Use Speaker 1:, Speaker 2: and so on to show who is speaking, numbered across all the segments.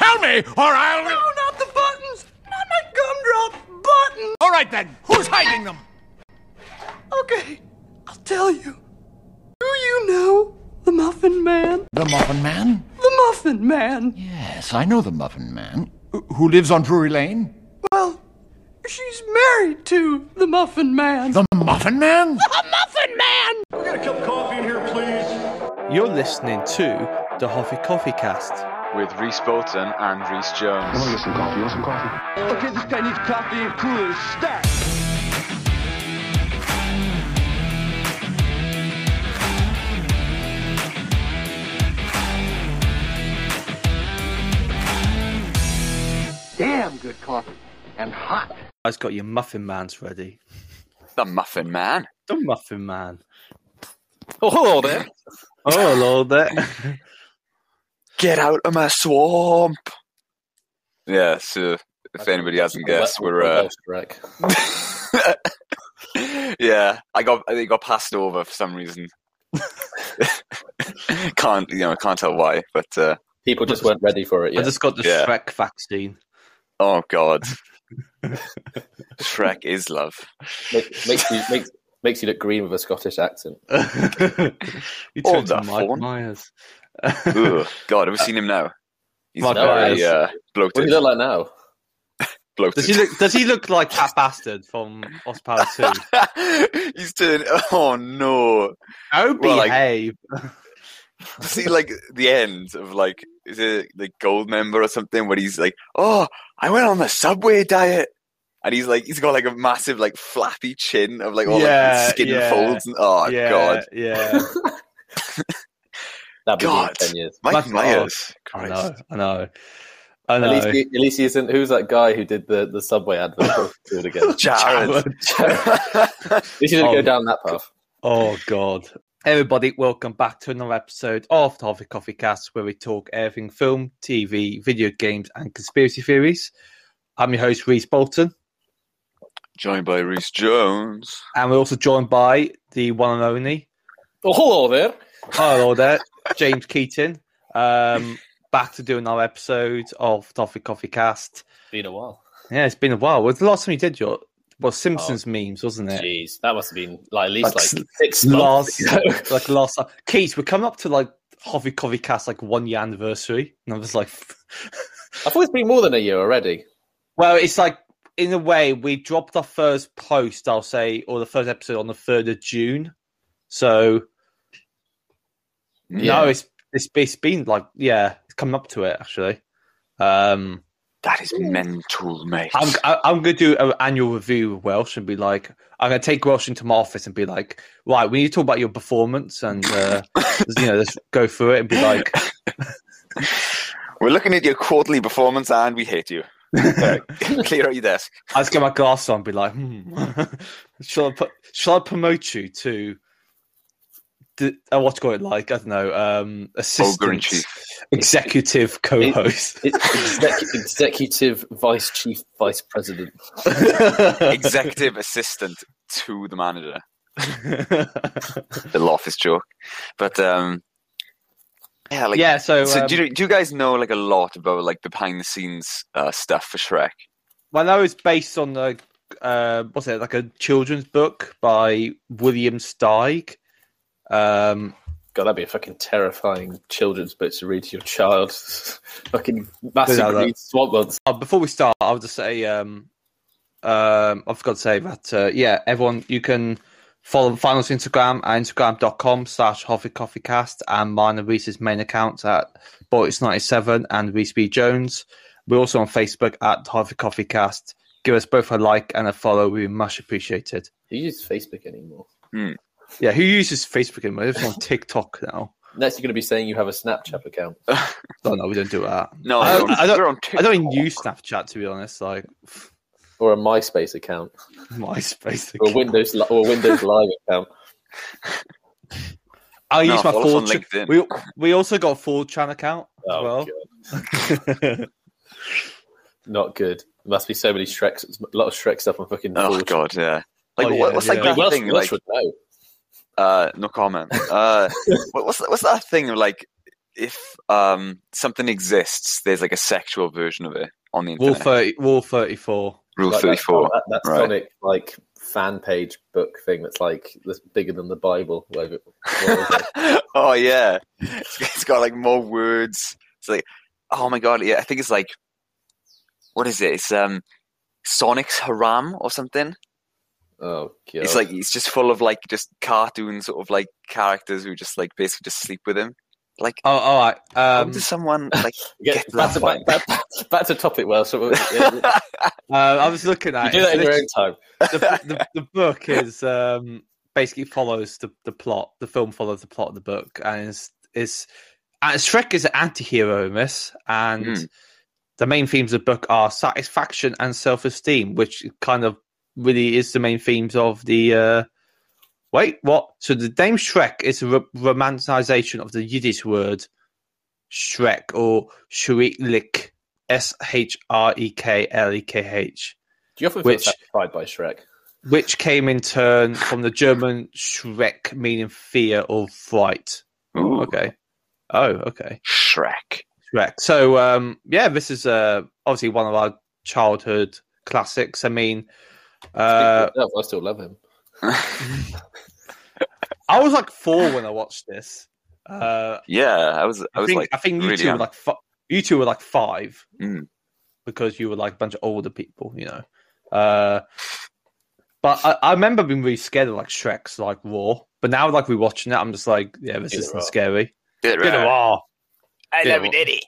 Speaker 1: Tell me, or I'll.
Speaker 2: No, not the buttons! Not my gumdrop button!
Speaker 1: All right then, who's hiding them?
Speaker 2: Okay, I'll tell you. Do you know the Muffin Man?
Speaker 1: The Muffin Man?
Speaker 2: The Muffin Man!
Speaker 1: Yes, I know the Muffin Man. Who lives on Drury Lane?
Speaker 2: Well, she's married to the Muffin Man.
Speaker 1: The Muffin Man?
Speaker 2: The Muffin Man!
Speaker 3: We got a cup of coffee in here, please.
Speaker 4: You're listening to the Huffy Coffee Cast.
Speaker 5: with Reese Bolton and Reese Jones.
Speaker 6: Okay, this guy needs coffee and coolers. Stack. Damn good coffee and hot.
Speaker 4: I've got your muffin mans ready.
Speaker 5: The Muffin Man.
Speaker 4: The muffin man.
Speaker 5: Oh, hello there.
Speaker 4: Oh, hello there.
Speaker 5: Get out of my swamp. Yeah, so if anybody hasn't guessed, we're. Uh...
Speaker 7: Wreck.
Speaker 5: yeah, I got they got passed over for some reason. can't you know? Can't tell why, but uh,
Speaker 7: People just weren't ready for it
Speaker 4: I
Speaker 7: yet.
Speaker 4: just got the
Speaker 5: Yeah.
Speaker 4: Shrek vaccine.
Speaker 5: oh god, Shrek is love.
Speaker 7: Make- makes, you, makes, makes you look green with a Scottish accent.
Speaker 4: you
Speaker 5: All
Speaker 4: turned to
Speaker 5: that
Speaker 4: Mike
Speaker 5: fun.
Speaker 4: Myers.
Speaker 5: Ugh, god,
Speaker 4: Uh,
Speaker 5: have we seen him now? He's
Speaker 4: Mark
Speaker 5: very
Speaker 7: Myers.
Speaker 5: uh,
Speaker 7: What do
Speaker 5: bloated.
Speaker 7: you look like now?
Speaker 5: bloated.
Speaker 4: Does he look? Does he look like that bastard from Ospower Two?
Speaker 5: He's turned. Oh no!
Speaker 4: Oh,
Speaker 5: Well, like-
Speaker 4: behave!
Speaker 5: see like the end of like is it like gold member or something where he's like oh i went on the subway diet and he's like he's got like a massive like flappy chin of like all
Speaker 4: Yeah,
Speaker 5: like skin
Speaker 4: yeah,
Speaker 5: folds and oh
Speaker 4: yeah,
Speaker 5: god
Speaker 4: yeah.
Speaker 7: That'd be me in
Speaker 5: God.
Speaker 7: 10 years.
Speaker 5: mike
Speaker 4: That's-
Speaker 5: myers
Speaker 4: I
Speaker 5: Christ.
Speaker 4: know. I know. I
Speaker 7: At least,
Speaker 4: know.
Speaker 7: he, at least he isn't. Who's that guy who did the, the subway advert? What's it called again?
Speaker 5: jared
Speaker 7: He shouldn't
Speaker 4: Oh.
Speaker 7: go down that path.
Speaker 4: Oh God. Everybody, welcome back to another episode of the Harvey Coffee Cast where we talk everything film, TV, video games, and conspiracy theories. I'm your host, Reese Bolton,
Speaker 5: joined by reese jones
Speaker 4: and we're also joined by the one and only
Speaker 7: Oh, hello there.
Speaker 4: Oh, hello there, James Keating. Um, back to do another episode of Toffee Coffee Cast.
Speaker 7: Been a while.
Speaker 4: Yeah, it's been a while. Was the last time you did your was Simpsons memes, wasn't it?
Speaker 7: Jeez, that must have been like at least
Speaker 4: Like
Speaker 7: like,
Speaker 4: s-
Speaker 7: six months
Speaker 4: Last,
Speaker 7: ago.
Speaker 4: like last time. Keith, we're coming up to like Toffee Coffee Cast like one year anniversary, and I was like,
Speaker 7: I thought it's been more than a year already.
Speaker 4: well, it's like in a way we dropped our first post, I'll say, or the first episode on the third of June. So
Speaker 7: Yeah.
Speaker 4: no, it's, it's it's been like yeah, it's coming up to it actually. Um,
Speaker 5: that is mental mate
Speaker 4: I'm I- I'm gonna do an annual review with Welsh and be like, I'm gonna take Welsh into my office and be like, right, we need to talk about your performance and uh, you know, let's go through it and be like,
Speaker 5: we're looking at your quarterly performance and we hate you There, clear out your desk
Speaker 4: I just get my glass on and be like, hmm, shall I put, shall I promote you to? the- uh, what's going like? I don't know. Um, assistant,
Speaker 5: chief.
Speaker 4: executive co-host.
Speaker 7: It's exec- executive vice chief vice president.
Speaker 5: executive assistant to the manager the office joke. But um, yeah, like
Speaker 4: yeah. So,
Speaker 5: So
Speaker 4: um,
Speaker 5: do you, do you guys know like a lot about like the behind the scenes uh, stuff for Shrek?
Speaker 4: Well, that was based on the uh, what's it like a children's book by William Steig. Um,
Speaker 7: God, that'd be a fucking terrifying children's book to read to your child. fucking massive
Speaker 4: Without that.
Speaker 7: green swamp monster.
Speaker 4: oh, before we start, I'll just say um, um, I forgot to say that uh, yeah, everyone you can follow Finals Instagram at instagram.com slash Coffee Coffeecast and mine and Reese's main accounts at Boris97 and Reese B Jones. We're also on Facebook at Coffee Coffeecast. Give us both a like and a follow. We much appreciate it.
Speaker 7: Who uses Facebook anymore?
Speaker 4: Yeah, who uses Facebook anymore? Everyone's on TikTok now. Oh,
Speaker 7: Next, you're going to be saying you have a Snapchat account.
Speaker 4: No, no, we don't do that.
Speaker 5: No,
Speaker 4: I
Speaker 5: they're
Speaker 4: don't,
Speaker 5: on-
Speaker 4: I
Speaker 5: they're on
Speaker 4: don't, I don't even
Speaker 5: TikTok.
Speaker 4: use Snapchat to be honest. Like pff,
Speaker 7: or a MySpace account,
Speaker 4: MySpace.
Speaker 7: or a
Speaker 4: account.
Speaker 7: Windows Li- or a Windows Live account.
Speaker 4: I
Speaker 5: No,
Speaker 4: use my
Speaker 5: follow us on
Speaker 4: 4chan.
Speaker 5: LinkedIn.
Speaker 4: We we also got a 4chan account
Speaker 7: Oh,
Speaker 4: as
Speaker 7: God.
Speaker 4: well.
Speaker 7: Oh, not good. There must be so many Shrek, a lot of Shrek stuff on fucking.
Speaker 5: Oh
Speaker 7: board.
Speaker 5: god, yeah. Like
Speaker 4: Oh, yeah,
Speaker 5: what, what's like
Speaker 4: yeah.
Speaker 5: that
Speaker 7: Like, Welsh,
Speaker 5: thing? Like
Speaker 7: Welsh would know.
Speaker 5: uh, no comment. Uh, what, what's what's that thing of like if um something exists, there's like a sexual version of it on the
Speaker 4: Rule
Speaker 5: internet.
Speaker 4: thirty. Rule thirty-four.
Speaker 5: Rule
Speaker 7: Like that-
Speaker 5: thirty four.
Speaker 7: That, that
Speaker 5: right.
Speaker 7: Sonic like fan page book thing that's like that's bigger than the Bible. Whatever. whatever.
Speaker 5: oh yeah, It's- it's got like more words. It's like, oh my god, yeah. I think it's like, what is it? It's um, Sonic's Haram or something.
Speaker 7: oh god.
Speaker 5: It's like it's just full of like just cartoon sort of like characters who just like basically just sleep with him. Like,
Speaker 4: Oh, all right.
Speaker 5: how
Speaker 4: Um,
Speaker 5: does someone like?
Speaker 7: Get,
Speaker 5: Get
Speaker 7: back, to,
Speaker 5: that
Speaker 7: back, back, back- back to topic. Well, so yeah,
Speaker 4: uh, I was looking
Speaker 7: you
Speaker 4: at
Speaker 7: do
Speaker 4: it.
Speaker 7: that in your own time.
Speaker 4: the, the, the book is um, basically follows the, the plot. The film follows the plot of the book, and is is uh, Shrek is an anti-hero in this, and
Speaker 5: Mm.
Speaker 4: the main themes of the book are satisfaction and self-esteem, which kind of really is the main themes of the. Uh, wait, what? So the name Shrek is a ro- romanticization of the Yiddish word Shrek or Shreklik, S H R E K L E K H
Speaker 7: Do you often
Speaker 4: Which-
Speaker 7: feel satisfied by Shrek?
Speaker 4: which came in turn from the German Schreck, meaning fear or fright.
Speaker 5: Ooh,
Speaker 4: Okay. Oh, okay.
Speaker 5: Shrek.
Speaker 4: Shrek. So, um, yeah, this is uh, obviously one of our childhood classics. I mean, uh,
Speaker 7: no, I still love him.
Speaker 4: I was like four when I watched this. Uh,
Speaker 5: Yeah, I was. I,
Speaker 4: I,
Speaker 5: was
Speaker 4: think
Speaker 5: like,
Speaker 4: I think you
Speaker 5: really
Speaker 4: two
Speaker 5: young.
Speaker 4: were like fi- you two were like five
Speaker 5: Mm.
Speaker 4: because you were like a bunch of older people, you know. Uh, but I, I remember being really scared of like Shrek's like raw. But now like rewatching it, I'm just like, yeah, this
Speaker 7: Get it
Speaker 4: isn't
Speaker 7: raw.
Speaker 4: scary.
Speaker 5: Did it
Speaker 4: Get it
Speaker 5: right.
Speaker 4: raw.
Speaker 5: I
Speaker 4: Yeah,
Speaker 5: love
Speaker 4: well-
Speaker 5: it, Eddie.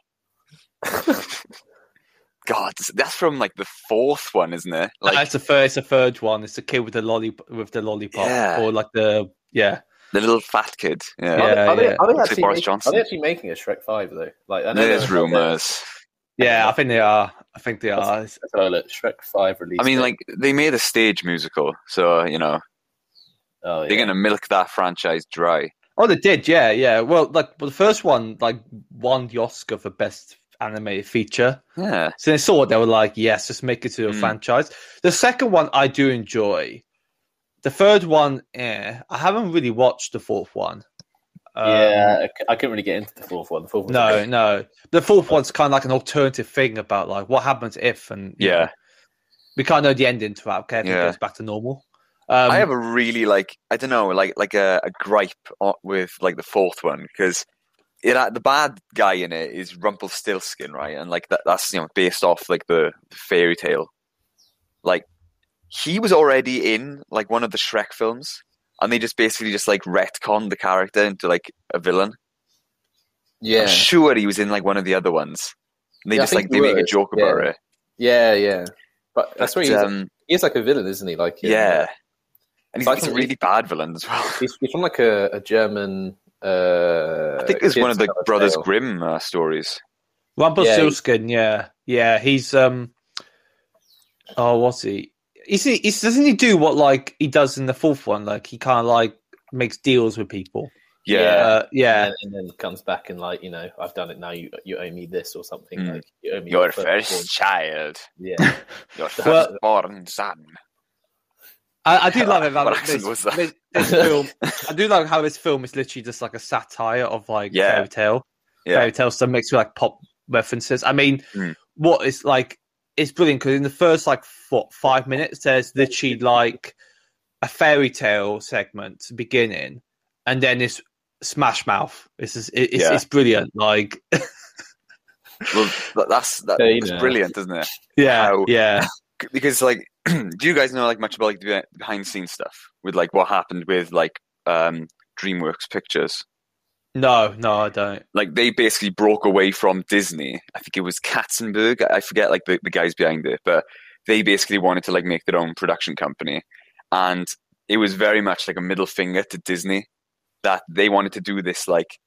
Speaker 5: God, that's from like the fourth one, isn't it?
Speaker 4: No,
Speaker 5: Like
Speaker 4: it's the third. It's the third one. It's the kid with the lolly with the lollipop,
Speaker 5: Yeah.
Speaker 4: or like the yeah.
Speaker 5: the little fat kid. Yeah,
Speaker 4: Yeah,
Speaker 7: are, they, are,
Speaker 4: yeah.
Speaker 7: They, are, they
Speaker 5: Let's say
Speaker 7: actually
Speaker 5: Boris
Speaker 7: making,
Speaker 5: Johnson.
Speaker 7: are they actually making a Shrek Five though? Like I know
Speaker 5: there's
Speaker 7: they're-
Speaker 5: rumors.
Speaker 4: Yeah, I think they are. I think they are. It's-
Speaker 7: they're- they're- look, Shrek Five release.
Speaker 5: I mean,
Speaker 7: date.
Speaker 5: like they made a stage musical, so you know
Speaker 7: oh, yeah.
Speaker 5: they're gonna milk that franchise dry.
Speaker 4: Oh, they did. Yeah, yeah. Well, like well, the first one, like won the Oscar for best animated feature.
Speaker 5: Yeah,
Speaker 4: So they saw it. They were like, yes, just make it to a
Speaker 5: Mm.
Speaker 4: franchise. The second one I do enjoy. The third one, eh? I haven't really watched the fourth one. Um,
Speaker 7: yeah, I c- I couldn't really get into the fourth one. The fourth one
Speaker 4: No, no. The fourth one's kind of like an alternative thing about like what happens if and you
Speaker 5: Yeah.
Speaker 4: know, we can't know the ending to that. Okay, if
Speaker 5: Yeah.
Speaker 4: it goes back to normal. Um,
Speaker 5: I have a really like I don't know, like like a, a gripe o- with like the fourth one because it had- the bad guy in it is Rumpelstiltskin, right? And like that that's you know based off like the fairy tale. Like he was already in like one of the Shrek films, and they just basically just like retconned the character into like a villain. I'm
Speaker 7: yeah,
Speaker 5: sure he was in like one of the other ones. And they
Speaker 7: Yeah, I
Speaker 5: just
Speaker 7: think
Speaker 5: like
Speaker 7: he
Speaker 5: they make a
Speaker 7: was,
Speaker 5: joke about
Speaker 7: yeah.
Speaker 5: it.
Speaker 7: yeah, yeah. But that's where
Speaker 5: But,
Speaker 7: he's,
Speaker 5: um,
Speaker 7: he's like a villain, isn't he? Like in,
Speaker 5: yeah. And
Speaker 7: So I
Speaker 5: he's, he's a
Speaker 7: think-
Speaker 5: really bad villain as well.
Speaker 7: He's, he's from like a, a German. Uh,
Speaker 5: I think it was one of the
Speaker 7: kids'
Speaker 5: Brothers
Speaker 7: tale.
Speaker 5: Grimm uh, stories.
Speaker 4: Rumpelstiltskin, yeah, yeah, he's um, oh, what's he? Is he? Is, doesn't he do what like he does in the fourth one? Like he kind of like makes deals with people.
Speaker 5: Yeah.
Speaker 4: uh, yeah,
Speaker 7: And, then, and then comes back and like you know, I've done it now. You you owe me this or something.
Speaker 5: Mm.
Speaker 7: Like you owe me
Speaker 5: Your
Speaker 7: the
Speaker 5: first
Speaker 7: firstborn.
Speaker 5: child,
Speaker 7: Yeah,
Speaker 5: your
Speaker 4: Well-
Speaker 5: firstborn son.
Speaker 4: I, I do love it. About
Speaker 5: What
Speaker 4: this,
Speaker 5: accent was that?
Speaker 4: this, this film, I do like how this film is literally just like a satire of like
Speaker 5: Yeah.
Speaker 4: fairy tale.
Speaker 5: Yeah,
Speaker 4: fairy tale stuff mixed with like pop references. I mean,
Speaker 5: Mm.
Speaker 4: what is like it's brilliant because in the first like what five minutes there's literally like a fairy tale segment beginning, and then it's Smash Mouth. This is it, it's
Speaker 5: Yeah.
Speaker 4: it's brilliant. Like
Speaker 5: well, that- that's that,
Speaker 7: There you
Speaker 5: that's
Speaker 7: go.
Speaker 5: brilliant, isn't it?
Speaker 4: yeah,
Speaker 5: Wow.
Speaker 4: yeah.
Speaker 5: C- Because like, do you guys know like much about like the behind the scenes stuff with like what happened with like um, DreamWorks Pictures?
Speaker 4: No, no, I don't.
Speaker 5: Like they basically broke away from Disney. I think it was Katzenberg. I- I forget like the, the guys behind it, but they basically wanted to like make their own production company, and it was very much like a middle finger to Disney that they wanted to do this like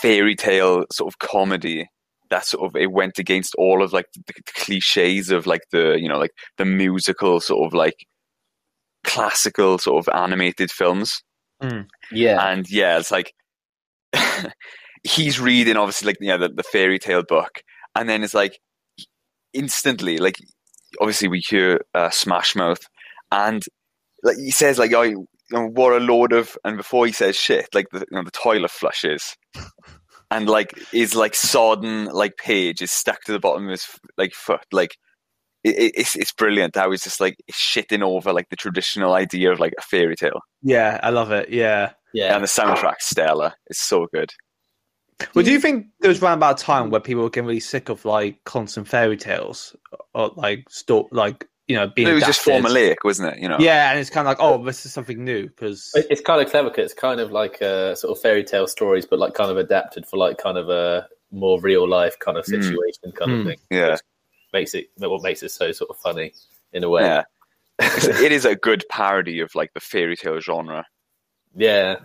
Speaker 5: fairy tale sort of comedy that sort of it went against all of like the, the cliches of like the you know like the musical sort of like classical sort of animated films
Speaker 7: yeah.
Speaker 5: and yeah, it's like he's reading obviously like you know the, the fairy tale book, and then it's like instantly like obviously we hear uh, Smash Mouth, and like he says like oh you know, what a load of, and before he says shit like the you know the toilet flushes, and like his like sodden like page is stuck to the bottom of his like foot. Like it, it- it's it's brilliant. How he's just like shitting over like the traditional idea of like a fairy tale.
Speaker 4: Yeah, I love it. Yeah.
Speaker 7: Yeah,
Speaker 5: And the soundtrack, stellar. It's so good.
Speaker 4: Well, do you think there was around about a time where people were getting really sick of like constant fairy tales or like sto- like you know being
Speaker 5: It was just
Speaker 4: adapted?
Speaker 5: formulaic, wasn't it? You know.
Speaker 4: Yeah, and it's kind of like, oh, this is something new because
Speaker 7: It- It's kind of clever 'cause it's kind of like uh, sort of fairy tale stories, but like kind of adapted for like kind of a more real life kind of
Speaker 5: Mm.
Speaker 7: situation kind of
Speaker 4: Mm.
Speaker 7: thing.
Speaker 5: Yeah.
Speaker 7: Which makes it what makes it so sort of funny in a way.
Speaker 5: Yeah. it is a good parody of like the fairy tale genre.
Speaker 7: Yeah.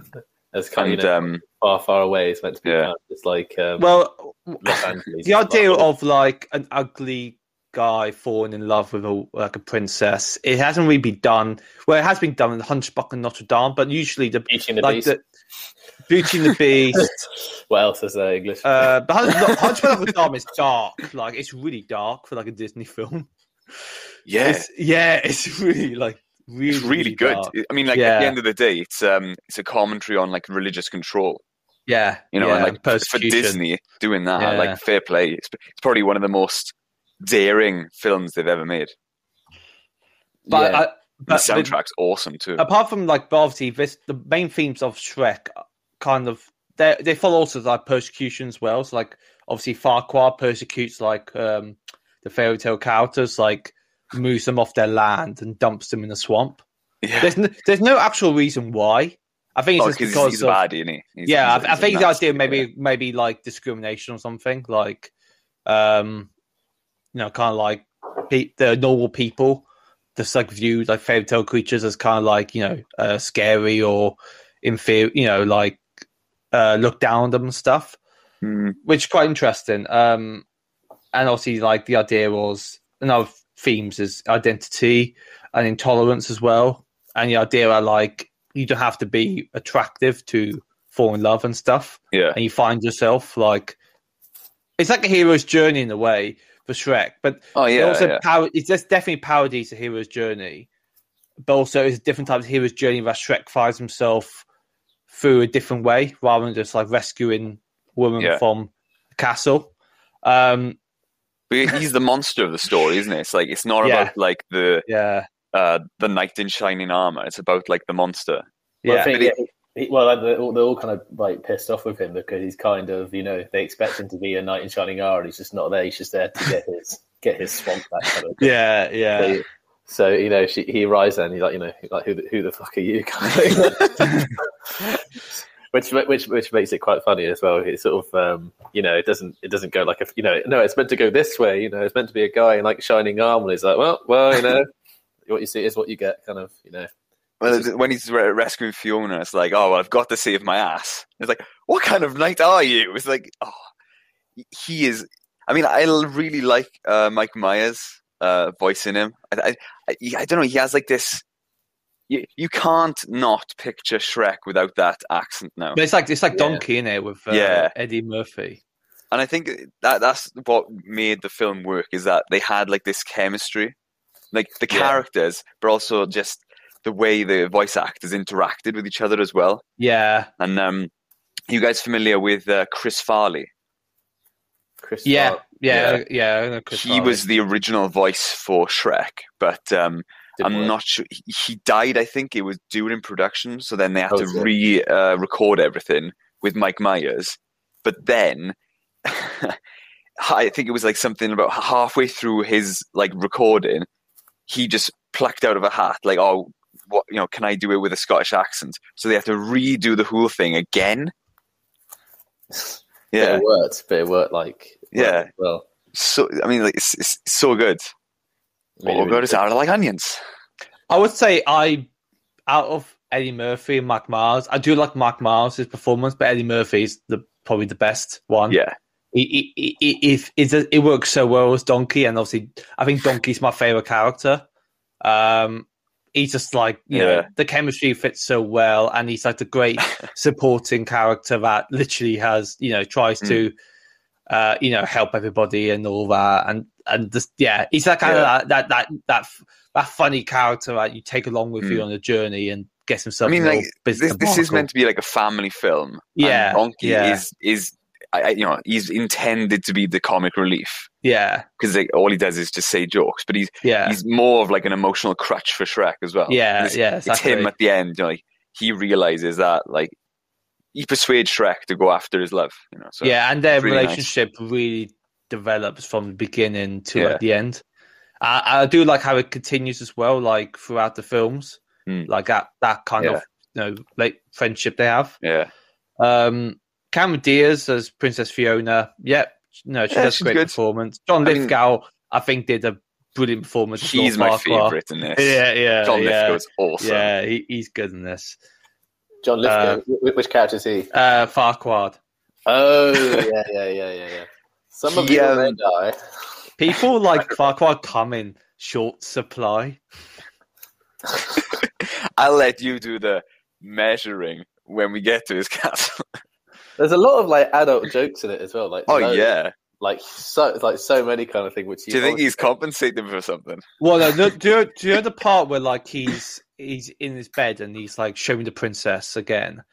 Speaker 7: That's kind
Speaker 5: And
Speaker 7: of you know,
Speaker 5: um,
Speaker 7: far, far away. It's meant to be
Speaker 5: yeah.
Speaker 7: kind of just like um,
Speaker 4: well,
Speaker 7: Los Angeles.
Speaker 4: the idea of like an ugly guy falling in love with a like a princess, it hasn't really been done. Well, it has been done in Hunchback and Notre Dame, but usually the
Speaker 7: Beauty and the
Speaker 4: like
Speaker 7: Beast.
Speaker 4: the Beauty and the Beast.
Speaker 7: what else is there English?
Speaker 4: Uh, but Hunch- Hunchback of Notre Dame is dark. Like it's really dark for like a Disney film.
Speaker 5: yeah, it's,
Speaker 4: It's, yeah, it's really like really,
Speaker 5: really good.
Speaker 4: dark.
Speaker 5: I mean, like at
Speaker 4: Yeah.
Speaker 5: the end of the day, it's um, it's a commentary on like religious control.
Speaker 4: Yeah,
Speaker 5: You know,
Speaker 4: yeah,
Speaker 5: and like f- for
Speaker 4: persecution.
Speaker 5: Disney doing that,
Speaker 4: Yeah.
Speaker 5: like fair play. It's, it's probably one of the most daring films they've ever made.
Speaker 4: But,
Speaker 7: Yeah.
Speaker 4: I,
Speaker 5: And the
Speaker 4: but the- Uh,
Speaker 5: soundtrack's awesome too.
Speaker 4: apart from like but obviously this the main themes of Shrek kind of they they follow also like persecution as well. So like obviously Farquhar persecutes like um the fairy tale characters, like moves them off their land and dumps them in a swamp.
Speaker 5: yeah,
Speaker 4: There's no, there's no actual reason why. I think it's
Speaker 5: because
Speaker 4: just
Speaker 5: he's,
Speaker 4: because
Speaker 5: he's a
Speaker 4: of,
Speaker 5: baddie, isn't he? He's-
Speaker 4: yeah,
Speaker 5: he's a-
Speaker 4: I, I
Speaker 5: he's a
Speaker 4: think the
Speaker 5: nasty,
Speaker 4: idea maybe
Speaker 5: yeah.
Speaker 4: maybe like discrimination or something like, um, you know, kind of like pe- the normal people just like view like fairy tale creatures as kind of like you know uh, scary or inferior, you know, like uh, look down on them and stuff,
Speaker 5: Mm,
Speaker 4: which is quite interesting. Um, and obviously, like the idea was another themes is identity and intolerance as well, and the idea are like you don't have to be attractive to fall in love and stuff
Speaker 5: yeah,
Speaker 4: and you find yourself like it's like a hero's journey in a way for Shrek, but
Speaker 5: oh
Speaker 4: it
Speaker 5: yeah,
Speaker 4: also
Speaker 5: yeah.
Speaker 4: Par- it's just definitely parodies a hero's journey, but also it's a different type of hero's journey where Shrek finds himself through a different way rather than just like rescuing a woman
Speaker 5: Yeah.
Speaker 4: from a castle. Um,
Speaker 5: But he's the monster of the story, isn't it? It's like it's not
Speaker 4: Yeah.
Speaker 5: about like the
Speaker 4: yeah,
Speaker 5: uh, the knight in shining armor. It's about like the monster.
Speaker 7: Well,
Speaker 4: yeah,
Speaker 7: I think,
Speaker 5: But
Speaker 7: yeah, he- well, like, they're, all, they're all kind of like pissed off with him because he's kind of, you know, they expect him to be a knight in shining armor, and he's just not there. He's just there to get his get his swamp back. Kind of.
Speaker 4: yeah, yeah.
Speaker 7: So, so, you know, she, he arrives there and he's like, you know, like who the, who the fuck are you? Kind of thing. Which, ma- which which makes it quite funny as well. It sort of um, you know it doesn't it doesn't go like a you know no it's meant to go this way you know it's meant to be a guy in like shining armor. He's like well well you know what you see is what you get kind of you know
Speaker 5: Well, when he's re- rescuing Fiona, it's like, oh, well, I've got to save my ass. It's like, what kind of knight are you? It's like, oh, he is. I mean, I l- really like uh, Mike Myers uh, voicing him. I, I, I, I don't know. He has like this. You, you can't not picture Shrek without that accent now.
Speaker 4: But it's like it's like
Speaker 7: Yeah.
Speaker 4: Donkey in it with uh,
Speaker 5: Yeah.
Speaker 4: Eddie Murphy.
Speaker 5: And I think that that's what made the film work is that they had like this chemistry, like the
Speaker 7: Yeah.
Speaker 5: characters, but also just the way the voice actors interacted with each other as well.
Speaker 4: Yeah,
Speaker 5: And um, you guys familiar with uh, Chris Farley?
Speaker 7: Chris
Speaker 4: yeah,
Speaker 7: Farley
Speaker 4: yeah, yeah. I know Chris
Speaker 5: he
Speaker 4: Farley.
Speaker 5: was the original voice for Shrek, but um,
Speaker 7: didn't
Speaker 5: I'm
Speaker 7: work.
Speaker 5: not sure. he- He died, I think it was during production, so then they had
Speaker 7: Oh,
Speaker 5: to
Speaker 7: is it?
Speaker 5: re uh, record everything with Mike Myers. But then. I think it was like something about halfway through his like recording, he just plucked out of a hat like, "Oh, what you know? Can I do it with a Scottish accent?" So they had to redo the whole thing again.
Speaker 7: But
Speaker 5: Yeah,
Speaker 7: it worked, but it worked like
Speaker 5: Yeah.
Speaker 7: worked well.
Speaker 5: so I mean, like, it's, it's so good.
Speaker 7: Really,
Speaker 5: oh
Speaker 7: really
Speaker 5: god, it's out of like onions.
Speaker 4: I would say I, out of Eddie Murphy and Mark Miles, I do like Mark Miles' performance, but Eddie Murphy's the probably the best
Speaker 7: Um,
Speaker 4: one.
Speaker 5: Yeah,
Speaker 4: It, it, it, if it's a, it works so well as Donkey, and obviously I think Donkey's my favorite character. Um, he's just like you know
Speaker 5: Yeah.
Speaker 4: the chemistry fits so well, and he's like the great supporting character that literally has you know tries
Speaker 5: Hmm.
Speaker 4: to. Uh, you know, help everybody and all that, and and just yeah, he's that kind
Speaker 5: Yeah.
Speaker 4: of that that that that that funny character that you take along with you
Speaker 5: Mm.
Speaker 4: on a journey and gets himself.
Speaker 5: I mean,
Speaker 4: in a
Speaker 5: like
Speaker 4: little bit
Speaker 5: this,
Speaker 4: of
Speaker 5: this is
Speaker 4: debacle.
Speaker 5: meant to be like a family film. and
Speaker 4: Yeah,
Speaker 5: Donkey
Speaker 4: yeah.
Speaker 5: is is I, I, you know, he's intended to be the comic relief
Speaker 4: Yeah,
Speaker 5: because like, all he does is just say jokes, but he's
Speaker 4: yeah,
Speaker 5: he's more of like an emotional crutch for Shrek as well.
Speaker 4: yeah,
Speaker 5: And it's,
Speaker 4: yeah.
Speaker 5: it's him
Speaker 4: exactly.
Speaker 5: at the end. You know, like, he realizes that like he persuades Shrek to go after his love. You know, so
Speaker 4: yeah, and their
Speaker 5: it's really nice.
Speaker 4: relationship really develops from the beginning to
Speaker 5: Yeah.
Speaker 4: at the end. I, I do like how it continues as well, like throughout the films,
Speaker 5: Mm.
Speaker 4: like that that kind of you know like friendship they have.
Speaker 5: yeah,
Speaker 4: Um, Cameron Diaz as Princess Fiona. Yep, no, she
Speaker 5: Yeah,
Speaker 4: does a
Speaker 5: she's
Speaker 4: great
Speaker 5: good.
Speaker 4: performance. John
Speaker 5: I mean-
Speaker 4: Lithgow, I think, did a brilliant performance. as
Speaker 5: he's
Speaker 4: Lord
Speaker 5: my
Speaker 4: Farquhar.
Speaker 5: favorite in this.
Speaker 4: Yeah, yeah,
Speaker 5: John
Speaker 4: yeah,
Speaker 5: Lithgow's awesome.
Speaker 4: yeah. He, he's good in this.
Speaker 7: John
Speaker 5: Um,
Speaker 7: Lithgow. wh- which character is he?
Speaker 4: Uh, Farquhar.
Speaker 7: Oh, yeah, yeah, yeah, yeah, yeah. Some of
Speaker 5: He,
Speaker 7: you may
Speaker 5: um,
Speaker 7: die.
Speaker 4: People like Farquhar come in short supply.
Speaker 5: I'll let you do the measuring when we get to his castle.
Speaker 7: There's a lot of like adult jokes in it as well. Like
Speaker 5: oh
Speaker 7: loads.
Speaker 5: yeah.
Speaker 7: like so like so many kind of thing. Which
Speaker 5: Do you think he's compensating for something?
Speaker 4: Well, no, no, do, you, do you know the part where like he's he's in his bed and he's like showing the princess again,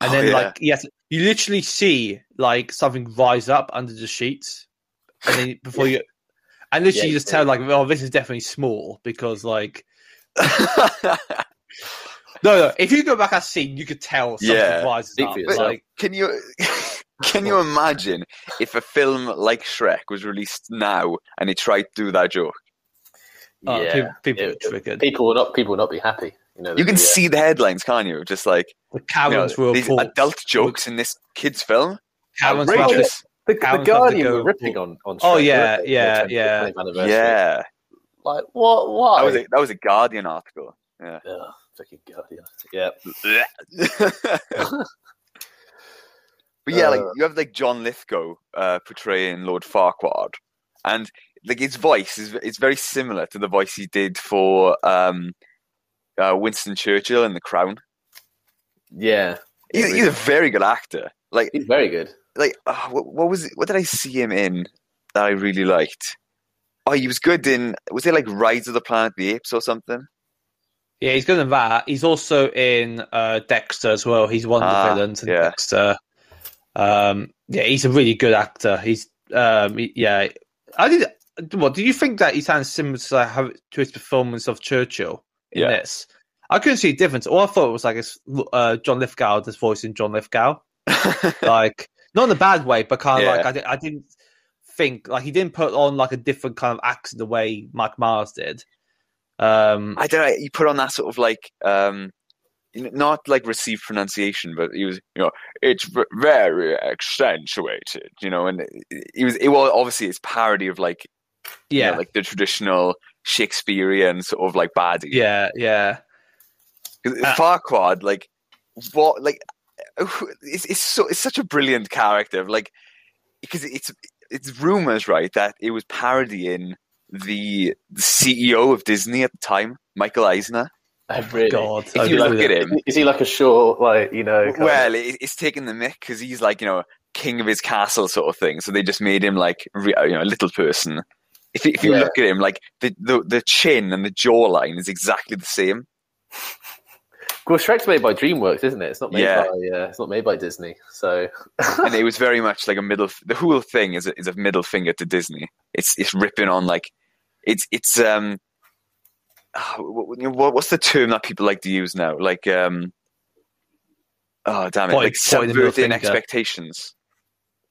Speaker 4: and
Speaker 5: Oh,
Speaker 4: then
Speaker 5: yeah.
Speaker 4: like yes, you literally see like something rise up under the sheets, and then before you, and literally
Speaker 7: Yeah,
Speaker 4: you just
Speaker 7: yeah.
Speaker 4: tell like oh this is definitely small because like
Speaker 5: Oh,
Speaker 4: no no if you go back that scene you could tell something
Speaker 5: Yeah.
Speaker 4: rises
Speaker 7: Speak
Speaker 4: up
Speaker 7: for yourself.
Speaker 4: like
Speaker 5: Can you can
Speaker 7: Oh.
Speaker 5: you imagine if a film like Shrek was released now and it tried to do that joke?
Speaker 4: oh,
Speaker 7: yeah.
Speaker 4: people, people
Speaker 7: Yeah.
Speaker 4: are triggered
Speaker 7: people will not people will not be happy. You know,
Speaker 5: You can
Speaker 7: yeah.
Speaker 5: see the headlines, can't you? Just like
Speaker 4: the
Speaker 5: you know,
Speaker 4: Karens were
Speaker 5: these
Speaker 4: appalled.
Speaker 5: adult jokes in this kids' film.
Speaker 4: Karens were
Speaker 5: Outrageous.
Speaker 4: just
Speaker 7: the,
Speaker 4: Cows
Speaker 7: the
Speaker 4: have to
Speaker 7: Guardian
Speaker 4: go-
Speaker 7: were ripping on on.
Speaker 4: Oh,
Speaker 7: Shrek,
Speaker 4: yeah,
Speaker 7: weren't they,
Speaker 4: yeah,
Speaker 7: for the
Speaker 4: yeah.
Speaker 7: 25th anniversary?
Speaker 5: Yeah,
Speaker 7: Like what? Why?
Speaker 5: that was a, that was a Guardian article.
Speaker 7: Ugh, fucking Guardian. Yeah,
Speaker 5: but yeah, like
Speaker 7: Uh.
Speaker 5: you have like John Lithgow uh, portraying Lord Farquhar, and like his voice is it's very similar to the voice he did for um, uh, Winston Churchill in The Crown.
Speaker 7: yeah.
Speaker 5: He's, he's a very good actor. Like
Speaker 7: He's very good.
Speaker 5: like uh, what, what was it, what did I see him in that I really liked? Oh, he was good in was it like Rides of the Planet of the Apes or something?
Speaker 4: Yeah, he's good in that. He's also in uh, Dexter as well. He's one of the
Speaker 5: Ah,
Speaker 4: villains in
Speaker 5: yeah.
Speaker 4: Dexter. Um, yeah, he's a really good actor. He's um, he- yeah. I did. What do you think that he sounds similar to, how, to his performance of Churchill in
Speaker 5: Yeah.
Speaker 4: this? I couldn't see a difference. All I thought was like it's uh, John Lithgow, this voice in John Lithgow, like not in a bad way, but kind of
Speaker 5: Yeah.
Speaker 4: like I, di- I didn't think like he didn't put on like a different kind of accent the way Mike Mars did. Um,
Speaker 5: I don't know. You put on that sort of like, um, n- not like received pronunciation, but he was, you know, it's v- very accentuated, you know, and it- it was, it was obviously it's parody of like, you know,
Speaker 4: yeah,
Speaker 5: like the traditional Shakespearean sort of like baddie.
Speaker 4: Yeah, yeah.
Speaker 5: 'Cause
Speaker 4: Uh,
Speaker 5: Farquaad, like, what, like, it's, it's so, it's such a brilliant character, like, because it's, it's rumors, right, that it was parodying the CEO of Disney at the time, Michael Eisner.
Speaker 7: Oh, really.
Speaker 4: God.
Speaker 5: If
Speaker 4: I
Speaker 5: you
Speaker 4: really
Speaker 5: look at him,
Speaker 7: Is he like a short, like you know? kind of-
Speaker 5: Well, it, it's taking the mick because he's like you know king of his castle sort of thing. So they just made him like re- you know a little person. If you- if you
Speaker 7: Yeah.
Speaker 5: look at him, like the, the the chin and the jawline is exactly the same.
Speaker 7: well, Shrek's made by DreamWorks, isn't it? It's not made
Speaker 5: Yeah.
Speaker 7: by. Uh, it's not made by Disney. So
Speaker 5: and it was very much like a middle. f- The whole thing is a, is a middle finger to Disney. It's it's ripping on like it's it's um. ah, wh- wh- wh- What's the term that people like to use now? Like, um, oh damn it!
Speaker 4: Point-
Speaker 5: like
Speaker 4: point the middle
Speaker 5: subverting
Speaker 4: finger.
Speaker 5: expectations.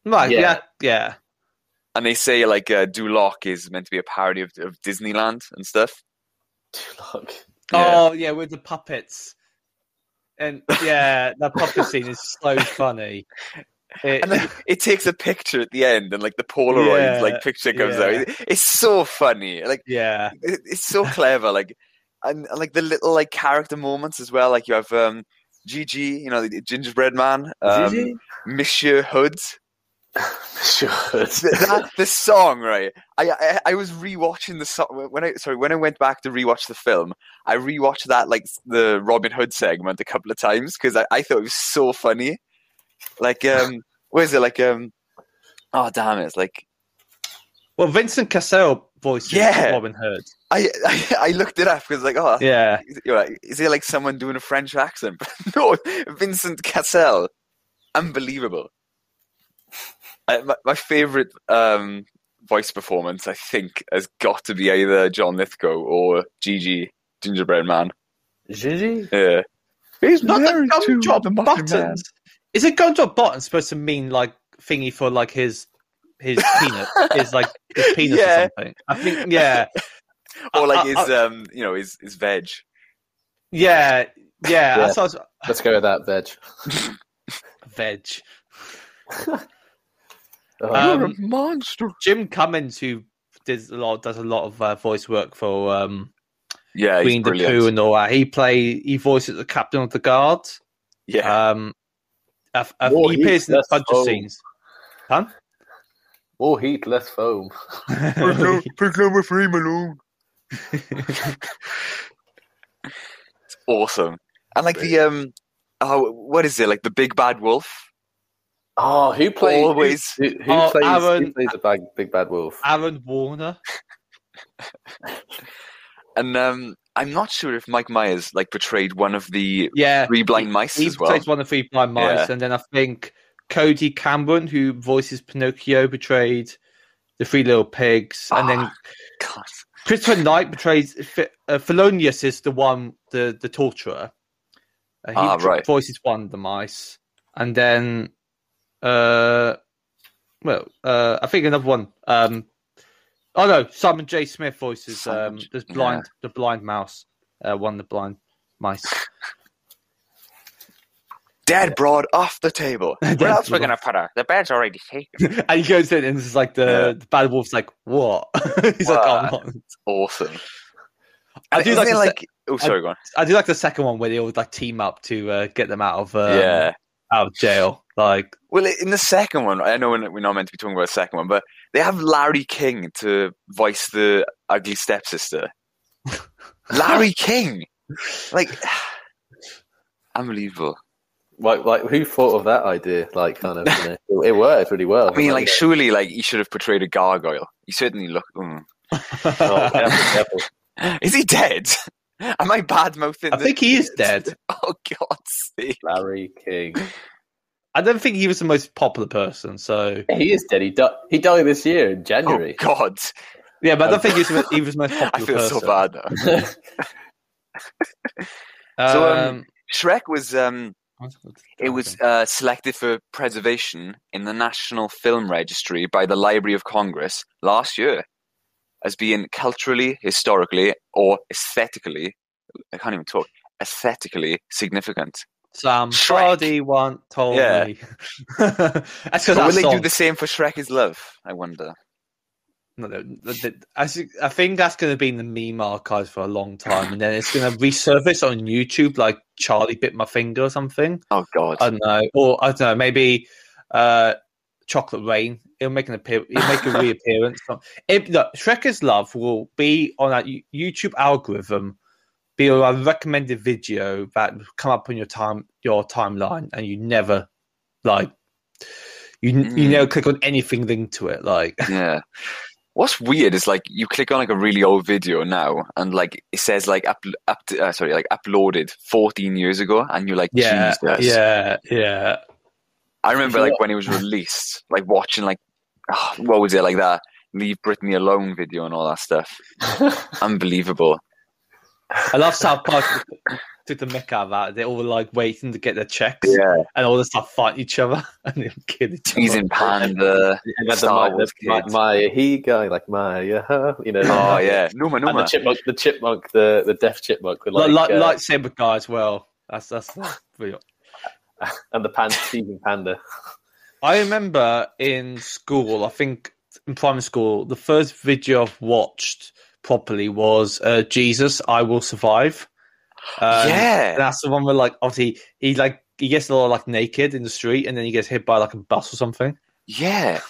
Speaker 4: Right,
Speaker 7: Yeah.
Speaker 4: yeah, yeah.
Speaker 5: and they say like uh, Duloc is meant to be a parody of, of Disneyland and stuff.
Speaker 7: look.
Speaker 5: Yeah.
Speaker 4: Oh, yeah, with the puppets. And yeah, that puppet scene is so funny. It-
Speaker 5: And then it takes a picture at the end, and like the Polaroid
Speaker 4: Yeah,
Speaker 5: like picture comes
Speaker 4: yeah.
Speaker 5: out. It- It's so funny, like
Speaker 4: yeah,
Speaker 5: it, it's so clever, like and, and, like the little like character moments as well. Like you have um Gigi, you know, the gingerbread man, um,
Speaker 7: Gigi?
Speaker 5: Monsieur Hoods.
Speaker 7: Sure.
Speaker 5: Th- that, the song, right? I, I I was rewatching the song when I sorry when I went back to rewatch the film. I rewatched that like s- the Robin Hood segment a couple of times because I, I thought it was so funny. Like um, what is it like um? Oh damn it! Like
Speaker 4: well, Vincent Cassell voices
Speaker 5: Yeah.
Speaker 4: Robin Hood.
Speaker 5: I I, I looked it up because like oh
Speaker 4: Yeah,
Speaker 5: you're like, is it like someone doing a French accent? no, Vincent Cassel, unbelievable. I, my, my favorite um, voice performance, I think, has got to be either John Lithgow or Gigi Gingerbread Man.
Speaker 7: Gigi?
Speaker 5: Yeah, he's
Speaker 4: Not the
Speaker 5: married to
Speaker 4: gum drop
Speaker 5: the Muffin
Speaker 4: buttons.
Speaker 5: Man.
Speaker 4: Is it gumdrop button supposed to mean like thingy for like his his peanut? his like his penis
Speaker 5: Yeah.
Speaker 4: or something. I think yeah.
Speaker 5: or like
Speaker 4: I-
Speaker 5: his
Speaker 4: I-
Speaker 5: um, you know, his his veg.
Speaker 4: Yeah. Yeah.
Speaker 7: Yeah.
Speaker 4: That's what I was,
Speaker 7: Let's go with that, Veg.
Speaker 4: veg.
Speaker 7: Oh,
Speaker 4: Um,
Speaker 5: monster.
Speaker 4: Jim Cummins who does a lot does a lot of uh, voice work for um
Speaker 5: Yeah, he's
Speaker 4: Queen the
Speaker 5: brilliant.
Speaker 4: Pooh and all that. He play he voices the captain of the guard.
Speaker 5: yeah,
Speaker 4: Um, a, a,
Speaker 7: More
Speaker 4: he appears in a
Speaker 7: heatless
Speaker 4: bunch
Speaker 7: foe.
Speaker 4: of scenes. Huh?
Speaker 7: More heat, less foam.
Speaker 5: it's awesome. And like the um, oh, what is it? Like the big bad wolf.
Speaker 7: Oh, who plays?
Speaker 5: Always.
Speaker 7: Who, who
Speaker 4: Oh,
Speaker 7: plays?
Speaker 4: Aaron-
Speaker 7: Who plays the big, big bad wolf?
Speaker 4: Aaron Warner.
Speaker 5: And um, I'm not sure if Mike Myers like portrayed one of the
Speaker 4: Yeah,
Speaker 5: three blind mice
Speaker 4: he
Speaker 5: as well.
Speaker 4: plays one of three blind mice, and then I think Cody Cameron, who voices Pinocchio, betrayed the Three Little Pigs, and then
Speaker 5: Ah, God.
Speaker 4: Christopher Knight betrays F- uh, Thelonious is the one, the the torturer. Uh, he
Speaker 5: Ah,
Speaker 4: tr-
Speaker 5: right.
Speaker 4: voices one of the mice, and then, uh, well, uh, I think another one. Um, oh no, Simon J. Smith voices
Speaker 5: Simon
Speaker 4: um,
Speaker 5: J-
Speaker 4: the blind, the blind mouse, uh, one of the blind mice.
Speaker 5: Dead broad off the table. Where else we
Speaker 4: broad.
Speaker 5: gonna put her? The bed's already taken.
Speaker 4: and he goes in, and it's like the,
Speaker 5: Yeah.
Speaker 4: the bad wolf's like, "What?" He's like, "Oh,
Speaker 5: What?
Speaker 4: no."
Speaker 5: awesome.
Speaker 4: I
Speaker 5: And
Speaker 4: do
Speaker 5: isn't
Speaker 4: like
Speaker 5: it
Speaker 4: the se-
Speaker 5: oh, sorry, go on.
Speaker 4: I do like the second one where they all like team up to uh, get them out of um,
Speaker 5: yeah.
Speaker 4: out of jail. Like,
Speaker 5: Well, in the second one, I know we're not- we're not meant to be talking about the second one, but they have Larry King to voice the ugly stepsister. Larry King, like unbelievable.
Speaker 7: Like, like, who thought of that idea? Like, kind of, you know, it, it worked really well.
Speaker 5: I mean, like surely, like he should have portrayed a gargoyle. He certainly looked. Mm.
Speaker 7: Oh, careful, careful.
Speaker 5: Is he dead? Am I bad mouthing?
Speaker 4: I think he is dead.
Speaker 5: Oh God's sake!
Speaker 7: Larry King.
Speaker 4: I don't think he was the most popular person. So
Speaker 7: He is dead. He, di- he died this year in
Speaker 5: Oh
Speaker 7: January.
Speaker 5: God!
Speaker 4: yeah, but I don't think he was, the- he was the most popular.
Speaker 5: I feel
Speaker 4: person.
Speaker 5: so bad now.
Speaker 4: Um,
Speaker 5: So, um, Shrek was um, It was uh, selected for preservation in the National Film Registry by the Library of Congress last year as being culturally, historically, or aesthetically, I can't even talk, aesthetically significant.
Speaker 4: Sam
Speaker 5: Shrek.
Speaker 4: Hardy one told
Speaker 5: Yeah.
Speaker 4: me. That's because
Speaker 5: But
Speaker 4: that
Speaker 5: will they
Speaker 4: song.
Speaker 5: do the same for Shrek is Love? I wonder.
Speaker 4: No, no, th- th- I thi- I think that's going to be in the meme archives for a long time, and then it's going to resurface on YouTube like Charlie bit my finger or something.
Speaker 5: Oh, God.
Speaker 4: I don't know, or I don't know, maybe uh, Chocolate Rain. It'll make an appear. It'll make a reappearance. If look, Shrek is Love will be on our You- YouTube algorithm, be on a recommended video that will come up on your time your timeline, and you never like you you
Speaker 5: Mm.
Speaker 4: never click on anything linked to it, like.
Speaker 5: yeah. What's weird is like you click on like a really old video now and like it says like up, up uh, sorry like uploaded 14 years ago and you're like
Speaker 4: Yeah,
Speaker 5: Jesus.
Speaker 4: yeah, yeah.
Speaker 5: I remember
Speaker 7: Sure.
Speaker 5: like when it was released, like watching like ah, what was it like that "Leave Britney Alone" video and all that stuff. Unbelievable.
Speaker 4: I love South Park took the mick out of that. They're all like waiting to get their checks and all the stuff fight each other and they kill each other.
Speaker 5: he's in Panda.
Speaker 7: And then the,
Speaker 5: Star
Speaker 7: my,
Speaker 5: Wars
Speaker 7: the,
Speaker 5: kids.
Speaker 7: my, my he guy, like my, uh, you know.
Speaker 5: Oh yeah, Numa
Speaker 7: And the
Speaker 5: Numa.
Speaker 7: chipmunk, the chipmunk, the the deaf chipmunk, with
Speaker 4: like,
Speaker 7: like,
Speaker 4: like,
Speaker 7: uh,
Speaker 4: lightsaber guy as well. That's that's real.
Speaker 7: and the pan, teasing panda.
Speaker 4: I remember in school, I think in primary school, the first video I've watched properly was uh, Jesus, I Will Survive. Um,
Speaker 5: yeah,
Speaker 4: And that's the one where like obviously he like he gets a lot like naked in the street and then he gets hit by like a bus or something.
Speaker 5: yeah.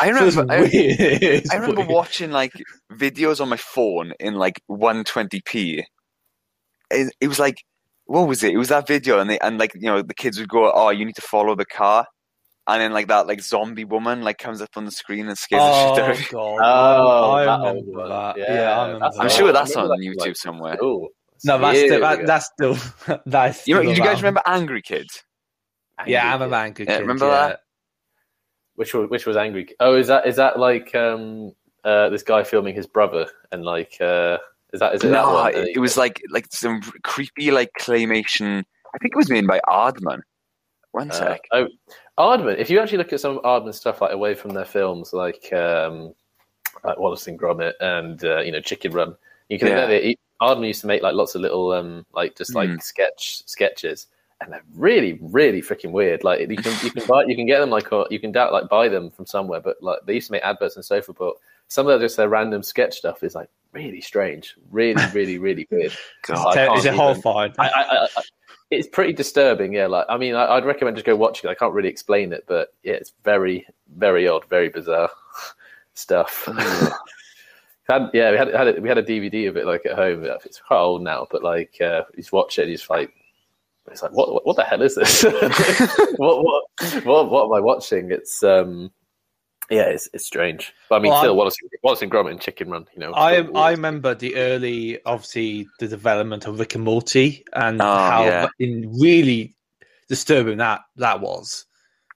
Speaker 5: I
Speaker 4: So it's
Speaker 5: remember. I,
Speaker 4: weird. It's
Speaker 5: I remember
Speaker 4: weird.
Speaker 5: watching like videos on my phone in like 120p. It, it was like, what was it? It was that video, and they and like you know the kids would go, "Oh, you need to follow the car," and then like that like zombie woman like comes up on the screen and scares the shit out of you.
Speaker 4: God.
Speaker 7: Oh,
Speaker 4: I
Speaker 7: that
Speaker 4: remember
Speaker 7: old one.
Speaker 4: that.
Speaker 7: Yeah,
Speaker 4: Yeah, I remember
Speaker 7: that's-
Speaker 5: I'm
Speaker 4: that.
Speaker 5: sure that's
Speaker 7: I
Speaker 5: on
Speaker 7: remember that,
Speaker 5: YouTube
Speaker 7: like,
Speaker 5: somewhere.
Speaker 7: Oh,
Speaker 4: No, that's
Speaker 7: years
Speaker 4: still, that,
Speaker 7: ago.
Speaker 4: that's still that's.
Speaker 5: You know,
Speaker 4: still
Speaker 5: do you guys
Speaker 4: around.
Speaker 5: remember Angry Kids?
Speaker 4: Yeah, I'm a
Speaker 7: Angry
Speaker 4: man. Good
Speaker 5: Yeah,
Speaker 4: kid,
Speaker 5: remember
Speaker 4: yeah.
Speaker 5: that?
Speaker 7: which was which was angry. Oh, is that is that like um uh this guy filming his brother and like uh is that is it that
Speaker 5: No,
Speaker 7: one?
Speaker 5: it, it was like like some creepy like claymation. I think it was made by Aardman. One
Speaker 7: Uh,
Speaker 5: sec.
Speaker 7: oh, Aardman. If you actually look at some of Aardman's stuff, like away from their films, like um, like Wallace and Gromit and uh, you know Chicken Run, you can
Speaker 5: Yeah. Hmm.
Speaker 7: yeah. it. Aardman used to make like lots of little um, like just like sketch sketches, and they're really really freaking weird. Like you can you can buy you can get them like or you can doubt like buy them from somewhere, but like they used to make adverts and so forth. But some of their just their random sketch stuff is like really strange, really really really weird.
Speaker 5: God.
Speaker 7: I can't
Speaker 4: Is it
Speaker 7: even-
Speaker 4: horrifying?
Speaker 7: I, I, I, I- it's pretty disturbing. Yeah, like I mean, I, I'd recommend just go watch it. I can't really explain it, but yeah, it's very, very odd, very bizarre stuff. had, yeah, we had had it, we had a DVD of it like at home. It's quite old now, but like uh, you just watch it, and you just like. It's like what, what? What the hell is this? what, what? What? What am I watching? It's um, yeah, it's, it's strange. But I mean,
Speaker 4: Well,
Speaker 7: still
Speaker 4: I'm-
Speaker 7: Wallace, Wallace and Gromit and Chicken Run. You know,
Speaker 4: I
Speaker 7: still-
Speaker 4: I remember the early, obviously, the development of Rick and Morty and
Speaker 5: Oh,
Speaker 4: how
Speaker 5: yeah.
Speaker 4: fucking really disturbing that that was.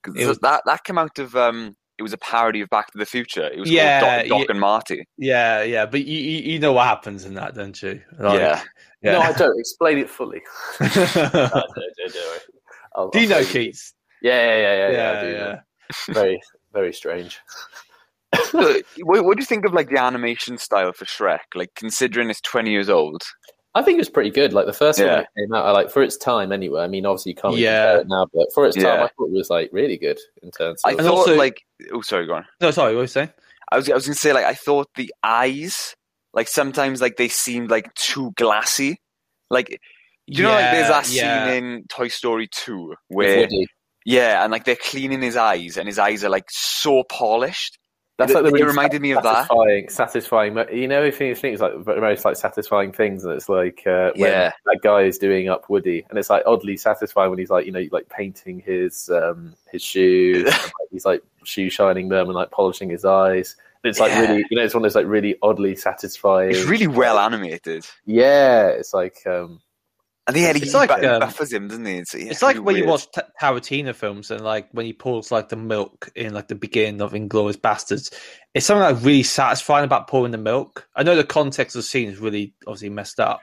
Speaker 5: 'Cause
Speaker 4: it was-
Speaker 5: that that came out of um. It was a parody of Back to the Future. It was
Speaker 4: Yeah,
Speaker 5: called Doc, Doc
Speaker 4: yeah.
Speaker 5: and Marty.
Speaker 4: Yeah, yeah, but you you, you know what happens in that, don't you? Like,
Speaker 5: yeah,
Speaker 7: No, I
Speaker 4: yeah.
Speaker 7: don't. Explain it fully.
Speaker 4: No,
Speaker 7: No, don't- don't- don't worry. I'll-
Speaker 4: do you know
Speaker 7: I'll-
Speaker 4: Keats?
Speaker 7: Yeah, yeah, yeah, yeah. yeah, I
Speaker 4: Yeah,
Speaker 7: do
Speaker 4: yeah.
Speaker 7: know. Very, very strange.
Speaker 5: Look, what, what do you think of like the animation style for Shrek? Like considering it's twenty years old.
Speaker 7: I think it was pretty good. Like the first
Speaker 5: Yeah.
Speaker 7: one that came out, I like for its time anyway. I mean, obviously you can't really
Speaker 4: Yeah.
Speaker 7: compare it now, but for its time,
Speaker 5: Yeah.
Speaker 7: I thought it was like really good in terms.
Speaker 5: I
Speaker 7: Of,
Speaker 5: thought
Speaker 4: also-
Speaker 5: like oh sorry, go on.
Speaker 4: No, sorry, what were you saying?
Speaker 5: I was I was gonna say like I thought the eyes like sometimes like they seemed like too glassy. Like you know like there's that scene in Toy Story Two
Speaker 7: with
Speaker 5: where
Speaker 7: Woody.
Speaker 5: yeah, and like they're cleaning his eyes and his eyes are like so polished.
Speaker 7: That's
Speaker 5: it-
Speaker 7: like the
Speaker 5: it
Speaker 7: really
Speaker 5: reminded me of that.
Speaker 7: satisfying, satisfying. mo- You know, if you think it's like the most like satisfying things, and it's like uh, when
Speaker 5: Yeah.
Speaker 7: that guy is doing up Woody, and it's like oddly satisfying when he's like you know like painting his um his shoes, and, like, he's like shoe shining them and like polishing his eyes. And it's like
Speaker 5: Yeah.
Speaker 7: really you know it's one of those like really oddly satisfying.
Speaker 5: It's really well animated.
Speaker 7: yeah. It's like um
Speaker 5: And yeah, he
Speaker 4: It's like,
Speaker 5: bu-
Speaker 4: um,
Speaker 5: buffers him, doesn't he? It's, yeah,
Speaker 4: It's like
Speaker 5: really
Speaker 4: when you
Speaker 5: weird.
Speaker 4: watch Ta Tarantino films and like when he pours like the milk in like the beginning of Inglorious Bastards. It's something like really satisfying about pouring the milk. I know the context of the scene is really obviously messed up,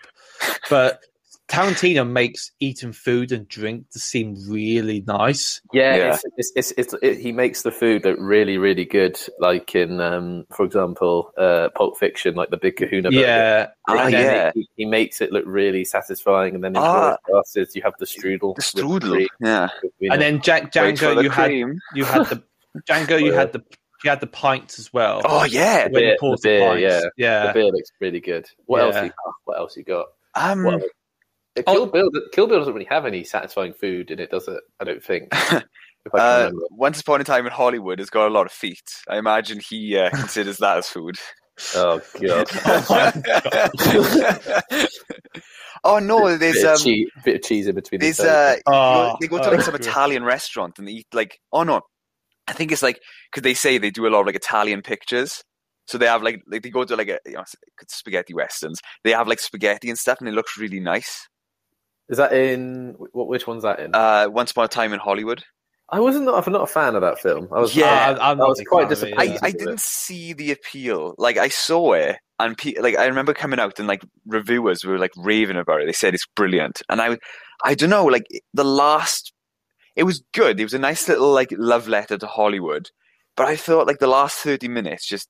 Speaker 4: but Tarantino makes eating food and drink to seem really nice.
Speaker 7: Yeah,
Speaker 5: Yeah.
Speaker 7: It's, it's, it's, it's, it, he makes the food look really, really good. Like in, um, for example, uh, Pulp Fiction, like the Big Kahuna. burger.
Speaker 4: yeah,
Speaker 5: Ah,
Speaker 7: And then
Speaker 5: yeah.
Speaker 7: he, he makes it look really satisfying. And then in
Speaker 5: Ah.
Speaker 7: ah, glasses, you have the strudel.
Speaker 5: the
Speaker 7: with
Speaker 5: strudel.
Speaker 7: cream,
Speaker 5: Yeah.
Speaker 7: with- you
Speaker 4: and
Speaker 7: know.
Speaker 4: then Jack
Speaker 5: Wait for
Speaker 4: Django,
Speaker 5: the
Speaker 4: you had
Speaker 5: cream.
Speaker 4: you had the Django, you had the you had the pints as well.
Speaker 5: Oh yeah.
Speaker 4: when
Speaker 7: beer-
Speaker 4: he pours
Speaker 7: the
Speaker 4: the,
Speaker 7: beer,
Speaker 4: pints, yeah,
Speaker 7: the beer looks really good. What else?
Speaker 4: uh, Yeah. Oh.
Speaker 7: You got? What else you got?
Speaker 5: Um
Speaker 7: What else? Uh, Kill Bill. Kill Bill doesn't really have any satisfying food in it, does it? I don't think. If I can
Speaker 5: Uh,
Speaker 7: remember.
Speaker 5: Once Upon a Time in Hollywood has got a lot of feet. I imagine he uh, considers that as food.
Speaker 7: Oh god.
Speaker 5: oh no, there's
Speaker 7: bit, of
Speaker 5: um,
Speaker 7: cheese, bit of cheese in between. the
Speaker 5: there's
Speaker 7: toes.
Speaker 5: uh,
Speaker 4: Oh,
Speaker 5: they go to
Speaker 4: oh,
Speaker 5: like some
Speaker 4: good.
Speaker 5: Italian restaurant and they eat like oh no, I think it's like because they say they do a lot of like Italian pictures. So they have like, like they go to like a you know, spaghetti westerns. They have like spaghetti and stuff, and it looks really nice.
Speaker 7: Is that in what? Which one's that in?
Speaker 5: Uh, Once upon a time in Hollywood.
Speaker 7: I wasn't. Not, I'm not a fan of that film. I was.
Speaker 5: Yeah.
Speaker 4: I, I'm
Speaker 7: I
Speaker 4: not
Speaker 7: was
Speaker 4: a big
Speaker 7: quite
Speaker 4: fan of it,
Speaker 7: disappointed.
Speaker 4: yeah.
Speaker 5: I, I
Speaker 7: Yeah.
Speaker 5: didn't see the appeal. Like I saw it, and pe- like I remember coming out and like reviewers were like raving about it. They said it's brilliant, and I, I don't know. Like the last, it was good. It was a nice little like love letter to Hollywood, but I felt like the last thirty minutes just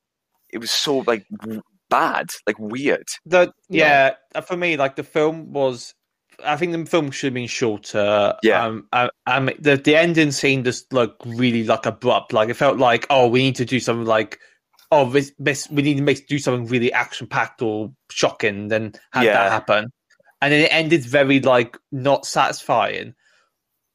Speaker 5: it was so like w- bad, like weird.
Speaker 4: The yeah, uh, for me, like the film was. I think the film should have been shorter.
Speaker 5: Yeah.
Speaker 4: um, um, um, the the ending seemed just like really like abrupt. Like it felt like oh, we need to do something like oh, this, this we need to make do something really action packed or shocking. Then had
Speaker 5: Yeah.
Speaker 4: that happen, and then it ended very like not satisfying.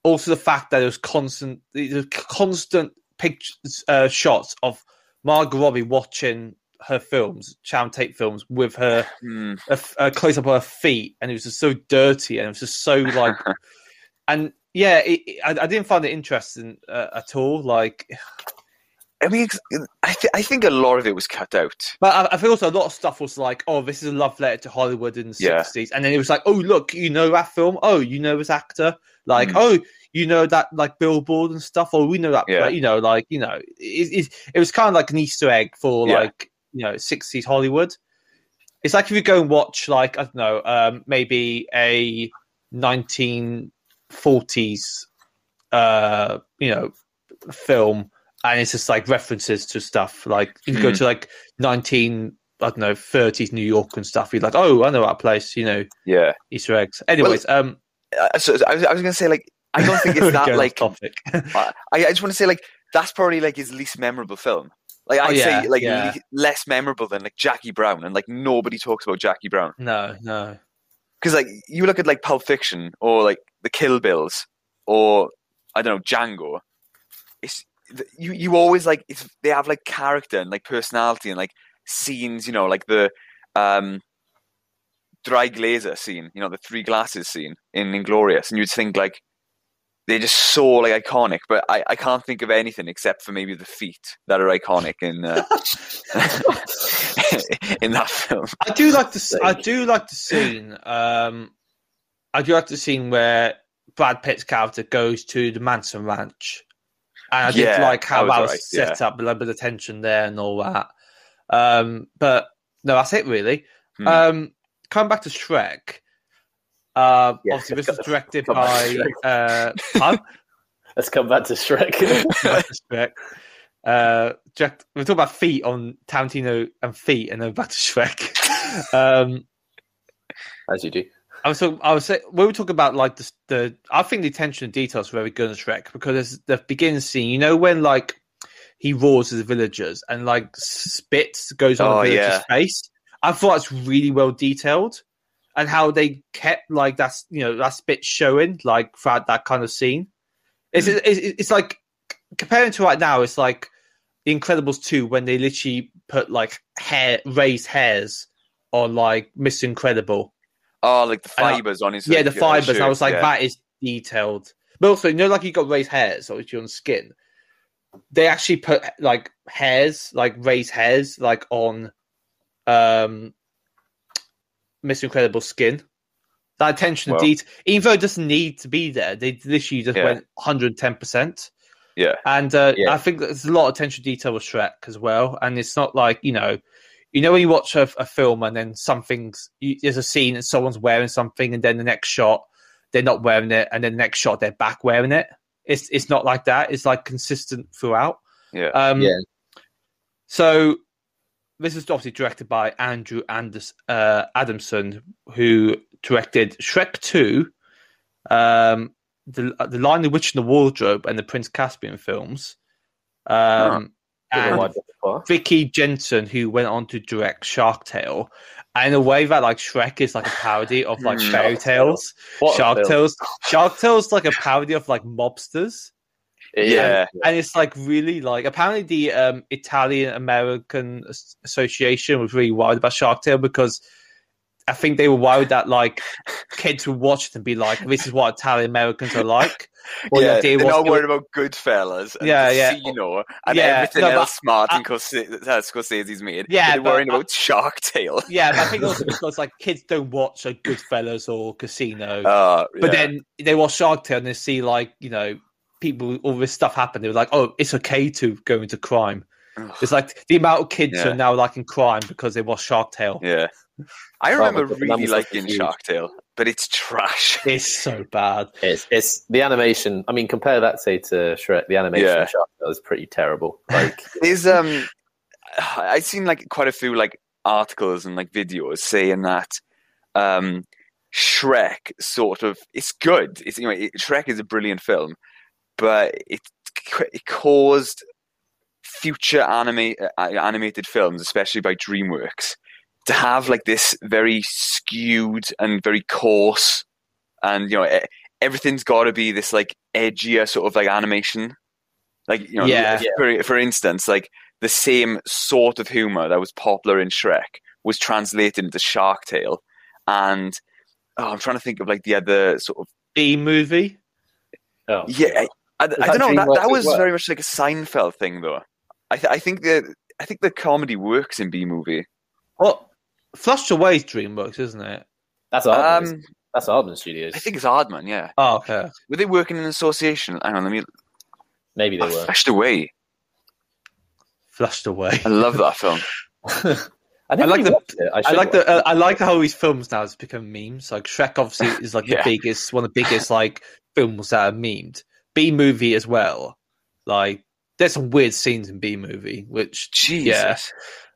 Speaker 4: Also, the fact that it was constant, it was constant pictures, uh, shots of Margot Robbie watching her films, Sharon Tate films, with her
Speaker 5: Hmm.
Speaker 4: a, f- a close up of her feet, and it was just so dirty, and it was just so like, and yeah, it, it- I, I didn't find it interesting uh, at all. Like,
Speaker 5: I mean, it's- I, th- I think a lot of it was cut out.
Speaker 4: but I, I feel also a lot of stuff was like, oh, this is a love letter to Hollywood in the
Speaker 5: Yeah.
Speaker 4: sixties, and then it was like, oh, look, you know that film? Oh, you know this actor? Like,
Speaker 5: Mm.
Speaker 4: oh, you know that like billboard and stuff, or we know that,
Speaker 5: Yeah.
Speaker 4: you know, like you know, it, it, it was kind of like an Easter egg for
Speaker 5: Yeah.
Speaker 4: like you know sixties Hollywood. It's like if you go and watch like I don't know, um, maybe a nineteen forties, uh, you know, film, and it's just like references to stuff. Like you go
Speaker 5: Mhm.
Speaker 4: to like nineteen. I don't know, 30s New York and stuff. You're like, oh, I know that place, you know,
Speaker 5: Yeah.
Speaker 4: Easter eggs. Anyways, um,
Speaker 5: Uh, so, so I was, I was going to say, like, I don't think
Speaker 4: We're going
Speaker 5: it's that,
Speaker 4: off
Speaker 5: like,
Speaker 4: topic.
Speaker 5: I, I just want to say, like, that's probably like his least memorable film. Like, I'd
Speaker 4: Oh, yeah,
Speaker 5: say, like,
Speaker 4: yeah.
Speaker 5: le- less memorable than like Jackie Brown, and like nobody talks about Jackie Brown
Speaker 4: no, no.
Speaker 5: because, like, you look at like Pulp Fiction or like The Kill Bills or I don't know Django. It's th- you. You always like it's, they have like character and like personality and like scenes. You know, like the um dry glazer scene. You know, the three glasses scene in Inglorious, and you'd think like they're just so like iconic. But I, I can't think of anything except for maybe the feet that are iconic in uh, in that film.
Speaker 4: I do like the s- I do like the scene. Um, I do like the scene where Brad Pitt's character goes to the Manson Ranch, and I did
Speaker 5: Yeah,
Speaker 4: like how
Speaker 5: that was
Speaker 4: that was
Speaker 5: right,
Speaker 4: set up, a little bit of tension there and all that. Um, but no, that's it really.
Speaker 5: Hmm.
Speaker 4: Um, coming back to Shrek. Uh,
Speaker 7: Yeah,
Speaker 4: obviously,
Speaker 7: let's
Speaker 4: this was
Speaker 7: go-
Speaker 4: directed
Speaker 7: come back
Speaker 4: by
Speaker 7: to
Speaker 4: uh, pardon?
Speaker 7: Let's come back to Shrek.
Speaker 4: Back to Shrek. Uh, direct, we're talking about feet on Tarantino and feet, and then back to Shrek. um,
Speaker 7: As you do.
Speaker 4: I was talking, I was say, we were talking about like the, the I think the attention to detail is very good in Shrek because there's the beginning scene, you know, when like he roars at the villagers and like spits goes on
Speaker 5: Oh,
Speaker 4: the villager's
Speaker 5: yeah.
Speaker 4: face. I thought it's really well detailed and how they kept like that's you know that spit showing like throughout that kind of scene. It's
Speaker 5: Hmm.
Speaker 4: it's, it's like comparing to right now, it's like The Incredibles two when they literally put like hair raised hairs on like Mr. Incredible.
Speaker 5: Oh, like the
Speaker 4: And I-
Speaker 5: fibers on his
Speaker 4: Yeah,
Speaker 5: like,
Speaker 4: the fibers. and I
Speaker 5: shirt,
Speaker 4: was like,
Speaker 5: yeah.
Speaker 4: that is detailed. But also, you know, like you got raised hairs, or it's your skin. They actually put like hairs, like raised hairs, like on um Mr. Incredible skin. That attention
Speaker 5: Wow.
Speaker 4: to detail, even though it doesn't need to be there, they literally just
Speaker 5: Yeah.
Speaker 4: went 110%.
Speaker 5: Yeah.
Speaker 4: And uh,
Speaker 7: Yeah.
Speaker 4: I think there's a lot of attention to detail with Shrek as well. And it's not like, you know, you know when you watch a, a film and then something's you, there's a scene and someone's wearing something and then the next shot they're not wearing it and then the next shot they're back wearing it it's it's not like that it's like consistent throughout
Speaker 5: Yeah.
Speaker 4: um
Speaker 7: Yeah.
Speaker 4: so this is obviously directed by andrew anders uh, adamson who directed shrek 2 um the, the lion the witch and the wardrobe and the prince caspian films um
Speaker 7: Don't know
Speaker 4: and
Speaker 7: why I did that.
Speaker 4: Vicky Jensen, who went on to direct Shark Tale, and in a way that like Shrek is like a parody of like
Speaker 5: Mm.
Speaker 4: fairy
Speaker 7: Shark Tale.
Speaker 4: tales.
Speaker 7: Hmm. What a
Speaker 4: Shark
Speaker 7: film.
Speaker 4: Tales, Shark Tales, like a parody of like mobsters,
Speaker 7: It-
Speaker 5: Yeah.
Speaker 4: and it's like really like apparently the um, Italian American As- Association was really worried about Shark Tale because I think they were worried that like kids would watch it and be like, "This is what Italian Americans are like." Or the
Speaker 5: yeah,
Speaker 4: idea
Speaker 5: they're
Speaker 4: was-
Speaker 5: not worried about Goodfellas and
Speaker 4: Yeah,
Speaker 5: yeah,
Speaker 4: yeah.
Speaker 5: Casino and
Speaker 4: Yeah,
Speaker 5: everything
Speaker 4: no, but
Speaker 5: else Martin
Speaker 4: I-
Speaker 5: Scorsese, uh, Scorsese's made.
Speaker 4: Yeah,
Speaker 5: they're
Speaker 4: but
Speaker 5: worrying
Speaker 4: I-
Speaker 5: about Shark Tale.
Speaker 4: yeah, but I think also because like kids don't watch like Goodfellas or Casino.
Speaker 5: Uh,
Speaker 4: But
Speaker 5: yeah.
Speaker 4: then they watch Shark Tale and they see like you know people all this stuff happen. They were like, oh, it's okay to go into crime.
Speaker 5: Ugh.
Speaker 4: It's like the amount of kids who
Speaker 5: Yeah.
Speaker 4: are now liking crime because they watch Shark Tale.
Speaker 5: yeah, I
Speaker 7: Oh,
Speaker 5: remember
Speaker 7: but the
Speaker 5: really
Speaker 7: numbers are
Speaker 5: liking
Speaker 7: huge.
Speaker 5: Shark Tale, but it's trash.
Speaker 4: It's so bad.
Speaker 7: It's, it's the animation. I mean, compare that say to Shrek. The animation
Speaker 5: Yeah.
Speaker 7: of Shark Tale is pretty terrible. Like,
Speaker 5: There's um, I've seen like quite a few like articles and like videos saying that um, Shrek sort of it's good. It's anyway, it, Shrek is a brilliant film, but it it caused future anime uh, animated films, especially by DreamWorks, to have like this very skewed and very coarse, and you know e- everything's got to be this like edgier sort of like animation. Like you know,
Speaker 4: Yeah.
Speaker 5: For, for instance, like the same sort of humor that was popular in Shrek was translated into Shark Tale, and oh, I'm trying to think of like the other sort of
Speaker 4: B movie.
Speaker 7: oh,
Speaker 5: yeah, I, I
Speaker 7: that
Speaker 5: don't know. That,
Speaker 7: DreamWorks
Speaker 5: that
Speaker 7: as
Speaker 5: was
Speaker 7: well?
Speaker 5: very much like a Seinfeld thing, though. I, th- I think the I think the comedy works in B movie.
Speaker 4: Well, Flushed Away DreamWorks, isn't it?
Speaker 7: that's art.
Speaker 5: Um,
Speaker 7: That's Aardman Studios.
Speaker 5: I think it's Hardman, yeah.
Speaker 4: Oh, okay.
Speaker 5: Were they working in association? Hang on, let me.
Speaker 7: Maybe they
Speaker 5: I
Speaker 7: were.
Speaker 5: flashed away.
Speaker 4: Flushed away.
Speaker 5: I love that film.
Speaker 7: I, never
Speaker 4: like the-
Speaker 7: watched it.
Speaker 4: I
Speaker 7: should
Speaker 4: like
Speaker 7: watch
Speaker 4: the
Speaker 7: it.
Speaker 4: uh, I like how his films now has become memes. Like Shrek, obviously, is like
Speaker 5: Yeah.
Speaker 4: the biggest one of the biggest like films that are memed. B movie as well. Like there's some weird scenes in B movie, which
Speaker 5: Jesus.
Speaker 4: Yeah.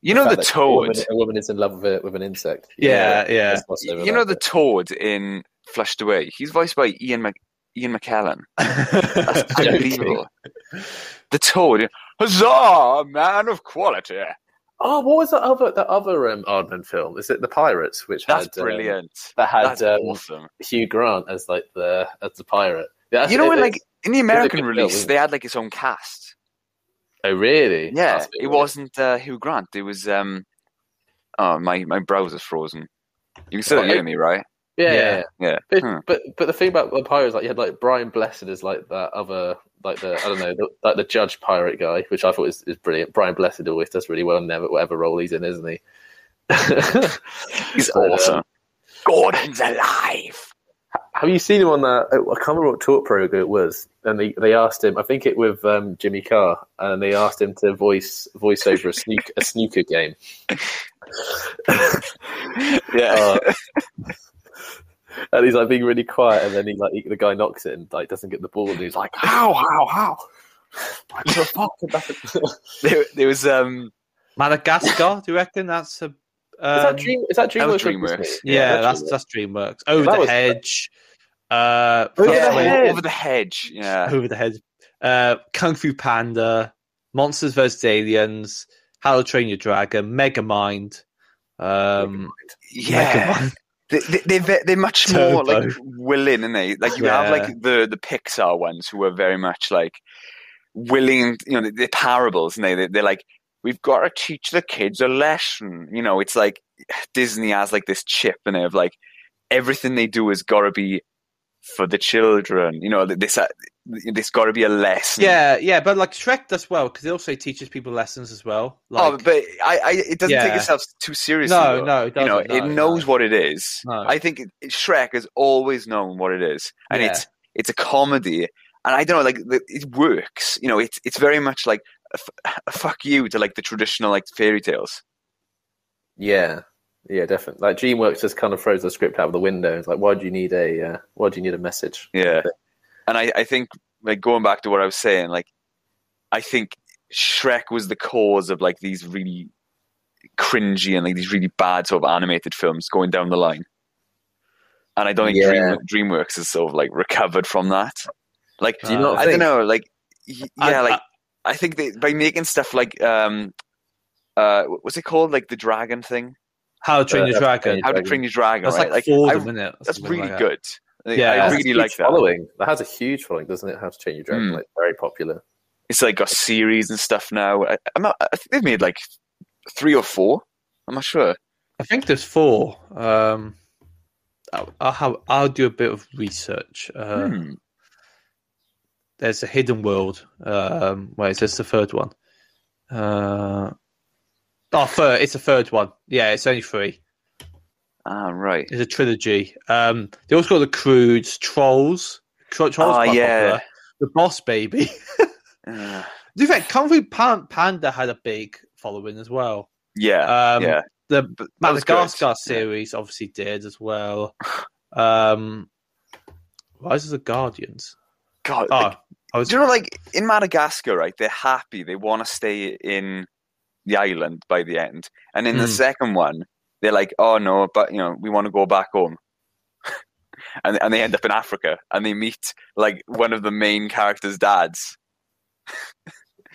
Speaker 5: You know
Speaker 7: fact
Speaker 5: the
Speaker 7: that a woman-
Speaker 5: toad.
Speaker 7: A woman is in love with, a, with an insect.
Speaker 4: yeah, yeah.
Speaker 7: that's what's over
Speaker 5: You know the
Speaker 7: that.
Speaker 5: toad in Flushed Away. He's voiced by Ian Mc- Ian McKellen. That's
Speaker 7: Joking.
Speaker 5: unbelievable. The toad. Huzzah, man of quality.
Speaker 7: oh, what was that other that other um, Aardman film? Is it The Pirates? Which
Speaker 5: That's
Speaker 7: had, um,
Speaker 5: brilliant.
Speaker 7: that had
Speaker 5: That's
Speaker 7: um,
Speaker 5: awesome.
Speaker 7: Hugh Grant as like the as the pirate. Yeah, that's-
Speaker 5: You know
Speaker 7: it-
Speaker 5: when
Speaker 7: it's-
Speaker 5: like in the American
Speaker 7: good film,
Speaker 5: release
Speaker 7: isn't
Speaker 5: they had like its own cast.
Speaker 7: oh really?
Speaker 5: Yeah,
Speaker 7: That's
Speaker 5: it
Speaker 7: weird.
Speaker 5: wasn't uh, Hugh Grant. It was um. Oh my, my browser's frozen. You can still
Speaker 7: Oh,
Speaker 5: hear
Speaker 7: it-
Speaker 5: me, right?
Speaker 7: Yeah, yeah.
Speaker 4: Yeah.
Speaker 7: yeah.
Speaker 5: Yeah.
Speaker 7: But,
Speaker 5: Hmm.
Speaker 7: but but the thing about the pirate is like you had like Brian Blessed as like that other like the I don't know the, like the judge pirate guy, which I thought is, is brilliant. Brian Blessed always does really well in never- whatever role he's in, isn't he?
Speaker 5: He's
Speaker 7: But, uh,
Speaker 5: awesome. Gordon's alive.
Speaker 7: Have you seen him on that? uh, I can't remember what talk program it was, and they, they asked him. I think it with um, Jimmy Carr, and they asked him to voice voice over a snook a snooker game.
Speaker 5: Yeah.
Speaker 7: Uh, and he's like being really quiet, and then he like he- the guy knocks it and like doesn't get the ball, and he's like, "How? How? How?" Like, "The fuck did that-" is
Speaker 5: there, there was um.
Speaker 4: Madagascar. do you reckon that's a? um,
Speaker 7: that Dream? Is that
Speaker 5: that
Speaker 7: DreamWorks?
Speaker 5: was
Speaker 7: or
Speaker 5: DreamWorks.
Speaker 7: Disney?
Speaker 4: Yeah, that's
Speaker 7: DreamWorks.
Speaker 4: that's DreamWorks. Over
Speaker 7: That
Speaker 4: the
Speaker 7: was-
Speaker 4: hedge. Uh,
Speaker 7: Over the
Speaker 5: yeah,
Speaker 4: Fluffy-
Speaker 7: Hedge.
Speaker 5: over the hedge. Yeah.
Speaker 4: Over the hedge. Uh, Kung Fu Panda, Monsters vs Aliens, How to Train Your Dragon, Megamind. Um,
Speaker 5: Yeah.
Speaker 4: Megamind.
Speaker 5: They, they, they're, ve- they're much more like willing, and they like you have
Speaker 4: Yeah.
Speaker 5: like the the Pixar ones who are very much like willing. You know, they're parables, and they they're, they're like we've got to teach the kids a lesson. You know, it's like Disney has like this chip, and they have like everything they do has got to be for the children. You know, this uh, there's got to be a lesson.
Speaker 4: Yeah, yeah, but like Shrek does well because it also teaches people lessons as well. Like,
Speaker 5: oh, but I, I it doesn't take
Speaker 4: Yeah.
Speaker 5: itself too seriously.
Speaker 4: no,
Speaker 5: though.
Speaker 4: no, it
Speaker 5: you know,
Speaker 4: doesn't.
Speaker 5: it
Speaker 4: no,
Speaker 5: knows
Speaker 4: no.
Speaker 5: what it is.
Speaker 4: No.
Speaker 5: I think it, it- Shrek has always known what it is, and
Speaker 4: Yeah.
Speaker 5: it's it's a comedy, and I don't know, like the- it works. You know, it's it's very much like a, f- a fuck you to like the traditional like fairy tales.
Speaker 7: Yeah, yeah, definitely. Like DreamWorks just kind of throws the script out of the window. It's like, why do you need a uh, why do you need a message?
Speaker 5: Yeah, and I I think like going back to what I was saying, like I think Shrek was the cause of like these really cringy and like these really bad sort of animated films going down the line. And I don't think
Speaker 7: Yeah.
Speaker 5: Dream, DreamWorks is sort of like recovered from that. Like
Speaker 4: Do you not
Speaker 5: I don't know, like y-
Speaker 4: I-
Speaker 5: yeah,
Speaker 4: I-
Speaker 5: like I think they by making stuff like um uh what- what's it called like the dragon thing
Speaker 4: How to Train
Speaker 7: Uh,
Speaker 4: Your Dragon.
Speaker 5: how to train your dragon
Speaker 4: That's
Speaker 5: right
Speaker 4: like, four
Speaker 5: I-
Speaker 4: of them, isn't it?
Speaker 5: that's
Speaker 4: Something
Speaker 5: really
Speaker 4: like that.
Speaker 5: good Like,
Speaker 4: Yeah.
Speaker 5: i
Speaker 4: That's
Speaker 5: really
Speaker 7: huge
Speaker 5: like that
Speaker 7: Following that has a huge following, doesn't it? How to Train Your Dragon,
Speaker 5: Mm.
Speaker 7: like very popular.
Speaker 5: it's like got series and stuff now I, I'm not, I think they've made like three or four i'm not sure
Speaker 4: I think there's four. Um, I'll, I'll, have, I'll do a bit of research. Uh,
Speaker 5: Hmm.
Speaker 4: There's a hidden world. Um, where is this the third one? Uh, oh, third. It's the third one. Yeah, it's only three.
Speaker 5: ah right
Speaker 4: It's a trilogy. Um, they also got the Crudes, Trolls. Tro- Trolls,
Speaker 5: Ah,
Speaker 4: quite
Speaker 5: yeah.
Speaker 4: popular. The Boss Baby.
Speaker 5: Uh,
Speaker 4: Do you think Kung Fu Pan- Panda had a big following as well?
Speaker 5: yeah
Speaker 4: Um,
Speaker 5: yeah
Speaker 4: The
Speaker 5: But that was good.
Speaker 4: Madagascar series obviously did as well. Um, Rise of the Guardians.
Speaker 5: god
Speaker 4: Oh,
Speaker 5: like,
Speaker 4: I was
Speaker 5: do you know like in madagascar right they're happy they want to stay in the island by the end and in the
Speaker 4: Hmm.
Speaker 5: second one they're like oh no but you know we want to go back home and, and they end up in africa and they meet like one of the main characters dads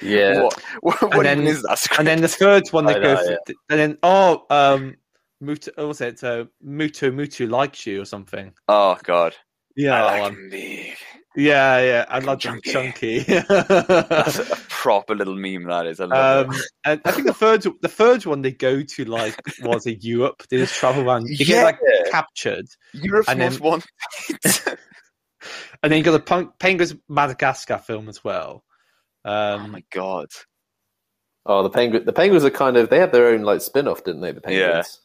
Speaker 7: Yeah,
Speaker 5: what, what, what
Speaker 4: And
Speaker 5: even
Speaker 4: then-
Speaker 5: is that script?
Speaker 4: and then the third one they
Speaker 7: I
Speaker 4: go,
Speaker 7: know,
Speaker 4: for, and then oh, um, Mutu, what was it? Uh, Mutu Mutu likes you or something.
Speaker 5: oh god
Speaker 4: Yeah,
Speaker 5: I
Speaker 4: that
Speaker 5: like
Speaker 4: one.
Speaker 5: him big.
Speaker 4: yeah, yeah. I like them
Speaker 5: Chunky.
Speaker 4: chunky.
Speaker 5: That's a proper little meme that is. I love
Speaker 4: Um, and I think the third, the third one they go to like was a Europe. They just travel around. They get like
Speaker 5: Yeah.
Speaker 4: captured,
Speaker 5: it. Europe's
Speaker 4: and then-
Speaker 5: most wanted.
Speaker 4: and then you got the Punk- Penguins Madagascar film as well.
Speaker 5: oh
Speaker 4: Um,
Speaker 5: my god!
Speaker 7: Oh, the penguin. The penguins are kind of they had their own like spin off, didn't they? The penguins.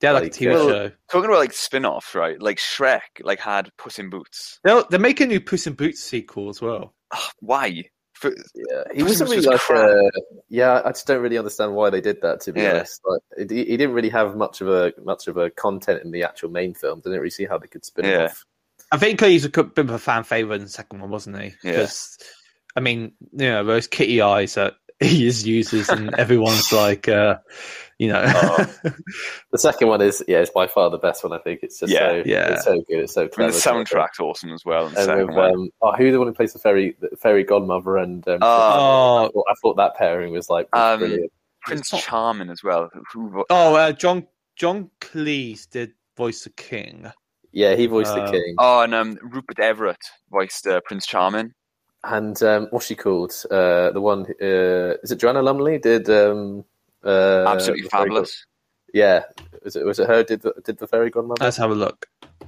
Speaker 4: They're like,
Speaker 7: Like,
Speaker 4: a TV
Speaker 7: uh,
Speaker 4: show.
Speaker 5: Talking about like spin-offs, right? Like Shrek, like had Puss in Boots.
Speaker 4: They're, they're making a new Puss in Boots sequel as well.
Speaker 5: Ugh, why? For,
Speaker 7: Yeah,
Speaker 5: Puss
Speaker 7: he
Speaker 5: in
Speaker 7: wasn't really
Speaker 5: Boots was
Speaker 7: like.
Speaker 5: crap.
Speaker 7: Uh, yeah, I just don't really understand why they did that. To be
Speaker 5: Yeah.
Speaker 7: honest, like, it, he he didn't really have much of a much of a content in the actual main film. Didn't really see how they could spin it
Speaker 5: Yeah.
Speaker 7: off.
Speaker 4: I think he's a co- bit of a fan favorite in the second one, wasn't he?
Speaker 5: Yeah.
Speaker 4: 'Cause, I mean, you know, those kitty eyes that he just uses, and everyone's like, uh, you know,
Speaker 5: Oh.
Speaker 7: The second one is yeah, it's by far the best one. I think it's just
Speaker 5: Yeah,
Speaker 7: so
Speaker 4: yeah.
Speaker 7: it's so good. It's so
Speaker 5: I mean,
Speaker 7: clever.
Speaker 5: the soundtrack's awesome as well. And the
Speaker 7: And
Speaker 5: second
Speaker 7: with,
Speaker 5: one.
Speaker 7: um, oh, who the one who plays the fairy the fairy godmother and um,
Speaker 4: Oh.
Speaker 7: I, thought, I thought that pairing was like was
Speaker 5: Um,
Speaker 7: brilliant.
Speaker 5: Prince
Speaker 4: It's not-
Speaker 5: Charming as well. Who, who-
Speaker 4: oh, uh, John John Cleese did voice the king.
Speaker 7: Yeah, he voiced the
Speaker 4: um,
Speaker 7: king.
Speaker 5: oh, and um, Rupert Everett voiced uh, Prince Charming.
Speaker 7: And um, what's she called? Uh, the one uh, is it Joanna Lumley did um, uh,
Speaker 5: Absolutely
Speaker 7: the fairy god-
Speaker 5: fabulous.
Speaker 7: yeah, was it was it her did the, did the fairy godmother?
Speaker 4: Let's have a look.
Speaker 7: I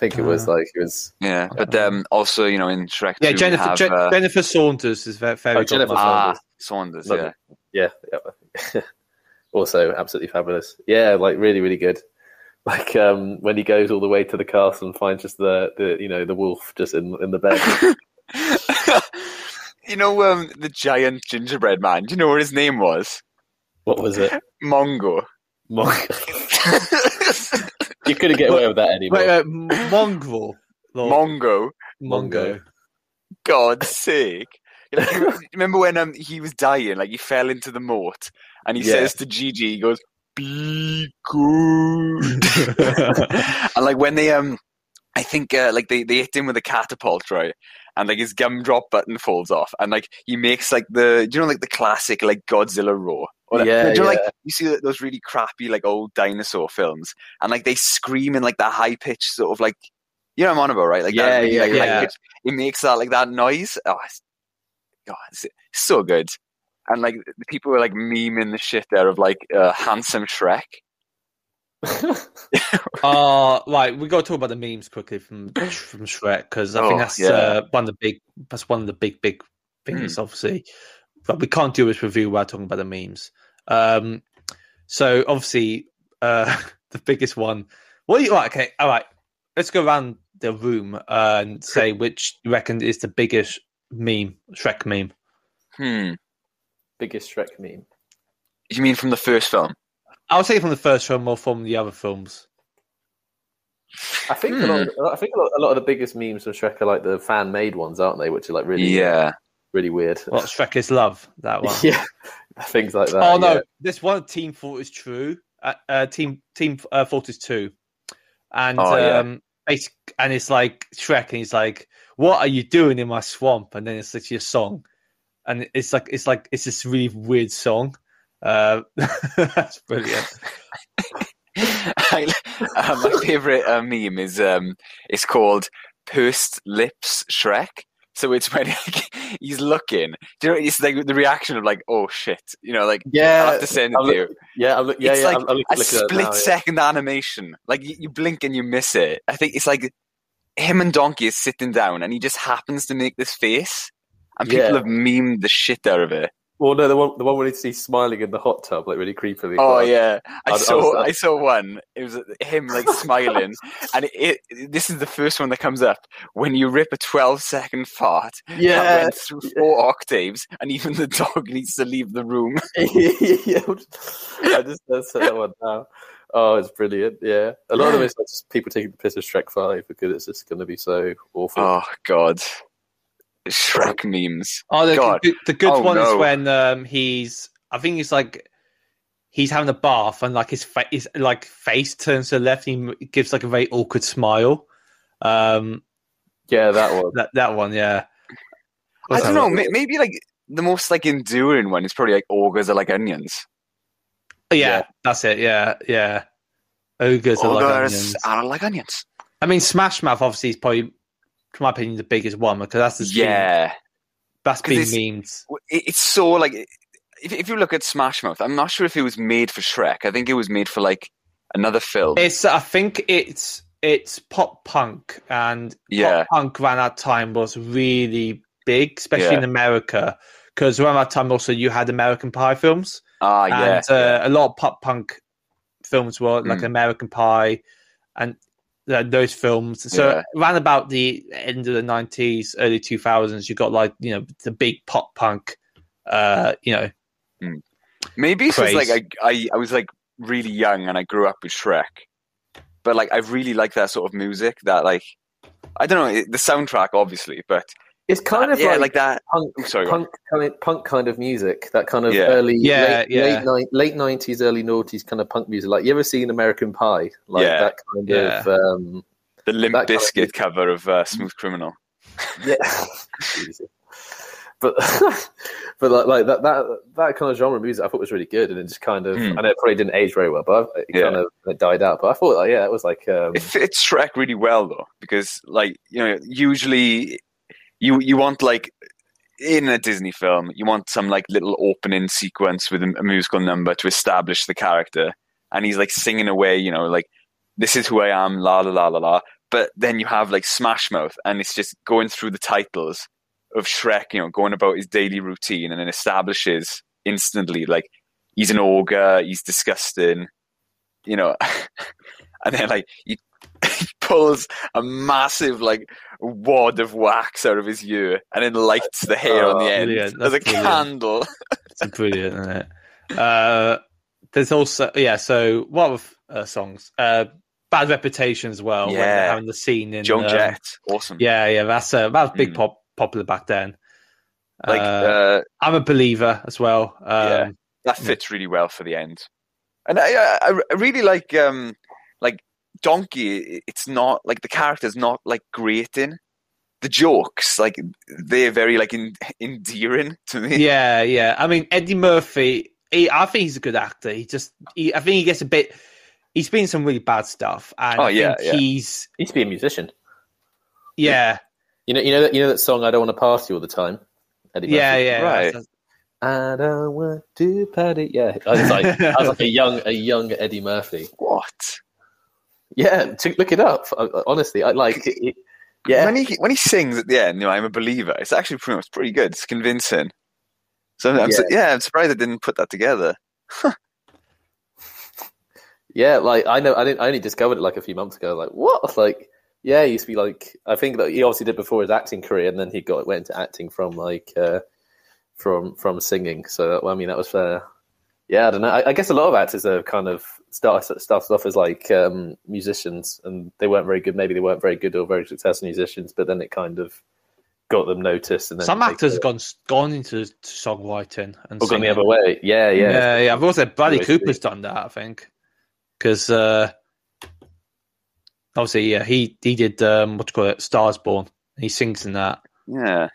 Speaker 7: think it
Speaker 4: uh.
Speaker 7: was like it was
Speaker 5: Yeah, but um, also you know in Shrek,
Speaker 4: Yeah,
Speaker 5: 2 we
Speaker 4: Jennifer
Speaker 5: have,
Speaker 4: Jen-
Speaker 5: uh,
Speaker 4: Jennifer Saunders is very, very
Speaker 7: Oh, Jennifer
Speaker 5: ah, Saunders.
Speaker 7: Love
Speaker 5: yeah,
Speaker 7: it. yeah, yeah. also absolutely fabulous. Yeah, like really really good. Like um, when he goes all the way to the castle and finds just the, the you know the wolf just in in the bed.
Speaker 5: you know um, the giant gingerbread man. Do you know what his name was?
Speaker 7: what was it?
Speaker 5: Mongo.
Speaker 7: Mongo. you couldn't get away with that anymore.
Speaker 4: Wait, wait, Mongrel. Lord-
Speaker 5: Mongo.
Speaker 4: Mongo.
Speaker 5: God's sake. You know, Remember when um, he was dying, like he fell into the moat, and he
Speaker 7: Yeah.
Speaker 5: says to Gigi, he goes, "Be good." and like when they um, I think uh, like they they hit him with a catapult, right? And like his gumdrop button falls off, and like he makes like the do you know like the classic like Godzilla roar. Or,
Speaker 7: Yeah,
Speaker 5: do you know, like
Speaker 7: yeah.
Speaker 5: you see those really crappy like old dinosaur films, and like they scream in like that high pitched sort of like you know what I'm on about, right? Like
Speaker 7: Yeah,
Speaker 5: that really,
Speaker 7: yeah,
Speaker 5: like,
Speaker 4: yeah.
Speaker 5: high-pitched- it makes that like that noise. Oh, it's, God, it's so good. And like the people were like memeing the shit there of like uh, handsome Shrek.
Speaker 4: Uh, right, we got to talk about the memes quickly from from Shrek because I
Speaker 5: Oh,
Speaker 4: think that's
Speaker 5: yeah. Hmm.
Speaker 4: uh, one of the big that's one of the big big things, obviously. But we can't do this review without talking about the memes. Um, so obviously, uh, the biggest one. What do you right, okay? All right, let's go around the room uh, and say which you reckon is the biggest meme Shrek meme.
Speaker 5: Hmm.
Speaker 7: Biggest Shrek meme.
Speaker 5: You mean from the first film?
Speaker 4: I'll say from the first film or from the other films.
Speaker 7: I think a lot.
Speaker 5: Hmm.
Speaker 7: Of, I think a lot, a lot of the biggest memes from Shrek are like the fan made ones, aren't they? Which are like really,
Speaker 5: Yeah.
Speaker 7: really weird.
Speaker 4: What Shrek is love? That one.
Speaker 7: yeah, things like that.
Speaker 4: Oh no,
Speaker 7: yeah.
Speaker 4: this one team thought is true. Uh, uh, team team uh, thought is two, and
Speaker 5: Oh, yeah.
Speaker 4: um, basic, and it's like Shrek, and he's like, "What are you doing in my swamp?" And then it's literally a song, and it's like it's like it's this really weird song. Uh, that's brilliant.
Speaker 5: I, uh, my favorite uh, meme is um, it's called "Pursed Lips Shrek." So it's when he's looking. Do you know? It's like the reaction of like, "Oh shit!" You know, like
Speaker 7: Yeah,
Speaker 5: I'll have to send
Speaker 7: I'm
Speaker 5: it to
Speaker 7: look-
Speaker 5: you.
Speaker 7: yeah, I'm, look- yeah,
Speaker 5: it's
Speaker 7: yeah.
Speaker 5: like
Speaker 7: I'm, I'm
Speaker 5: a
Speaker 7: looking, looking at it now, yeah.
Speaker 5: split-second animation. Like you, you blink and you miss it. I think it's like him and Donkey is sitting down, and he just happens to make this face, and people
Speaker 7: Yeah.
Speaker 5: have memed the shit out of it.
Speaker 7: Well, no, the one, the one where he's smiling in the hot tub, like really creepily.
Speaker 5: Oh yeah, I,
Speaker 7: I- I
Speaker 5: saw.
Speaker 7: was-
Speaker 5: I, saw one. It was him like smiling, and it, it- This is the first one that comes up when you rip a twelve-second fart that
Speaker 7: yeah,
Speaker 5: went through four octaves, and even the dog needs to leave the room.
Speaker 7: yeah. I'm just- I just that's that one now. Oh, it's brilliant. Yeah, a lot of it's like just people taking the piss of Shrek Five because it's just going to be so awful.
Speaker 5: Oh God, Shrek memes.
Speaker 4: Oh, the,
Speaker 5: God.
Speaker 4: the, the good
Speaker 5: Oh,
Speaker 4: one is
Speaker 5: no.
Speaker 4: when um, he's. I think it's like he's having a bath and like his face, his, like face turns to the left. And he gives like a very awkward smile. Um,
Speaker 7: Yeah, that one.
Speaker 4: that that one, yeah.
Speaker 5: I
Speaker 4: What's
Speaker 5: don't
Speaker 4: that
Speaker 5: know.
Speaker 4: one?
Speaker 5: May- maybe like the most like enduring one is probably like ogres are like onions.
Speaker 4: Oh, Yeah,
Speaker 7: Yeah.
Speaker 4: that's it. Yeah, yeah. Ogres are like onions.
Speaker 5: ogres are like onions.
Speaker 4: I mean, Smash Mouth obviously is probably, to my opinion, the biggest one because that's just been,
Speaker 5: Yeah.
Speaker 4: that's
Speaker 5: 'Cause
Speaker 4: been
Speaker 5: it's-
Speaker 4: memes.
Speaker 5: w- it- it's so like if, if you look at Smash Mouth, I'm not sure if it was made for Shrek. I think it was made for like another film.
Speaker 4: It's I think it's it's pop punk and
Speaker 5: Yeah.
Speaker 4: pop punk around that time was really big, especially
Speaker 5: Yeah.
Speaker 4: in America. Because around that time, also you had American Pie films,
Speaker 5: ah, yeah. Hmm.
Speaker 4: and uh, a lot of pop punk films were like American Pie, and th- those films. So
Speaker 5: Yeah.
Speaker 4: around about the end of the nineties, early two thousands, you got like you know the big pop punk. Uh, you know,
Speaker 5: Maybe it's just
Speaker 4: Craze.
Speaker 5: like I, I I was like really young and I grew up with Shrek, but like I really like that sort of music. That like I don't know it- the soundtrack obviously, but
Speaker 7: It's kind of
Speaker 5: yeah,
Speaker 7: like,
Speaker 5: like, that.
Speaker 7: punk,
Speaker 5: I'm sorry, go on.
Speaker 7: punk, kind of, punk kind of music, that kind of
Speaker 5: Yeah.
Speaker 7: early,
Speaker 4: Yeah,
Speaker 7: late,
Speaker 4: yeah.
Speaker 7: late ni- late nineties, early noughties kind of punk music. Like you ever seen American Pie? Like
Speaker 5: Yeah.
Speaker 7: that kind of, um,
Speaker 5: the Limp
Speaker 7: that Mm. kind of
Speaker 5: Biscuit
Speaker 7: music.
Speaker 5: cover of uh, Smooth Criminal.
Speaker 7: yeah. but but like, like that that that kind of genre of music, I thought was really good, and it just kind of,
Speaker 5: Hmm.
Speaker 7: I know it probably didn't age very well, but it
Speaker 5: Yeah.
Speaker 7: kind of it died out. But I thought, like, yeah, it was like, um,
Speaker 5: It fits Shrek really well though, because like you know usually you you want like in a Disney film you want some like little opening sequence with a, a musical number to establish the character, and he's like singing away, you know, like this is who I am, la la la la la. But then you have like Smash Mouth, and it's just going through the titles of Shrek, you know, going about his daily routine, and it establishes instantly like he's an ogre, he's disgusting, you know, and then like he pulls a massive like wad of wax out of his ear, and then lights the hair on
Speaker 7: Oh,
Speaker 5: the end
Speaker 4: brilliant,
Speaker 5: as a
Speaker 4: that's brilliant.
Speaker 5: candle.
Speaker 4: It's brilliant, isn't it? Uh, there's also yeah. So what with uh, songs? Uh, Bad Reputation as well. when they're
Speaker 5: Yeah.
Speaker 4: having the scene in
Speaker 5: Joan
Speaker 4: um,
Speaker 5: Jett, awesome.
Speaker 4: Yeah, yeah. That's uh, that was big
Speaker 5: Mm.
Speaker 4: pop popular back then.
Speaker 5: like
Speaker 4: Uh,
Speaker 5: uh,
Speaker 4: I'm a believer as well. Um,
Speaker 5: Yeah. that
Speaker 4: Yeah.
Speaker 5: fits really well for the end. And I, I, I really like, um, like Donkey. It's not like the character's not like grating. The jokes, like they're very like en- endearing to me.
Speaker 4: yeah, yeah. I mean, Eddie Murphy. He, I think he's a good actor. He just, he, I think he gets a bit. He's been in some really bad stuff, and
Speaker 5: Oh,
Speaker 4: I
Speaker 5: yeah,
Speaker 4: think
Speaker 5: yeah.
Speaker 4: he's
Speaker 7: he used to be a musician.
Speaker 4: yeah,
Speaker 7: You know, you know that you know that song. I don't want to party all the time. Eddie
Speaker 4: yeah,
Speaker 7: Murphy?
Speaker 4: yeah.
Speaker 5: Right.
Speaker 7: I don't want to party. Yeah, I was like, I was like a young, a young Eddie Murphy.
Speaker 5: What?
Speaker 7: Yeah, to look it up. I- I- Honestly, I like. It, it- yeah,
Speaker 5: When he when he sings at the end, you know, I'm a believer. It's actually pretty much pretty good. It's convincing. So I'm, yeah.
Speaker 7: Yeah.
Speaker 5: yeah, I'm surprised I didn't put that together.
Speaker 7: yeah. Like I know, I didn't. I only discovered it like a few months ago. Like what? Like yeah, he used to be like. I think that he obviously did before his acting career, and then he got went into acting from like uh, from from singing. So well, I mean, that was fair. Yeah, I don't know. I, I guess a lot of actors are kind of start started off as like um, musicians, and they weren't very good. Maybe they weren't very good or very successful musicians, but then it kind of got them noticed. And then
Speaker 4: Some
Speaker 7: they-
Speaker 4: actors have gone gone into songwriting and
Speaker 7: or gone the
Speaker 4: singing.
Speaker 7: other way. Yeah, yeah.
Speaker 4: yeah, yeah. I've also Bradley
Speaker 7: Basically.
Speaker 4: Cooper's done that, I think, because uh, obviously, yeah, he he did um, what do you call it, Stars Born. He sings in that.
Speaker 5: Yeah.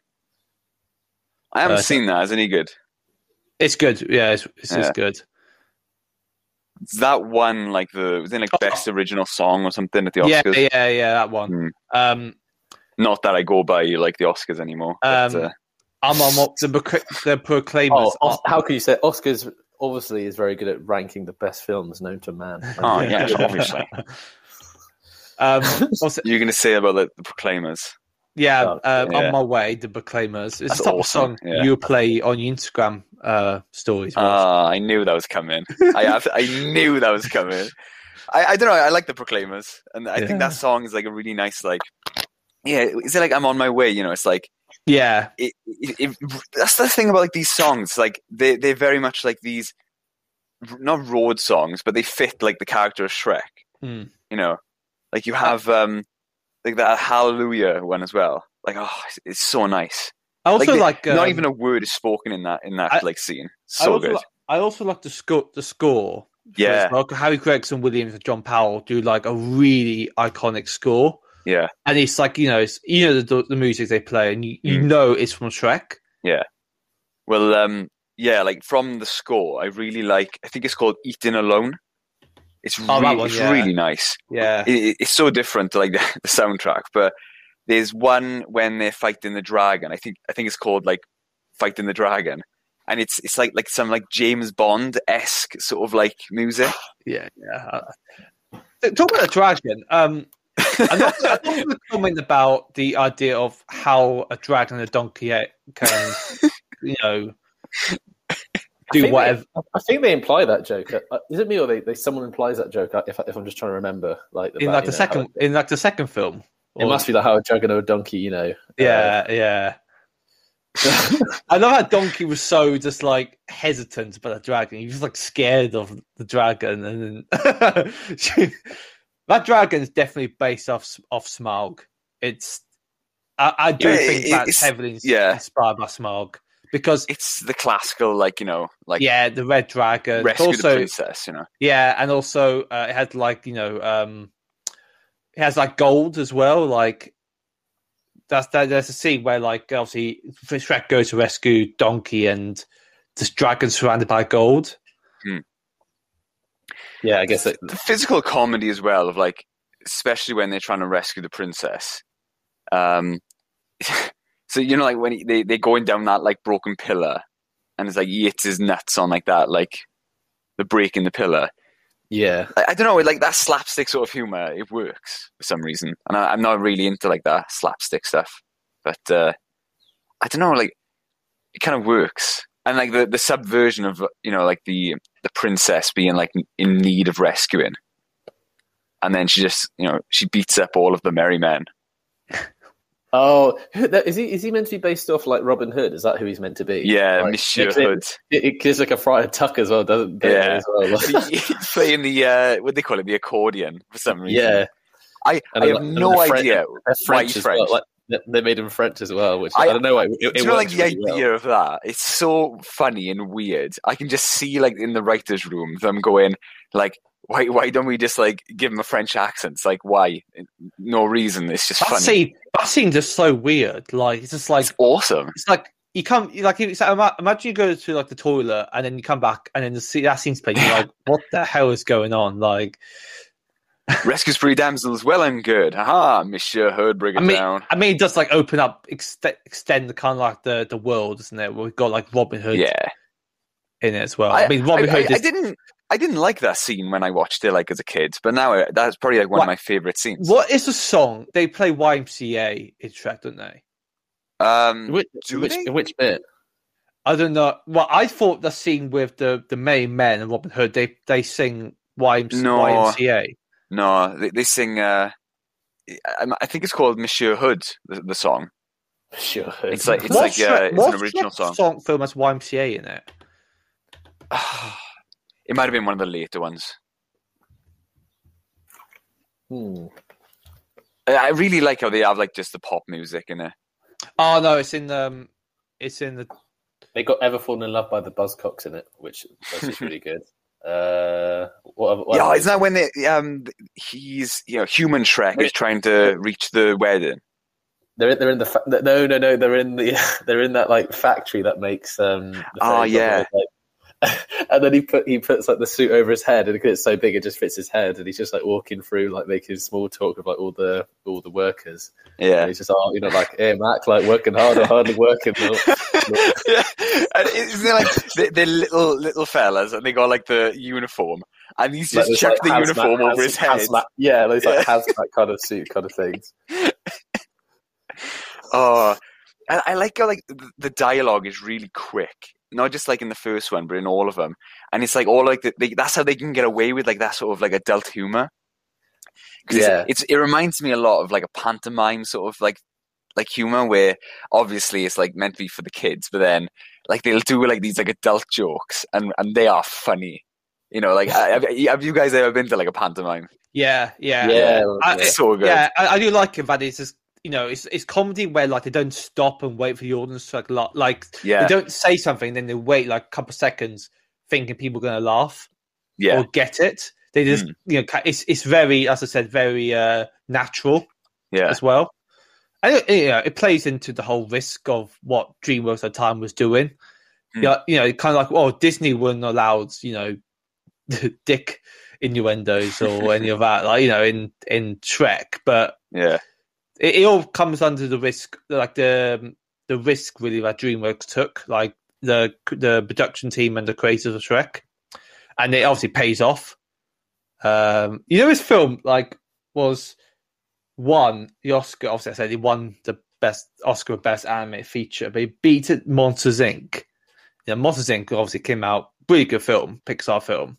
Speaker 5: I haven't
Speaker 4: Uh,
Speaker 5: seen that. Is any good?
Speaker 4: It's good. Yeah, it's it's, it's
Speaker 5: Yeah.
Speaker 4: good.
Speaker 5: That one like the was in like
Speaker 4: Oh.
Speaker 5: best original song or something at the Oscars.
Speaker 4: Yeah, yeah, yeah. That one.
Speaker 5: Hmm.
Speaker 4: Um,
Speaker 5: not that I go by like the Oscars anymore. but,
Speaker 4: Um,
Speaker 5: uh,
Speaker 4: I'm on what the, Proc- the
Speaker 7: Oh,
Speaker 4: Proclaimers.
Speaker 7: Os-
Speaker 4: are-
Speaker 7: how can you say Oscars? Obviously, is very good at ranking the best films known to man.
Speaker 5: oh yeah, obviously.
Speaker 4: um, also-
Speaker 5: You're gonna say about like, the Proclaimers.
Speaker 4: yeah,
Speaker 7: Oh,
Speaker 4: um,
Speaker 5: yeah.
Speaker 4: on my way, the Proclaimers. It's
Speaker 5: That's
Speaker 4: the type
Speaker 5: awesome,
Speaker 4: of song
Speaker 5: yeah.
Speaker 4: you play on your Instagram uh, stories. Miles.
Speaker 5: Ah, I knew that was coming. I have, I knew that was coming. I, I don't know. I like the Proclaimers, and I think
Speaker 4: Yeah.
Speaker 5: that song is like a really nice like. Yeah, is it like I'm on my way? You know, it's like
Speaker 4: yeah,
Speaker 5: it, it, it, that's the thing about like these songs. Like they they're very much like these, not road songs, but they fit like the character of Shrek.
Speaker 4: Hmm.
Speaker 5: You know, like you have um, like that Hallelujah one as well. Like oh, it's, it's so nice.
Speaker 4: I also
Speaker 5: the-
Speaker 4: like,
Speaker 5: not
Speaker 4: um,
Speaker 5: even a word is spoken in that in that
Speaker 4: I-
Speaker 5: like scene.
Speaker 4: I
Speaker 5: So
Speaker 4: also
Speaker 5: good.
Speaker 4: Like, I also like the score. The score. for it as
Speaker 5: yeah,
Speaker 4: well. Harry Gregson Williams and John Powell do like a really iconic score,
Speaker 5: yeah,
Speaker 4: and it's like you know, it's you know the the music they play, and you, you
Speaker 5: Mm.
Speaker 4: know it's from Shrek.
Speaker 5: Well, um, yeah, like from the score, I really like. I think it's called "Eating Alone." It's
Speaker 4: Oh, that
Speaker 5: really,
Speaker 4: one,
Speaker 5: it's
Speaker 4: yeah.
Speaker 5: really nice.
Speaker 4: Yeah,
Speaker 5: It- it, it's so different to like the, the soundtrack but there's one when they're fighting the dragon i think i think it's called like fighting the dragon and it's it's like like some like james bond esque sort of like music
Speaker 4: yeah, yeah. Uh, Talk about the dragon. Um, I'm not, I'm not going to comment about the idea of e, how a dragon and a donkey can, you know, do
Speaker 7: think they-
Speaker 4: whatever.
Speaker 7: I- I think they imply that joke. Uh, Is it me or they, they someone implies that joke? uh, If, if I'm just trying to remember, like
Speaker 4: in like
Speaker 7: about,
Speaker 4: the
Speaker 7: you know,
Speaker 4: second, in like the second film.
Speaker 7: how- it must be like how a juggernaut donkey, you know. Uh,
Speaker 4: Yeah, yeah. Uh, I love how Donkey was so just like hesitant about the dragon. He was like scared of the dragon, and then that dragon is definitely based off off Smaug. It's I, I do
Speaker 5: Yeah,
Speaker 4: think
Speaker 5: it-
Speaker 4: that's
Speaker 5: it's-
Speaker 4: heavily ins-
Speaker 5: yeah.
Speaker 4: inspired by Smaug because
Speaker 5: It's the classical, like you know, like
Speaker 4: yeah, the red dragon. but
Speaker 5: rescue
Speaker 4: also,
Speaker 5: the princess. You know,
Speaker 4: yeah, and also uh, it had like you know, um it has like gold as well. Like that's that, there's a scene where like obviously Shrek goes to rescue Donkey and this dragon surrounded by gold.
Speaker 7: Yeah, I guess it,
Speaker 5: the physical comedy as well of like, especially when they're trying to rescue the princess. Um, so you know, like when he, they they're going down that like broken pillar, and it's like he hits his nuts on like that, like the break in the pillar.
Speaker 7: yeah.
Speaker 5: I, I don't know, like that slapstick sort of humor, it works for some reason, and I, I'm not really into like that slapstick stuff. But uh, I don't know, like it kind of works, and like the the subversion of you know like the the princess being like in need of rescuing, and then she just you know she beats up all of the merry men.
Speaker 7: Oh, who- that- is he is he meant to be based off like Robin Hood? Is that who he's meant to be?
Speaker 5: Yeah,
Speaker 7: Like,
Speaker 5: Monsieur
Speaker 7: it's- it-
Speaker 5: Hood.
Speaker 7: It, it gives like a Friar Tuck as well, doesn't it?
Speaker 5: Yeah.
Speaker 7: As well, like-
Speaker 5: He's playing the uh, what do they call it, the accordion for some reason.
Speaker 7: yeah.
Speaker 5: I,
Speaker 7: And
Speaker 5: I
Speaker 7: they're
Speaker 5: have
Speaker 7: like- and
Speaker 5: no
Speaker 7: they're French-
Speaker 5: idea
Speaker 7: They're
Speaker 5: why he's
Speaker 7: French as
Speaker 5: French.
Speaker 7: well. Like, they- they made him French as well, which I,
Speaker 5: I-
Speaker 7: don't know. why. It, it
Speaker 5: Do you know, like
Speaker 7: works
Speaker 5: the
Speaker 7: really well.
Speaker 5: idea of that? It's so funny and weird. I can just see, like, in the writers' room, them going, like, why, why don't we just like give them a French accent? It's like, why? No reason. It's just
Speaker 4: That
Speaker 5: funny.
Speaker 4: scene, that scene just so weird. Like it's just like
Speaker 5: It's awesome.
Speaker 4: it's like you come you- like it's, ima- imagine you go to like the toilet and then you come back and then the scene, that scene's playing. You're like, what the hell is going on? Like
Speaker 5: Rescues three damsels. Well and good. Aha, Monsieur Hood, bring it
Speaker 4: I mean,
Speaker 5: down.
Speaker 4: I mean, it does like open up, extend, extend the kind of like the, the world, isn't it? We've got like Robin Hood
Speaker 5: Yeah.
Speaker 4: in it as well. I, mean, Robin
Speaker 5: I,
Speaker 4: Hood
Speaker 5: I- I
Speaker 4: is
Speaker 5: didn't. I didn't like that scene when I watched it, like as a kid, but now uh, that's probably like one
Speaker 4: What?
Speaker 5: of my favorite scenes.
Speaker 4: what is the song they play YMCA in Shrek, don't they?
Speaker 5: Um,
Speaker 7: Which,
Speaker 5: Do
Speaker 7: which,
Speaker 5: they?
Speaker 7: which bit?
Speaker 4: I don't know. Well, I thought the scene with the the main men and Robin Hood they they sing YMCA.
Speaker 5: No.
Speaker 4: YMCA.
Speaker 5: no, they, they sing. Uh, I, I think it's called Monsieur Hood, the, the song.
Speaker 7: Sure.
Speaker 5: It's like it's
Speaker 4: What
Speaker 5: like yeah,
Speaker 4: Shrek-
Speaker 5: it's
Speaker 4: what
Speaker 5: an original
Speaker 4: Shrek
Speaker 5: song.
Speaker 4: film has YMCA in it.
Speaker 5: it might have been one of the later ones.
Speaker 7: Hmm.
Speaker 5: I, I really like how they have like just the pop music in there.
Speaker 4: Oh no, it's in um, it's in the
Speaker 7: They got Ever Fallen in Love by the Buzzcocks in it, which is really good. Uh, what, other- what
Speaker 5: yeah,
Speaker 7: other-
Speaker 5: isn't that when they, um he's you know human Shrek is trying to reach the wedding?
Speaker 7: They're in, they're in the fa- no no no they're in the they're in that like factory that makes um the
Speaker 5: Oh,
Speaker 7: fairy
Speaker 5: yeah.
Speaker 7: godmother, like- and then he put he puts like the suit over his head and because it's so big it just fits his head and he's just like walking through like making small talk with like all the all the workers and
Speaker 5: Yeah.
Speaker 7: he's just oh you know like hey Mac like working hard or hardly working Well,
Speaker 5: yeah, and isn't it like they- they're little little fellas and they got like the uniform and he's
Speaker 7: like,
Speaker 5: just
Speaker 7: this,
Speaker 5: chucked
Speaker 7: like,
Speaker 5: the
Speaker 7: hazmat-
Speaker 5: uniform over
Speaker 7: haz-
Speaker 5: his head.
Speaker 7: hazmat- yeah those like
Speaker 5: Yeah.
Speaker 7: hazmat kind of suit kind of things
Speaker 5: Oh, I, I like how like th- the dialogue is really quick. Not just like in the first one, but in all of them. And it's like all like the, they, that's how they can get away with like that sort of like adult humor. 'Cause
Speaker 7: Yeah.
Speaker 5: it's, it's it reminds me a lot of like a pantomime sort of like like humor where obviously it's like meant to be for the kids, but then like they'll do like these like adult jokes and and they are funny. You know, like I- have, have you guys ever been to like a pantomime?
Speaker 4: yeah yeah
Speaker 7: yeah,
Speaker 4: I-
Speaker 7: yeah.
Speaker 5: It's so good.
Speaker 4: Yeah, I, I do like it that it's just you know it's it's comedy where like they don't stop and wait for the audience to like la- like
Speaker 5: Yeah,
Speaker 4: they don't say something then they wait like a couple seconds thinking people are gonna laugh
Speaker 5: yeah. Hmm.
Speaker 4: or get it. They just you know ca- it's it's very as I said very uh natural
Speaker 5: Yeah.
Speaker 4: as well. And it, you know, it plays into the whole risk of what DreamWorks at the time was doing.
Speaker 5: Hmm.
Speaker 4: Yeah, you know, kind of like, well, Disney wouldn't allow, you know, dick innuendos or any of that, like you know, in in Shrek. But
Speaker 5: yeah.
Speaker 4: it, it all comes under the risk, like the the risk really that DreamWorks took, like the the production team and the creators of Shrek, and it obviously pays off. Um, you know, his film like was won the Oscar. Obviously, I said he won the best Oscar of Best Animated Feature, but he beat it Monsters Inc. You know, Monsters Inc. obviously came out, really good film, Pixar film.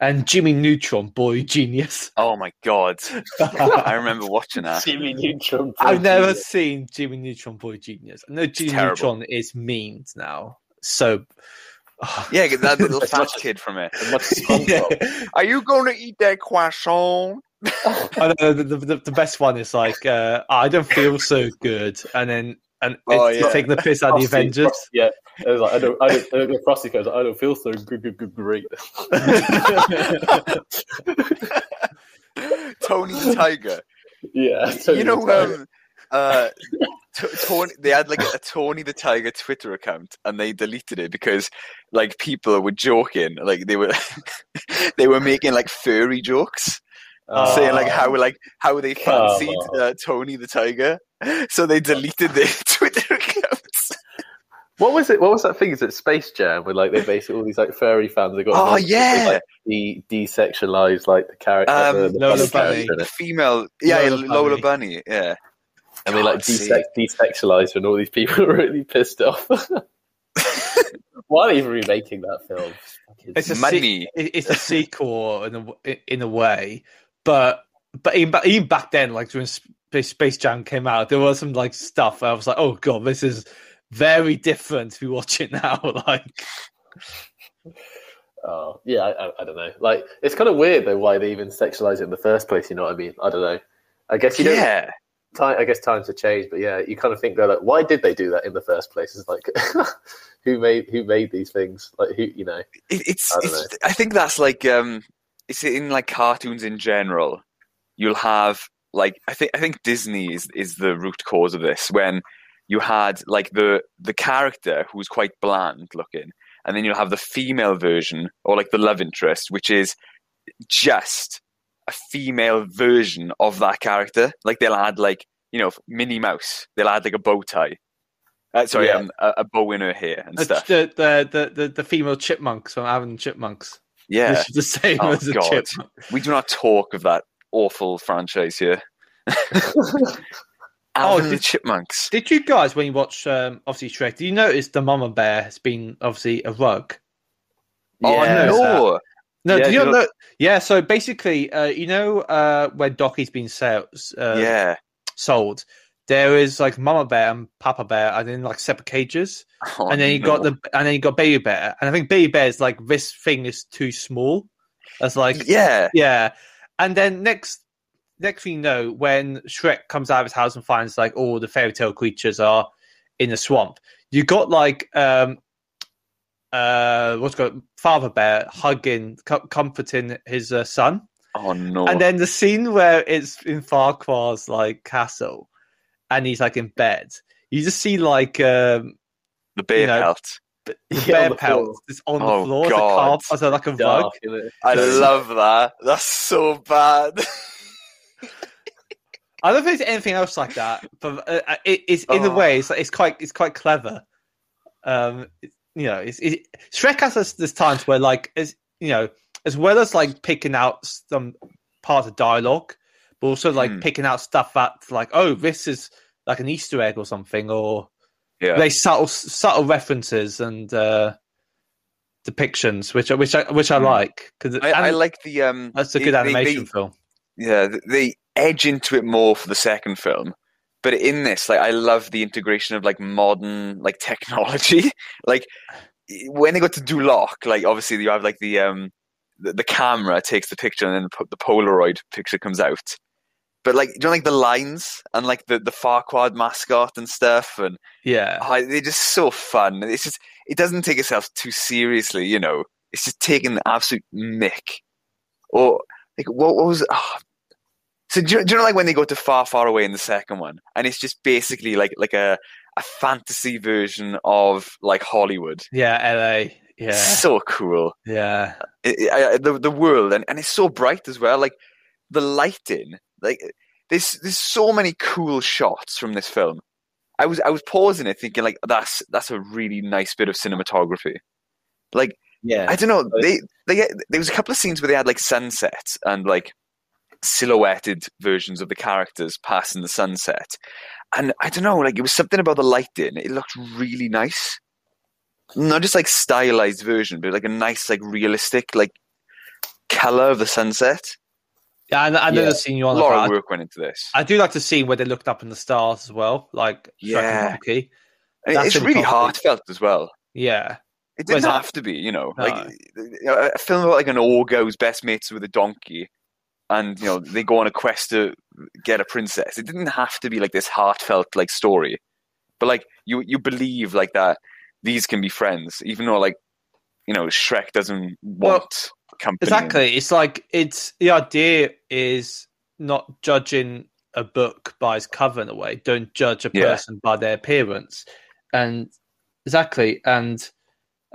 Speaker 4: And Jimmy Neutron, boy genius.
Speaker 5: Oh my god! I remember watching that.
Speaker 7: Jimmy Neutron.
Speaker 4: I've never seen Jimmy Neutron, boy genius. I know Jimmy
Speaker 5: terrible.
Speaker 4: Neutron is mean now, so
Speaker 5: Yeah, get that little
Speaker 7: As
Speaker 5: fat
Speaker 7: much as-
Speaker 5: kid from it.
Speaker 4: Yeah.
Speaker 5: Are you going to eat that croissant?
Speaker 4: I know the, the, the- the best one is like uh, I don't feel so good, and then and
Speaker 5: Oh,
Speaker 4: it's
Speaker 5: yeah.
Speaker 4: taking the piss out of the Avengers.
Speaker 7: Yeah, I was like, I don't, I don't, I don't Frosty goes, I don't feel so good, good, good, great.
Speaker 5: Tony the Tiger.
Speaker 7: yeah, totally
Speaker 5: you know,
Speaker 7: tired.
Speaker 5: um, uh, T- Tony, they had like a Tony the Tiger Twitter account, and they deleted it because like people were joking, like they were they were making like furry jokes,
Speaker 7: Uh,
Speaker 5: saying like how like how they
Speaker 7: Come
Speaker 5: fancied uh, Tony the Tiger, so they deleted their Twitter accounts.
Speaker 7: What was it? What was that thing? Is it Space Jam? Where like they basically all these like furry fans have got
Speaker 5: Oh,
Speaker 7: like,
Speaker 5: yeah.
Speaker 7: they, like, de- desexualized like the character,
Speaker 5: Um,
Speaker 7: the, the
Speaker 4: Lola
Speaker 7: fun
Speaker 4: Bunny.
Speaker 7: character in
Speaker 5: The
Speaker 7: it.
Speaker 5: female, yeah, yeah,
Speaker 4: Lola
Speaker 5: Lola,
Speaker 4: Bunny.
Speaker 5: Bunny, yeah.
Speaker 7: and they like
Speaker 5: God, see.
Speaker 7: desex- desexualized, and all these people were really pissed off. Why are they even remaking that film?
Speaker 4: It's a
Speaker 5: Money.
Speaker 4: se- it- it's a sequel in a in a way, but but even, ba- even back then, like when Space, Space Jam came out, there was some like stuff. Where I was like, oh god, this is very different to watch it now. like
Speaker 7: Oh, yeah, I, I, I don't know. Like, it's kind of weird though why they even sexualize it in the first place. You know what I mean? I don't know. I guess you don't.
Speaker 5: yeah.
Speaker 7: Time, I guess times have changed, but yeah, you kind of think they're like, why did they do that in the first place? It's like, who made who made these things? Like, who you know?
Speaker 5: It, it's,
Speaker 7: I don't
Speaker 5: it's I think that's like um it's in like cartoons in general. You'll have like I think I think Disney is is the root cause of this when you had like the the character who's quite bland looking and then you'll have the female version or like the love interest which is just a female version of that character like they'll add like you know Minnie Mouse they'll add like a bow tie uh, sorry
Speaker 7: Yeah.
Speaker 5: um, a, a bow in her hair and
Speaker 4: the
Speaker 5: stuff
Speaker 4: the, the, the the female chipmunks from having chipmunks.
Speaker 5: yeah
Speaker 4: This is the same
Speaker 5: Oh,
Speaker 4: as a
Speaker 5: God.
Speaker 4: chipmunk.
Speaker 5: We do not talk of that awful franchise here. oh,
Speaker 4: Oh,
Speaker 5: the
Speaker 4: did-
Speaker 5: Chipmunks.
Speaker 4: Did you guys, when you watch um, obviously Shrek, do you notice the mama bear has been obviously a rug?
Speaker 5: Oh,
Speaker 4: Yeah.
Speaker 5: no.
Speaker 4: No,
Speaker 7: Yeah,
Speaker 4: do you
Speaker 7: you
Speaker 4: not
Speaker 7: know-
Speaker 4: know? Yeah, so basically, uh, you know uh, where Docky's been sell- uh,
Speaker 5: yeah.
Speaker 4: sold. There is like mama bear and papa bear, and then like separate cages,
Speaker 5: Oh,
Speaker 4: and then you got
Speaker 5: no.
Speaker 4: the and then you got baby bear, and I think baby bear is like this thing is too small. That's like
Speaker 5: Yeah.
Speaker 4: yeah. And then next next thing you know, when Shrek comes out of his house and finds like all the fairy tale creatures are in the swamp, you got like um uh what's it called father bear hugging co- comforting his uh, son
Speaker 5: Oh, no.
Speaker 4: and then the scene where it's in farquhar's like castle and he's like in bed you just see like um
Speaker 5: the bear
Speaker 4: you know,
Speaker 5: pelt.
Speaker 4: the
Speaker 7: Yeah,
Speaker 4: bear
Speaker 7: on the floor.
Speaker 4: pelt is on
Speaker 5: Oh,
Speaker 4: the floor as a,
Speaker 5: God.
Speaker 4: carp, as a like a rug
Speaker 7: Dark, innit?
Speaker 5: I
Speaker 7: Yeah.
Speaker 5: love that. That's so bad.
Speaker 4: I don't think there's anything else like that, but uh, uh, it, it's in a
Speaker 5: Oh.
Speaker 4: way it's, it's quite it's quite clever. Um, it- you know, it's, it, Shrek has this, this times where like as you know, as well as like picking out some part of dialogue, but also like
Speaker 5: Hmm.
Speaker 4: picking out stuff that's like oh this is like an Easter egg or something, or
Speaker 5: Yeah.
Speaker 4: they subtle subtle references and uh, depictions, which I- which I which I
Speaker 5: Hmm.
Speaker 4: like because
Speaker 5: I, I like the. um.
Speaker 4: that's a
Speaker 5: they-
Speaker 4: good
Speaker 5: they-
Speaker 4: animation
Speaker 5: they-
Speaker 4: film.
Speaker 5: yeah, th- they edge into it more for the second film. But in this, like, I love the integration of like modern like technology. like i- when they got to Duloc, like obviously you have like the um the, the camera takes the picture and then the, po- the Polaroid picture comes out. But like, do you know, like the lines and like the the Farquad mascot and stuff, and
Speaker 4: Yeah,
Speaker 5: oh, they're just so fun. It's just it doesn't take itself too seriously, you know. It's just taking the absolute mick. Or like what, what was ah. So do you, do you know like when they go to far far away in the second one, and it's just basically like like a a fantasy version of like Hollywood.
Speaker 4: yeah, LA, yeah,
Speaker 5: So cool.
Speaker 4: yeah.
Speaker 5: I- I- I- the the world and, and it's so bright as well like the lighting like there's there's so many cool shots from this film i was i was pausing it thinking like that's that's a really nice bit of cinematography like
Speaker 7: Yeah,
Speaker 5: i don't know they they there was a couple of scenes where they had like sunsets and like silhouetted versions of the characters passing the sunset and i don't know like it was something about the lighting it looked really nice not just like stylized version, but like a nice, like realistic, like color of the sunset.
Speaker 4: Yeah, I, I know
Speaker 7: Yeah.
Speaker 4: the scene you
Speaker 5: A
Speaker 4: on
Speaker 5: lot
Speaker 4: about.
Speaker 5: of work went into this.
Speaker 4: I do like the scene where they looked up in the stars as well, like Shrek and
Speaker 5: Yeah.
Speaker 4: Donkey.
Speaker 5: I mean,
Speaker 4: that's
Speaker 5: it's really
Speaker 4: impossible.
Speaker 5: heartfelt as well.
Speaker 4: Yeah,
Speaker 5: It
Speaker 4: Well,
Speaker 5: didn't
Speaker 4: it's not-
Speaker 5: have to be, you know.
Speaker 4: No.
Speaker 5: Like you know, a film about like an ogre who's best mates with a donkey, and you know they go on a quest to get a princess. It didn't have to be like this heartfelt like story, but like you you believe like that these can be friends, even though like you know Shrek doesn't
Speaker 4: Well,
Speaker 5: want company.
Speaker 4: exactly. It's like it's the idea is not judging a book by its cover in a way. Don't judge a
Speaker 5: Yeah.
Speaker 4: person by their appearance, and exactly, and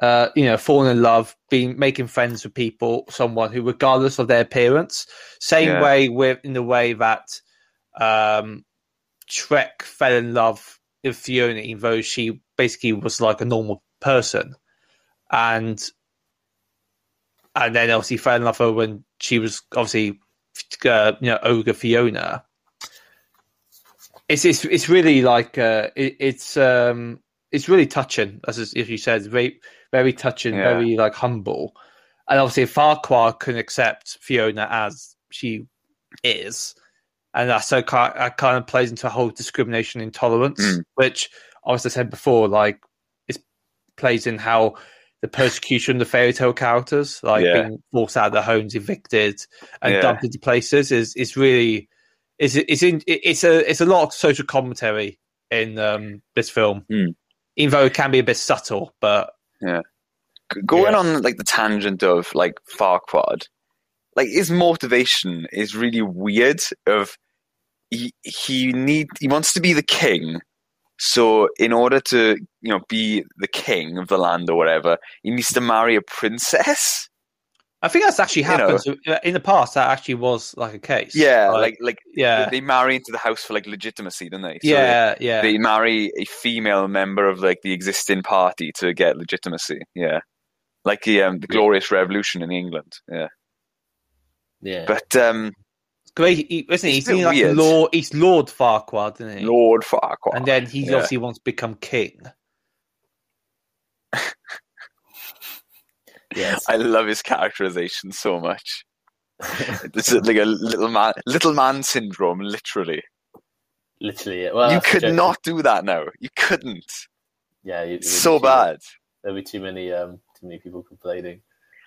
Speaker 4: uh, you know, falling in love, being making friends with people, someone who, regardless of their appearance, same
Speaker 5: Yeah.
Speaker 4: way with in the way that um, Shrek fell in love with Fiona, even though she basically was like a normal person, and and then obviously fell in love with her when she was obviously uh, you know ogre Fiona. It's it's it's really like uh, it, it's um it's really touching as as you said, very very touching,
Speaker 5: Yeah.
Speaker 4: very like humble, and obviously Farquhar can accept Fiona as she is, and that's so kind that kind of plays into a whole discrimination intolerance,
Speaker 5: Mm.
Speaker 4: which as I said before, like it plays in how the persecution of the fairy tale characters, like
Speaker 5: Yeah.
Speaker 4: being forced out of their homes, evicted, and
Speaker 5: Yeah.
Speaker 4: dumped into places, is is really is it's in it's a it's a lot of social commentary in um, this film,
Speaker 5: Mm.
Speaker 4: even though it can be a bit subtle, but
Speaker 5: G- going
Speaker 4: Yeah.
Speaker 5: on like the tangent of like Farquaad, like his motivation is really weird. Of he he need he wants to be the king, so in order to you know be the king of the land or whatever, he needs to marry a princess.
Speaker 4: I think that's actually
Speaker 5: You know.
Speaker 4: happened to- uh, in the past. That actually was like a case.
Speaker 5: Yeah, like like
Speaker 4: Oh, yeah,
Speaker 5: they marry into the house for like legitimacy, don't they? So
Speaker 4: yeah, yeah.
Speaker 5: They marry a female member of like the existing party to get legitimacy. Yeah, like the um, the Glorious Revolution in England. Yeah,
Speaker 7: Yeah.
Speaker 5: but um,
Speaker 4: Great, he- isn't he? He's
Speaker 5: It's a bit
Speaker 4: been like a
Speaker 5: weird.
Speaker 4: Lord, he's Lord Farquaad, isn't he?
Speaker 5: Lord Farquaad.
Speaker 4: And then he
Speaker 5: Yeah.
Speaker 4: obviously wants to become king.
Speaker 7: yes.
Speaker 5: I love his characterization so much. It's like a little man, little man syndrome. Literally,
Speaker 7: Literally. yeah. Well,
Speaker 5: you
Speaker 7: that's the
Speaker 5: could
Speaker 7: joke.
Speaker 5: not do that now. You couldn't.
Speaker 7: Yeah. you-
Speaker 5: It's so
Speaker 7: there'd be too-
Speaker 5: bad.
Speaker 7: There'd be too many, um, too many people complaining.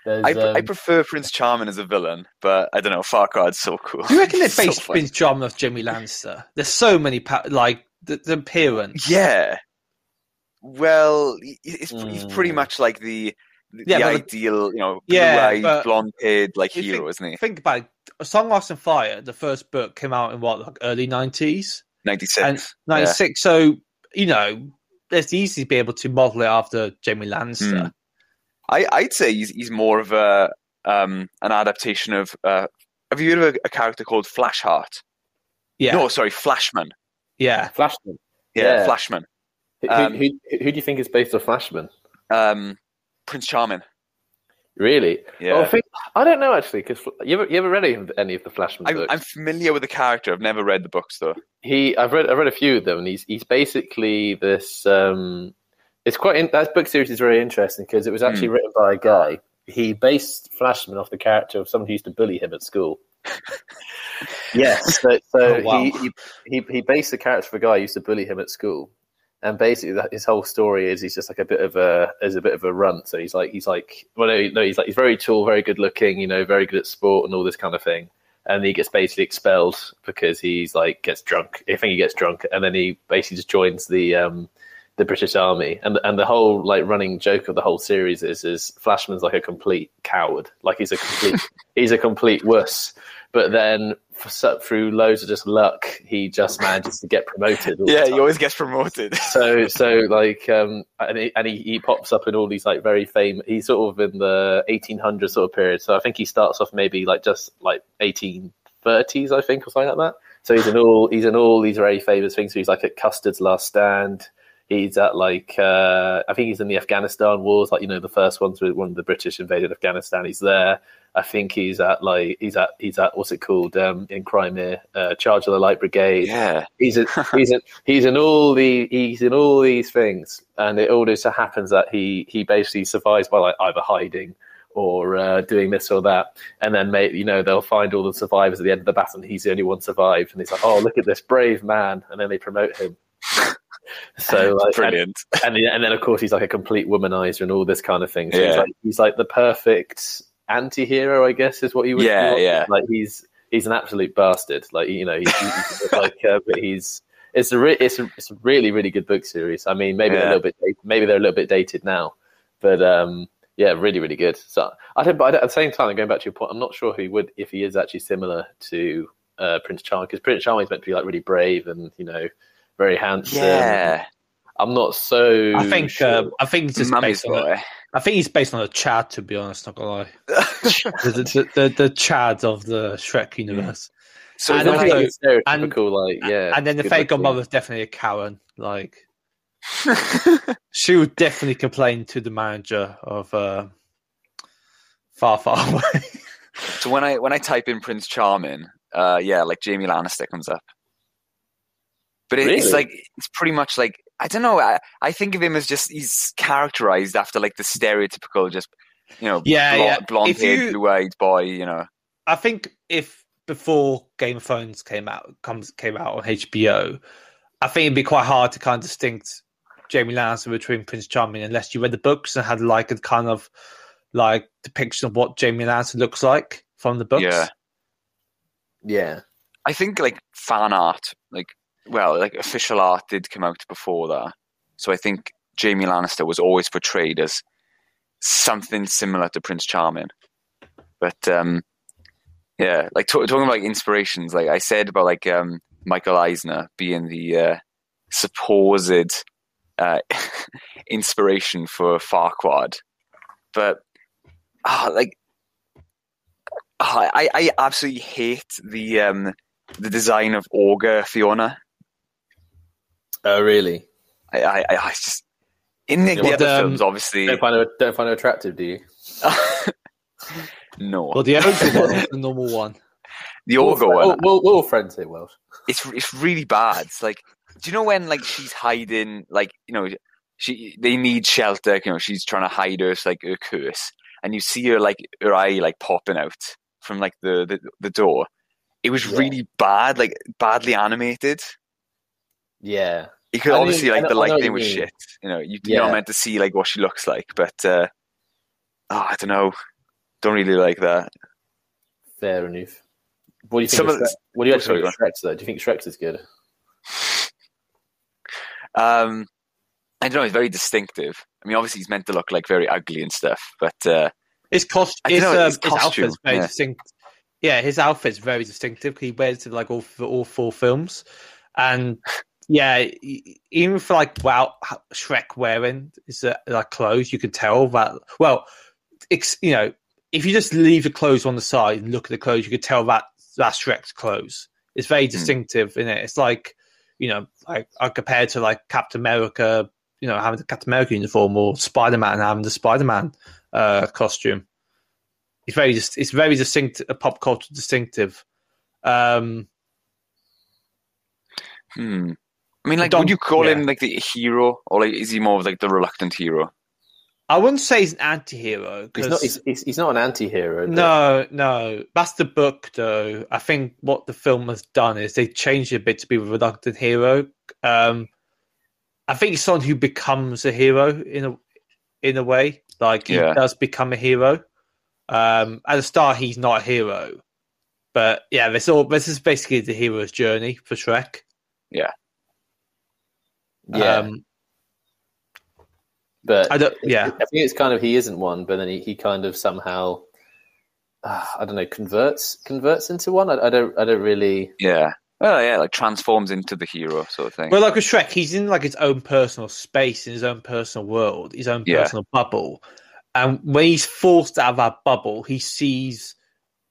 Speaker 7: There's,
Speaker 5: I, pr- I
Speaker 7: um,
Speaker 5: prefer Prince Charming as a villain, but I don't know. Farquaad's so cool.
Speaker 4: Do you reckon they
Speaker 5: So
Speaker 4: based
Speaker 5: funny.
Speaker 4: Prince Charming off Jimmy Lannister? There's so many, pa- like, the, the appearance.
Speaker 5: Yeah. Well, he- he's, pr- he's pretty
Speaker 7: Mm.
Speaker 5: much like the the,
Speaker 4: Hmm. Yeah,
Speaker 5: the
Speaker 4: but-
Speaker 5: ideal, you know,
Speaker 4: Yeah,
Speaker 5: blue-eyed,
Speaker 4: but-
Speaker 5: blonde-haired like
Speaker 4: You think-
Speaker 5: hero, isn't he?
Speaker 4: Think about it. Song, Lost and Fire, the first book, came out in what, like, early 90s?
Speaker 5: Ninety-six.
Speaker 4: And- 96. So, you know, it's easy to be able to model it after Jamie Lannister.
Speaker 5: I, I'd say he's he's more of a um an adaptation of uh have you heard of a, a character called Flash Heart?
Speaker 4: Yeah.
Speaker 5: No, sorry, Flashman.
Speaker 4: Yeah.
Speaker 7: Flashman.
Speaker 5: Yeah,
Speaker 7: Yeah.
Speaker 5: Flashman.
Speaker 7: Who,
Speaker 5: Um,
Speaker 7: who, who, who do you think is based on Flashman?
Speaker 5: Um Prince Charming.
Speaker 7: Really?
Speaker 5: Yeah.
Speaker 7: Well, I, think, I don't know actually because you ever you ever read any of, any of the Flashman
Speaker 5: I'm,
Speaker 7: books?
Speaker 5: I'm familiar with the character. I've never read the books though.
Speaker 7: He I've read I've read a few of them. And he's he's basically this. Um, it's quite in, that book series is very interesting because it was actually
Speaker 4: Hmm.
Speaker 7: written by a guy. He based Flashman off the character of someone who used to bully him at school. yes, so, so
Speaker 4: Oh, wow.
Speaker 7: he, he, he he based the character of a guy who used to bully him at school, and basically that, his whole story is he's just like a bit of a is a bit of a runt. So he's like he's like well no, no he's like he's very tall, very good looking, you know, very good at sport and all this kind of thing. And he gets basically expelled because he's like gets drunk. I think he gets drunk, and then he basically just joins the um, the British Army. And and the whole like running joke of the whole series is is Flashman's like a complete coward. Like he's a complete he's a complete wuss. But then for, so- through loads of just luck, he just manages to get promoted. all the
Speaker 5: Yeah,
Speaker 7: time
Speaker 5: he always gets promoted.
Speaker 7: so so like um and he, and he, he pops up in all these like very famous he's sort of in the 1800s sort of period so i think he starts off maybe like just like 1830s i think or something like that so he's in all he's in all these very famous things so he's like at custard's last stand He's at like uh, I think he's in the Afghanistan wars, like you know the first ones with when the British invaded Afghanistan. He's there. I think he's at like he's at he's at what's it called um, in Crimea, uh, charge of the light brigade.
Speaker 5: Yeah.
Speaker 7: He's a, he's a, he's in all the he's in all these things, and it all just so happens that he he basically survives by like either hiding or uh, doing this or that, and then mate, you know they'll find all the survivors at the end of the battle, and he's the only one survived, and it's like, oh look at this brave man, and then they promote him. So like, and-
Speaker 5: Brilliant.
Speaker 7: and then, and then of course he's like a complete womanizer and all this kind of thing. So he's
Speaker 5: Yeah.
Speaker 7: like he's like the perfect anti-hero, I guess, is what you would.
Speaker 5: Yeah,
Speaker 7: call it.
Speaker 5: yeah.
Speaker 7: Like he's he's an absolute bastard. Like you know, he's, he's like uh, but he's it's a re- it's a, it's a really really good book series. I mean, maybe they're a
Speaker 5: Yeah.
Speaker 7: little bit dat- maybe they're a little bit dated now, but um. Yeah, really, really good. So I don't, but I don't, at the same time, going back to your point, I'm not sure who would if he is actually similar to uh, Prince Charming because Prince Charming is meant to be like really brave and you know very handsome.
Speaker 5: Yeah.
Speaker 7: I'm not so.
Speaker 4: I think
Speaker 7: sure.
Speaker 4: um, I think it's just
Speaker 5: Mummy's
Speaker 4: based on a,
Speaker 5: boy.
Speaker 4: I think he's based on a Chad. To be honest, not gonna lie, the, the, the, the Chad of the Shrek universe.
Speaker 5: So
Speaker 4: And
Speaker 5: when
Speaker 4: also-
Speaker 5: I-
Speaker 7: it's stereotypical, like
Speaker 4: A-
Speaker 7: yeah.
Speaker 4: and then the
Speaker 7: good
Speaker 4: fake
Speaker 7: looking.
Speaker 4: godmother is definitely a Karen. Like she would definitely complain to the manager of uh, Far Far Away.
Speaker 5: so when I when I type in Prince Charming, uh, yeah, like Jamie Lannister comes up. But it,
Speaker 7: Really?
Speaker 5: it's like it's pretty much like I don't know. I, I think of him as just he's characterized after like the stereotypical, just you know,
Speaker 4: Yeah, yeah.
Speaker 5: blonde
Speaker 4: If you-
Speaker 5: haired, blue eyed boy. You know,
Speaker 4: I think if before Game of Thrones came out comes came out on HBO, I think it'd be quite hard to kind of distinct Jamie Lannister between Prince Charming unless you read the books and had like a kind of like depiction of what Jamie Lannister looks like from the books.
Speaker 5: Yeah.
Speaker 7: Yeah,
Speaker 5: I think like fan art, like well, like official art did come out before that. So I think Jamie Lannister was always portrayed as something similar to Prince Charming. But um yeah, like to- talking about inspirations, like I said about like um Michael Eisner being the uh, supposed uh, inspiration for Farquad, but ah, like ah, I, I absolutely hate the um, the design of Augur Fiona.
Speaker 7: oh really?
Speaker 5: I, I, I I just in the, the
Speaker 4: What,
Speaker 5: other
Speaker 4: um,
Speaker 5: films, obviously.
Speaker 7: Don't find her, don't find her attractive, do you?
Speaker 5: no,
Speaker 4: Well, the Oh. original one, was the normal one.
Speaker 5: the Augur one.
Speaker 7: We're, all- we're all friends here, Welsh.
Speaker 5: it's it's really bad. It's like, do you know when like she's hiding? Like you know, she they need shelter. You know, she's trying to hide her like her curse, and you see her like her eye like popping out from like the the, the door. It was
Speaker 7: Yeah.
Speaker 5: really bad, like badly animated.
Speaker 7: Yeah,
Speaker 5: You could
Speaker 7: I know-
Speaker 5: obviously
Speaker 7: I
Speaker 5: like
Speaker 7: know-
Speaker 5: the
Speaker 7: I know what
Speaker 5: lighting
Speaker 7: you
Speaker 5: was
Speaker 7: mean.
Speaker 5: shit. You know, you, you're not
Speaker 7: Yeah.
Speaker 5: meant to see like what she looks like, but uh, oh, I don't know. Don't really like that.
Speaker 7: fair enough. What do you think?
Speaker 5: Some
Speaker 7: of
Speaker 5: of the-
Speaker 7: Shrek- what do you
Speaker 5: Oh,
Speaker 7: actually
Speaker 5: sorry,
Speaker 7: think of Shrek? Though, do you think Shrek's is good?
Speaker 5: Um, I don't know. It's very distinctive. I mean, obviously, he's meant to look like very ugly and stuff, but uh,
Speaker 4: His cost,
Speaker 5: I don't
Speaker 4: his,
Speaker 5: know,
Speaker 4: um,
Speaker 5: his
Speaker 4: his
Speaker 5: costume,
Speaker 4: outfit's very
Speaker 5: yeah.
Speaker 4: distinct. Yeah, his outfit's very distinctive. He wears it like all for all four films, and yeah, e- even for like wow, Shrek wearing is uh, like clothes, you can tell that. Well, it's you know, if you just leave the clothes on the side and look at the clothes, you could tell that that's Shrek's clothes. It's very
Speaker 5: Hmm.
Speaker 4: distinctive in it. It's like you know, like I compared to like Captain America, you know, having the Captain America uniform or Spider Man having the Spider Man uh, costume. It's very just it's very distinct, a pop culture distinctive. Um,
Speaker 5: Hmm. I mean, like,
Speaker 4: Don't-
Speaker 5: would you call
Speaker 4: yeah.
Speaker 5: him like the hero, or like, is he more of like the reluctant hero?
Speaker 4: I wouldn't say he's an anti-hero
Speaker 7: He's not.
Speaker 4: 'cause-
Speaker 7: He's, he's, he's not an anti-hero. but-
Speaker 4: No, no. That's the book, though. I think what the film has done is they changed it a bit to be a reluctant hero. Um, I think it's someone who becomes a hero in a in a way. Like he
Speaker 5: Yeah.
Speaker 4: does become a hero. Um, at the start, he's not a hero, but yeah, this all this is basically the hero's journey for Shrek.
Speaker 7: Yeah,
Speaker 4: um,
Speaker 7: but
Speaker 4: I don't. Yeah,
Speaker 7: I think it's kind of he isn't one, but then he, he kind of somehow. Uh, I don't know. Converts converts into one. I, I don't. I don't really.
Speaker 5: Yeah. Well, yeah, like transforms into the hero sort of thing.
Speaker 4: Well, like with Shrek, he's in like his own personal space, in his own personal world, his own
Speaker 5: Yeah.
Speaker 4: personal bubble. And when he's forced out of that bubble, he sees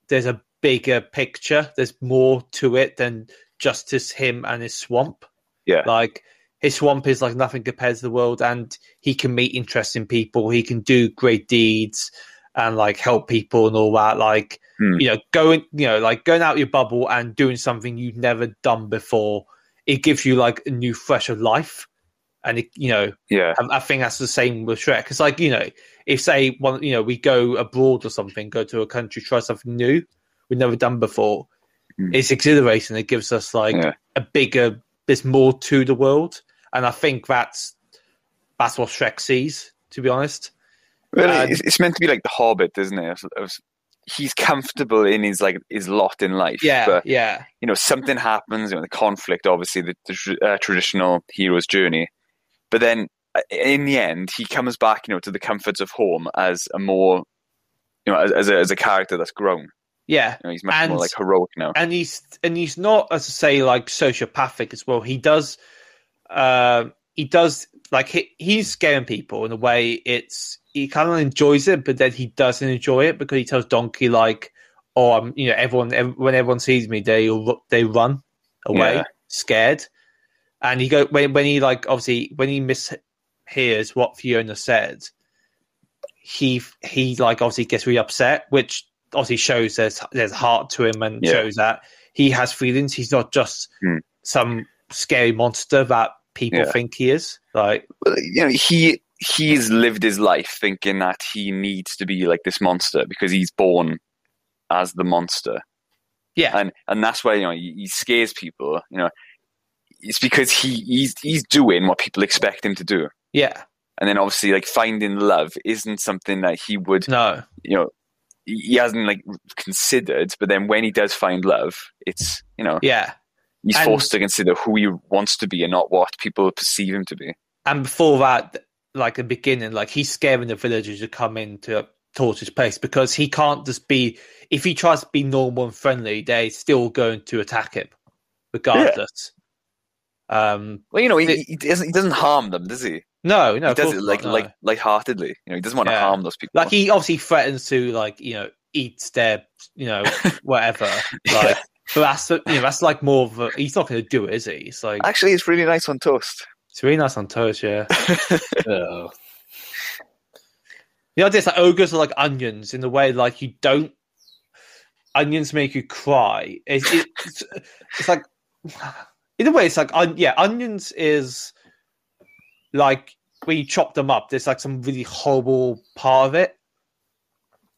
Speaker 4: there's a bigger picture. There's more to it than just his him and his swamp.
Speaker 5: Yeah.
Speaker 4: Like his swamp is like nothing compared to the world, and he can meet interesting people. He can do great deeds and like help people and all that. Like
Speaker 5: Hmm.
Speaker 4: you know, going you know, like going out your bubble and doing something you've never done before. It gives you like a new fresh of life, and it, you know,
Speaker 5: Yeah.
Speaker 4: I, I think that's the same with Shrek. It's like you know, if say one, you know, we go abroad or something, go to a country, try something new we've never done before.
Speaker 5: Mm.
Speaker 4: It's exhilarating. It gives us like
Speaker 5: Yeah.
Speaker 4: a bigger, there's more to the world, and I think that's that's what Shrek sees. To be honest,
Speaker 5: Really,
Speaker 4: Uh,
Speaker 5: it's, it's meant to be like the Hobbit, isn't it? Of- of- He's comfortable in his like his lot in life.
Speaker 4: yeah,
Speaker 5: but
Speaker 4: yeah,
Speaker 5: you know something happens. You know the conflict, obviously the, the tr- uh, traditional hero's journey, but then uh, in the end he comes back, you know, to the comforts of home as a more, you know, as, as, a, as a character that's grown.
Speaker 4: yeah.
Speaker 5: You know, he's much
Speaker 4: And-
Speaker 5: more like heroic now.
Speaker 4: and he's and he's not as I say like sociopathic as well. He does, uh, he does like he, he's scaring people in a way. It's he kind of enjoys it, but then he doesn't enjoy it because he tells Donkey like, "Oh, I'm you know everyone ev- when everyone sees me, they all- they run away
Speaker 5: Yeah.
Speaker 4: scared." And he go when when he like obviously when he mishears what Fiona said, he he like obviously gets really upset, which obviously shows there's there's heart to him and
Speaker 5: Yeah.
Speaker 4: shows that he has feelings. He's not just
Speaker 5: Hmm.
Speaker 4: some scary monster that people
Speaker 5: Yeah.
Speaker 4: think he is. Like
Speaker 5: Well, you know, he he's lived his life thinking that he needs to be like this monster because he's born as the monster.
Speaker 4: yeah,
Speaker 5: and and that's why you know he, he scares people. You know, it's because he he's he's doing what people expect him to do,
Speaker 4: yeah,
Speaker 5: and then obviously like finding love isn't something that he would
Speaker 4: no,
Speaker 5: you know he he hasn't like considered. But then when he does find love, it's you know
Speaker 4: yeah.
Speaker 5: he's
Speaker 4: And-
Speaker 5: forced to consider who he wants to be and not what people perceive him to be.
Speaker 4: And before that, like the beginning, like he's scaring the villagers to come in to torch his place because he can't just be. If he tries to be normal and friendly, they're still going to attack him, regardless. Um,
Speaker 5: Well, you know, he,
Speaker 4: It-
Speaker 5: he doesn't he doesn't harm them, does he?
Speaker 4: no, no,
Speaker 5: he
Speaker 4: of
Speaker 5: does
Speaker 4: course
Speaker 5: it
Speaker 4: not,
Speaker 5: like
Speaker 4: no.
Speaker 5: like lightheartedly. You know, he doesn't want to
Speaker 4: Yeah.
Speaker 5: harm those people.
Speaker 4: Like he obviously threatens to like you know eat their you know whatever. Like,
Speaker 5: Yeah.
Speaker 4: but that's you know that's like more of a, he's not going to do it, is he? It's like
Speaker 5: Actually, it's really nice on toast.
Speaker 4: it's really nice on toast, yeah.
Speaker 7: Oh.
Speaker 4: The idea is that ogres are like onions in the way like you don't onions make you cry. It's it's, it's like in a way it's like on, yeah onions is like when you chop them up. There's like some really horrible part of it.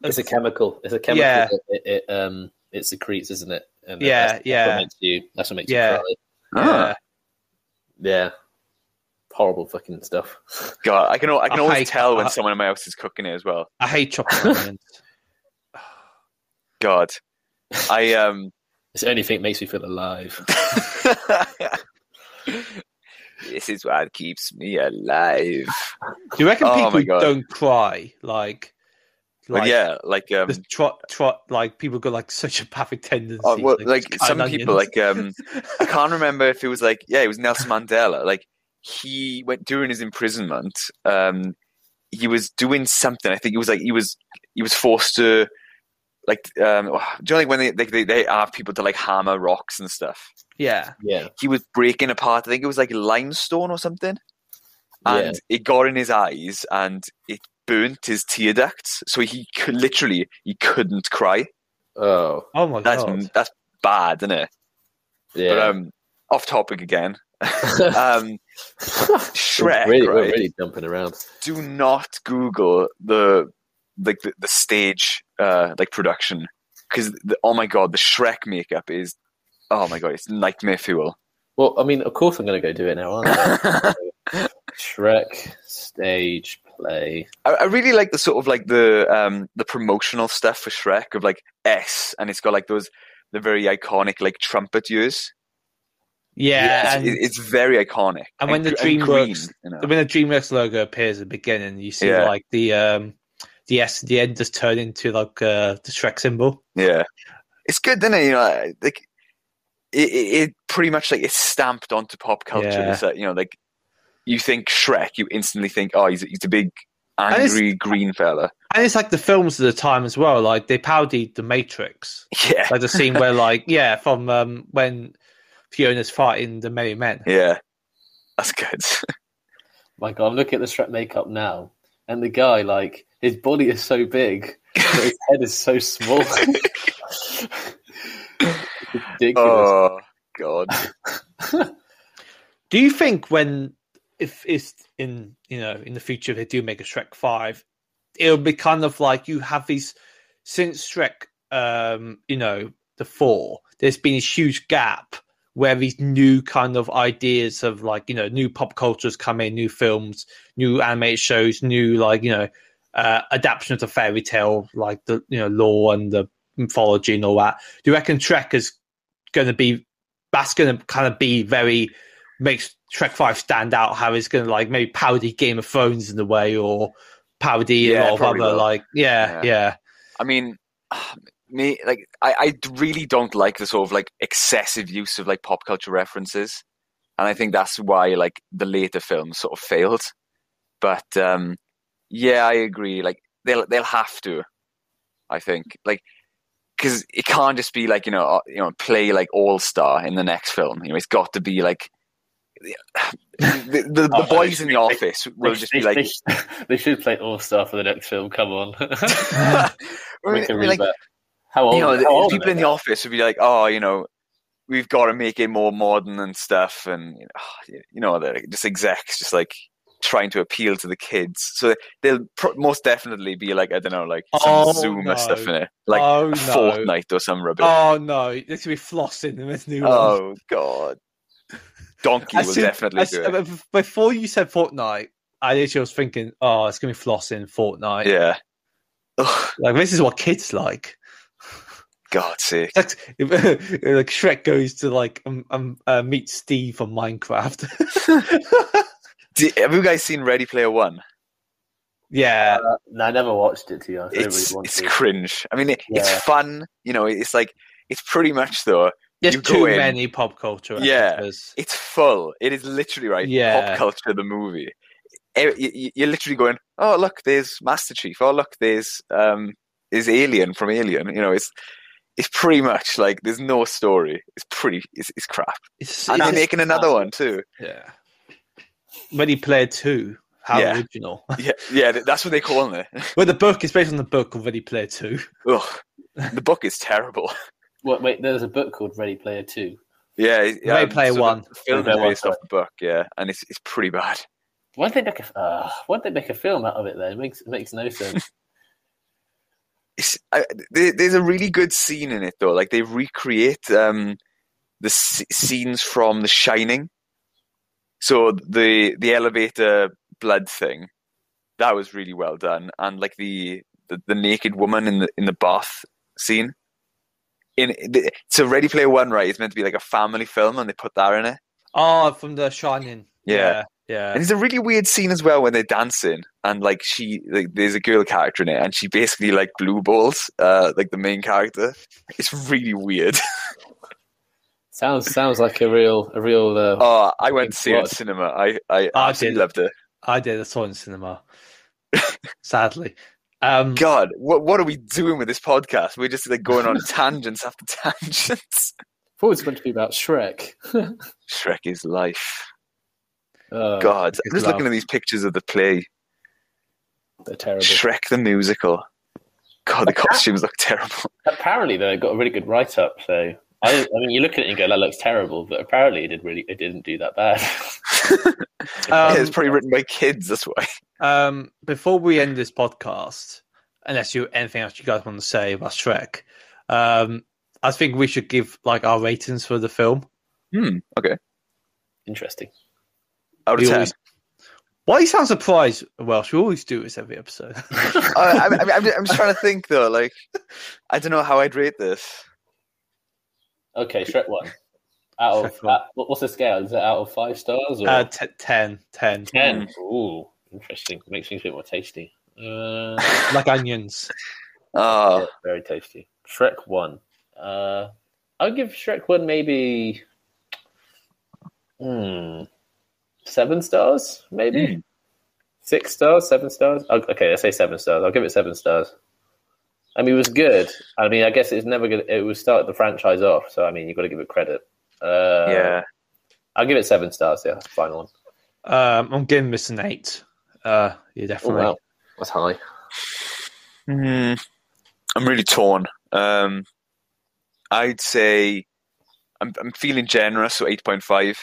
Speaker 7: It's a chemical. It's a chemical.
Speaker 4: Yeah.
Speaker 7: It, it, it, um, it secretes, isn't it? And
Speaker 4: Yeah,
Speaker 7: that's, That's
Speaker 4: yeah.
Speaker 7: what makes you. That's what makes
Speaker 4: Yeah.
Speaker 7: you cry.
Speaker 5: Ah.
Speaker 4: Yeah.
Speaker 7: Yeah. Horrible fucking stuff.
Speaker 5: God, I can al- I can
Speaker 4: I
Speaker 5: always
Speaker 4: hate-
Speaker 5: tell when
Speaker 4: I-
Speaker 5: someone in my house is cooking it as well.
Speaker 4: I hate chopping onions.
Speaker 5: God, I um,
Speaker 7: It's the only thing that makes me feel alive.
Speaker 5: this is what keeps me alive.
Speaker 4: Do you reckon
Speaker 5: Oh, my
Speaker 4: people
Speaker 5: God.
Speaker 4: don't cry? Like,
Speaker 5: But
Speaker 4: like
Speaker 5: yeah, like um,
Speaker 4: the trot, trot, like people got like such a pathic tendency.
Speaker 5: oh, well, like some people like um, I can't remember if it was like yeah, it was Nelson Mandela. Like he went during his imprisonment. Um, he was doing something. I think it was like he was he was forced to like um, do you know like when they they they, they have people to like hammer rocks and stuff.
Speaker 4: yeah,
Speaker 7: Yeah.
Speaker 5: He was breaking apart. I think it was like limestone or something.
Speaker 7: Yeah.
Speaker 5: and it got in his eyes and it burnt his tear ducts so he could, literally he couldn't cry
Speaker 7: Oh.
Speaker 4: oh my
Speaker 5: that's
Speaker 4: god,
Speaker 5: that's bad isn't it but
Speaker 7: Yeah.
Speaker 5: um off topic again um Shrek,
Speaker 7: really, We're
Speaker 5: right?
Speaker 7: really jumping around.
Speaker 5: do not google the like the, the stage uh like production because oh my god the shrek makeup is oh my god it's nightmare fuel
Speaker 7: Well, I mean, of course I'm going to go do it now, aren't I?
Speaker 5: I,
Speaker 7: Shrek stage play.
Speaker 5: I really like the sort of like the um the promotional stuff for shrek of like s and it's got like those the very iconic like trumpet ears
Speaker 4: yeah.
Speaker 5: It's-
Speaker 4: and
Speaker 5: it- it's, very iconic.
Speaker 4: and when the
Speaker 5: gr- green,
Speaker 4: DreamWorks-
Speaker 5: you know.
Speaker 4: when the DreamWorks logo appears at the beginning, you see
Speaker 5: Yeah.
Speaker 4: like the um the S at the end just turn into like uh, the Shrek symbol.
Speaker 5: yeah, it's good, then it? You know, like it, it, it pretty much like it's stamped onto pop culture.
Speaker 4: Yeah.
Speaker 5: It's like, you know, like you think Shrek, you instantly think, oh, he's he's a big
Speaker 4: it's-
Speaker 5: angry green fella.
Speaker 4: And it's like the films of the time as well. Like they parodied the Matrix,
Speaker 5: Yeah,
Speaker 4: like the scene where like yeah, from um when Fiona's fighting the Merry Men.
Speaker 5: yeah. That's good.
Speaker 7: My God, I'm looking at the Shrek makeup now, and the guy, like, his body is so big, but his head is so small. It's ridiculous.
Speaker 5: oh God.
Speaker 4: Do you think when if it's in you know in the future if they do make a Shrek five, it'll be kind of like you have these since Shrek um you know the four. There's been a huge gap where these new kind of ideas of like you know new pop cultures come in, new films, new animated shows, new like you know uh, adaptations of fairy tale like the you know lore and the mythology and all that. Do you reckon Shrek is going to be that's going to kind of be very makes Shrek Five stand out. How it's going to like maybe parody Game of Thrones in a way, or parody a
Speaker 5: Yeah,
Speaker 4: lot of other
Speaker 5: probably will.
Speaker 4: like yeah,
Speaker 5: Yeah.
Speaker 4: yeah,
Speaker 5: I mean, me like I, I really don't like the sort of like excessive use of like pop culture references, and I think that's why like the later films sort of failed. But um, yeah, I agree. Like they'll they'll have to, I think, like because it can't just be like you know uh, you know play like All Star in the next film. You know, it's got to be like. The, the, the
Speaker 7: Oh,
Speaker 5: boys in the
Speaker 7: they-
Speaker 5: office will
Speaker 7: They-
Speaker 5: just
Speaker 7: they-
Speaker 5: be like,
Speaker 7: they, sh- they should play All Star for the next film. Come on,
Speaker 5: Like,
Speaker 7: Make a reboot. how old?
Speaker 5: you know,
Speaker 7: how
Speaker 5: the,
Speaker 7: old
Speaker 5: people
Speaker 7: are
Speaker 5: in
Speaker 7: they
Speaker 5: the office would be like, "Oh, you know, we've got to make it more modern and stuff," and you know, "Oh, you know, they're just execs just like trying to appeal to the kids. So they'll pro- most definitely be like, I don't know, like some
Speaker 4: Oh,
Speaker 5: Zoom
Speaker 4: no.
Speaker 5: or stuff in it, like
Speaker 4: oh no,
Speaker 5: Fortnite or some rubbish. Oh,
Speaker 4: oh no, this could be flossing in this new one.
Speaker 5: god, Donkey
Speaker 4: As
Speaker 5: will
Speaker 4: soon-
Speaker 5: Oh, definitely
Speaker 4: as-
Speaker 5: do it.
Speaker 4: b- Before you said Fortnite, I literally was thinking, oh, it's gonna be flossing Fortnite.
Speaker 5: yeah. Oh
Speaker 4: Like this is what kids like.
Speaker 5: God's sake.
Speaker 4: That's, like Shrek goes to like um, um, uh, meet Steve on Minecraft.
Speaker 5: Do, have you guys seen Ready Player One?
Speaker 4: yeah,
Speaker 7: Uh, no, I never watched it. To be honest, I don't
Speaker 5: It's
Speaker 7: really want
Speaker 5: it's
Speaker 7: to.
Speaker 5: cringe. I mean, it, it's
Speaker 7: Yeah.
Speaker 5: fun. You know, it's like it's pretty much though.
Speaker 4: there's
Speaker 5: you go
Speaker 4: too
Speaker 5: in-
Speaker 4: many pop culture.
Speaker 5: Yeah.
Speaker 4: references.
Speaker 5: it's full. It is literally right.
Speaker 4: Yeah.
Speaker 5: Pop culture, the movie. E- y- y- You're literally going, oh look, there's Master Chief. Oh look, there's um, is Alien from Alien. You know, it's it's pretty much like there's no story. It's pretty. It's, it's crap.
Speaker 4: It's,
Speaker 5: And
Speaker 4: it's-
Speaker 5: they're making another one too.
Speaker 4: yeah. Ready Player Two. How
Speaker 5: Yeah.
Speaker 4: original.
Speaker 5: Yeah, yeah. th- That's what they call it.
Speaker 4: well, the book is based on the book of Ready Player Two.
Speaker 5: Ugh. The book is terrible.
Speaker 7: Wait, wait, there's a book called Ready Player Two.
Speaker 5: Yeah, it-
Speaker 4: Ready
Speaker 5: um,
Speaker 4: Player
Speaker 5: so the-
Speaker 4: One.
Speaker 5: The film
Speaker 7: Ready
Speaker 5: is
Speaker 7: Player
Speaker 5: based
Speaker 7: One,
Speaker 5: off the book, yeah, and it's it's pretty bad.
Speaker 7: Why did they make a uh, Why did they make a film out of it? Then it makes it makes no sense.
Speaker 5: it's, I, there, there's a really good scene in it though. Like they recreate um, the s- scenes from The Shining. So the the elevator blood thing, that was really well done, and like the the, the naked woman in the in the bath scene. In the, so Ready Player One, right? It's meant to be like a family film, and they put that in it.
Speaker 4: Oh, from The Shining.
Speaker 5: Yeah.
Speaker 4: yeah.
Speaker 5: And it's a really weird scene as well when they're dancing and like she like there's a girl character in it and she basically like blue balls uh like the main character. It's really weird.
Speaker 7: sounds sounds like a real a real. Uh,
Speaker 5: Oh, I went to see it in
Speaker 7: God.
Speaker 5: cinema. I I
Speaker 4: Ah, I
Speaker 5: absolutely
Speaker 4: did.
Speaker 5: loved it.
Speaker 4: I did. I saw it in cinema. Sadly. Um,
Speaker 5: God, what what are we doing with this podcast? We're just like going on tangents after tangents.
Speaker 7: I thought it was going to be about Shrek.
Speaker 5: Shrek is life.
Speaker 7: Oh,
Speaker 5: God, I'm
Speaker 4: it's
Speaker 5: just looking
Speaker 4: love.
Speaker 5: at these pictures of the play
Speaker 7: they're terrible.
Speaker 5: Shrek the musical. God, the costumes look terrible.
Speaker 7: Apparently, though, it got a really good write up. So I, I mean, you look at it and go, "That looks terrible," but apparently, it did really it didn't do that bad.
Speaker 5: yeah,
Speaker 4: um,
Speaker 5: it's probably written by kids. That's why.
Speaker 4: um, before we end this podcast, unless you anything else you guys want to say about Shrek, um, I think we should give like our ratings for the film.
Speaker 5: Hmm. Okay.
Speaker 7: Interesting.
Speaker 5: Out of
Speaker 4: We
Speaker 5: ten.
Speaker 4: always- Why you sound surprised, Welsh? We always do this every episode.
Speaker 5: uh, I, I mean, I'm, just, I'm just trying to think though. Like, I don't know how I'd rate this.
Speaker 7: Okay, Shrek one. Out
Speaker 4: Shrek
Speaker 7: of
Speaker 4: one.
Speaker 7: uh, what- what's the scale? Is it out of five stars or
Speaker 4: Uh, mm. t- 10, 10.
Speaker 7: ten? Ooh, interesting. Makes things a bit more tasty. Uh,
Speaker 4: Like onions.
Speaker 5: Oh,
Speaker 7: yeah, very tasty. Shrek one. Uh, I'll give Shrek one maybe. Hmm, seven stars, maybe
Speaker 5: Hmm.
Speaker 7: six stars, seven stars. Oh, okay, let's say seven stars. I'll give it seven stars. I mean, it was good. I mean, I guess it's never gonna. It would start the franchise off, so I mean, you've got to give it credit. Uh,
Speaker 5: yeah.
Speaker 7: I'll give it seven stars. Yeah, final one.
Speaker 4: Um, I'm giving this an eight. Uh, yeah,
Speaker 7: Oh,
Speaker 4: definitely.
Speaker 7: wow. That's high.
Speaker 5: Hmm. I'm really torn. Um, I'd say I'm, I'm feeling generous, so 8.5,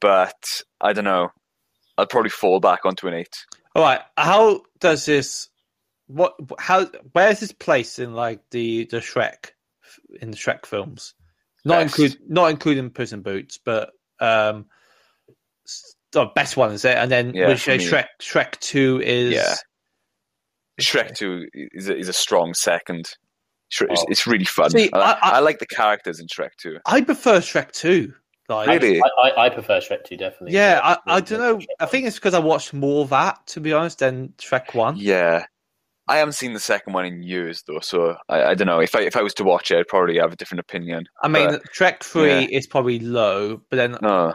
Speaker 5: but I don't know. I'll probably fall back onto an 8.
Speaker 4: All right. How does this? What? How? Where is this placed in like the the Shrek in the Shrek films? Not
Speaker 5: Best.
Speaker 4: include not including Puss in Boots, but um, s- the best one is it? And then
Speaker 5: Yeah,
Speaker 4: we say
Speaker 5: for me.
Speaker 4: Shrek Shrek Two is
Speaker 5: Yeah. Shrek 2 is a, is a strong second. Shrek, it's, it's really fun.
Speaker 4: See,
Speaker 5: I, like-
Speaker 4: I- I-
Speaker 5: I like the characters in Shrek 2.
Speaker 4: I prefer Shrek Two. Like,
Speaker 5: Really?
Speaker 8: I, I, I prefer Shrek 2, definitely.
Speaker 4: Yeah, I, I don't know. I think it's because I watched more of that, to be honest, than Shrek One.
Speaker 5: Yeah. I haven't seen the second one in years, though, so I, I don't know. If I, if I was to watch it, I'd probably have a different opinion.
Speaker 4: I mean,
Speaker 5: But-
Speaker 4: Shrek Three
Speaker 5: yeah.
Speaker 4: is probably low, but then
Speaker 5: No, Oh,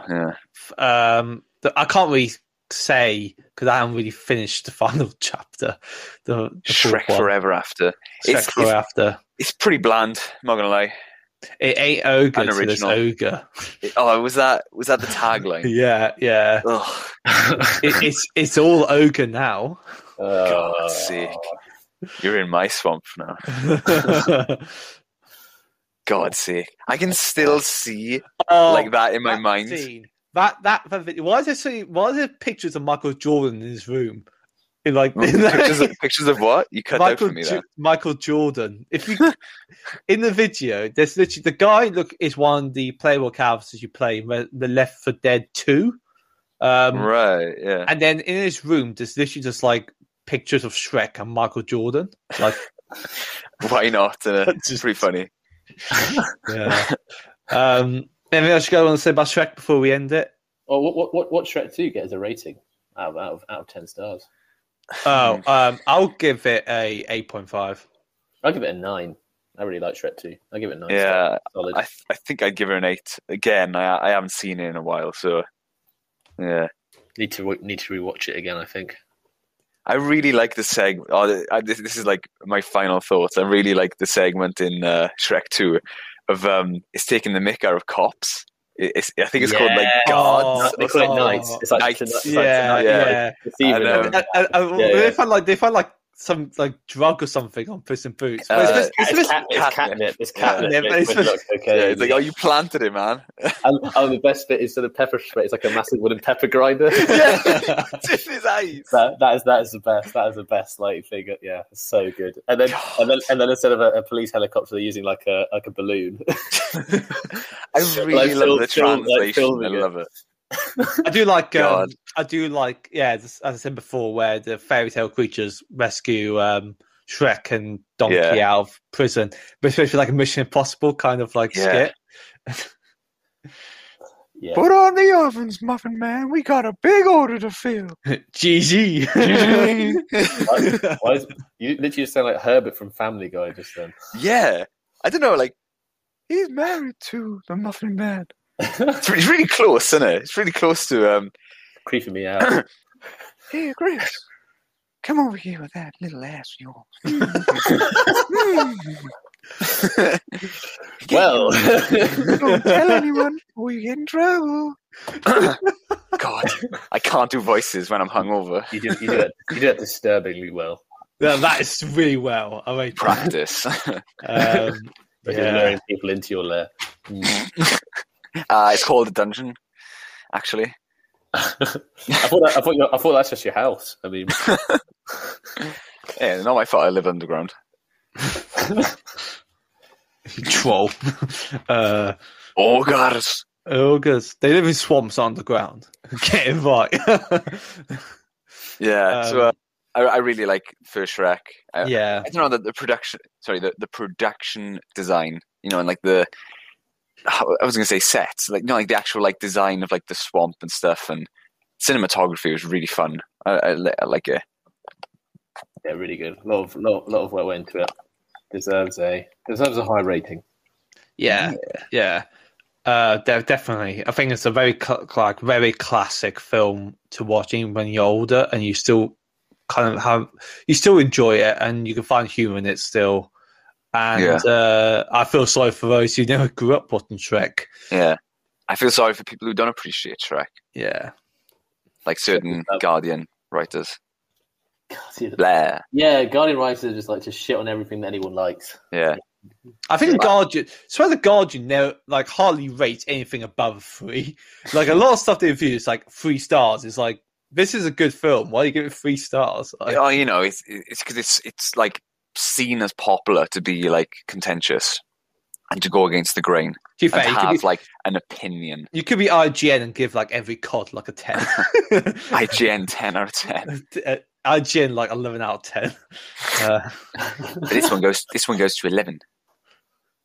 Speaker 5: yeah.
Speaker 4: um th- I can't really say because I haven't really finished the final chapter. The, the fourth
Speaker 5: Shrek
Speaker 4: one.
Speaker 5: Forever After.
Speaker 4: Shrek
Speaker 5: It's-
Speaker 4: Forever after
Speaker 5: It's pretty bland, I'm not going to lie.
Speaker 4: it ain't ogre to this
Speaker 5: Unoriginal.
Speaker 4: ogre.
Speaker 5: It- oh, was that was that the tagline?
Speaker 4: yeah, yeah.
Speaker 5: Ugh.
Speaker 4: It, it's it's all ogre now.
Speaker 7: Uh,
Speaker 5: God's sake. You're in my swamp now. God's sake. I can still see
Speaker 4: Oh,
Speaker 5: like that in my
Speaker 4: that
Speaker 5: mind.
Speaker 4: scene. That that, that video. Why is there so, Why is there pictures of Michael Jordan in his room? In like, in like-
Speaker 5: Oh, pictures, of, pictures of what? You cut out
Speaker 4: Michael,
Speaker 5: for me
Speaker 4: Jo-
Speaker 5: there.
Speaker 4: Michael Jordan. If you in the video, there's literally the guy. Look, is one of the playable characters you play in Re- the Left for Dead Two. Um,
Speaker 5: Right, yeah.
Speaker 4: And then in his room, there's literally just like pictures of Shrek and Michael Jordan. Like,
Speaker 5: Why not? Uh,
Speaker 4: That's
Speaker 5: it's
Speaker 4: just-
Speaker 5: pretty funny.
Speaker 4: yeah. um, anything else you guys want to say about Shrek before we end it?
Speaker 8: Well, what, what, what, what Shrek 2 get as a rating out of, out of, out of 10 stars?
Speaker 5: Hmm.
Speaker 4: Oh, um, I'll give it a eight point five.
Speaker 8: I'll give it a 9. I really like Shrek 2. I'll give it a 9.
Speaker 5: Yeah,
Speaker 8: Solid.
Speaker 5: I, th- I think I'd give her an 8. Again, I, I haven't seen it in a while, so yeah.
Speaker 8: Need to re- need to rewatch it again. I think.
Speaker 5: I really like the segment. Oh, th- I, this, this is like my final thoughts. I really like the segment in uh, Shrek 2 of um, it's taking the mick out of cops. It, it's, I think it's called like
Speaker 8: Yeah.
Speaker 4: Oh,
Speaker 5: Gods. or
Speaker 7: They call it
Speaker 4: Oh.
Speaker 7: nights. It's like,
Speaker 5: Nights.
Speaker 7: tonight- it's like
Speaker 4: Yeah,
Speaker 7: tonight,
Speaker 5: yeah.
Speaker 4: yeah.
Speaker 7: like, this evening.
Speaker 5: I know.
Speaker 4: I, I, I,
Speaker 7: Yeah,
Speaker 4: They
Speaker 7: yeah.
Speaker 4: find like they find like some like drug or something on Puss in Boots. But
Speaker 5: Uh,
Speaker 4: it's, it's,
Speaker 7: It's
Speaker 4: it's,
Speaker 7: cat- it's catnip. It's catnip.
Speaker 4: Catnip,
Speaker 7: It's
Speaker 4: it's
Speaker 7: with,
Speaker 4: just-
Speaker 7: like,
Speaker 5: Yeah,
Speaker 7: cocaine.
Speaker 5: it's like, oh, you planted it, man.
Speaker 7: And, oh, the best bit is sort of pepper spray. It's like a massive wooden pepper grinder.
Speaker 5: Yeah. It's in his eyes.
Speaker 7: That, that is that is the best. That is the best like thing. Yeah, it's so good. And then and then and then instead of a, a police helicopter, they're using like a like a balloon.
Speaker 5: I
Speaker 7: Like,
Speaker 5: really
Speaker 7: film-
Speaker 5: love the
Speaker 7: film- like,
Speaker 5: translation. I
Speaker 7: filming it.
Speaker 5: love it.
Speaker 4: I do like um,
Speaker 5: God.
Speaker 4: I do like yeah. As, as I said before, where the fairy tale creatures rescue um, Shrek and Donkey
Speaker 5: Yeah.
Speaker 4: out of prison, but especially like a Mission Impossible kind of like
Speaker 5: Yeah.
Speaker 4: skit.
Speaker 7: Yeah.
Speaker 1: Put on the ovens, Muffin Man. We got a big order to fill.
Speaker 4: GG.
Speaker 7: Why- why is- you literally just sound like Herbert from Family Guy just um, then.
Speaker 5: Yeah. I don't know. Like,
Speaker 1: He's married to the Muffin Man.
Speaker 5: it's re- it's really close, isn't it? It's really close to. um
Speaker 7: Creeping me out.
Speaker 1: Here, Chris. Come over here with that little ass of yours. Hmm.
Speaker 7: well,
Speaker 1: Don't tell anyone or you get in trouble.
Speaker 5: God, I can't do voices when I'm hungover.
Speaker 7: you do you do that, you do that disturbingly well.
Speaker 4: Yeah, that is really well. I mean,
Speaker 5: Practice.
Speaker 4: um,
Speaker 7: Like
Speaker 4: Yeah.
Speaker 7: you're luring people into your lair.
Speaker 5: uh, it's called a dungeon, actually.
Speaker 7: I thought that, I thought you I thought that's just your house. I mean,
Speaker 5: Yeah, not my fault. I live underground.
Speaker 4: troll. uh,
Speaker 5: Oh, God. it's-
Speaker 4: ogres. They live in swamps underground. Get it right.
Speaker 5: Yeah. so
Speaker 4: Um,
Speaker 5: uh, I, I really like First Shrek. I,
Speaker 4: yeah.
Speaker 5: I don't know that the production, sorry, the, the production design, you know, and like the, I was gonna say sets, like no, like the actual like design of like the swamp and stuff, and cinematography was really fun. I, I, li- I like it.
Speaker 7: yeah, really good. A lot of lot, lot of work went into it. Deserves a deserves a high rating.
Speaker 4: Yeah, yeah, uh, de- definitely. I think it's a very cl- like very classic film to watch, even when you're older, and you still kind of have you still enjoy it, and you can find humour in it still. And uh, I feel sorry for those who never grew up watching Shrek.
Speaker 5: Yeah, I feel sorry for people who don't appreciate Shrek.
Speaker 4: Yeah,
Speaker 5: like certain
Speaker 7: Uh,
Speaker 5: Guardian writers.
Speaker 7: God, yeah.
Speaker 5: Blair.
Speaker 7: yeah, Guardian writers just like to shit on everything that anyone likes.
Speaker 5: Yeah.
Speaker 4: I think Guardian, swear the Guardian, never like hardly rate anything above three. Like a lot of stuff they review is like three stars. It's like this is a good film. Why do you give it three stars? Like,
Speaker 5: oh, you know, it's it's because it's it's like seen as popular to be like contentious and to go against the grain
Speaker 4: to be
Speaker 5: and
Speaker 4: fair, you
Speaker 5: to
Speaker 4: could
Speaker 5: have
Speaker 4: be,
Speaker 5: like an opinion.
Speaker 4: you could be IGN and give like every cod like a ten.
Speaker 5: IGN ten out of ten.
Speaker 4: Uh, IGN like eleven out of ten. Uh,
Speaker 5: But this one goes. This one goes to eleven.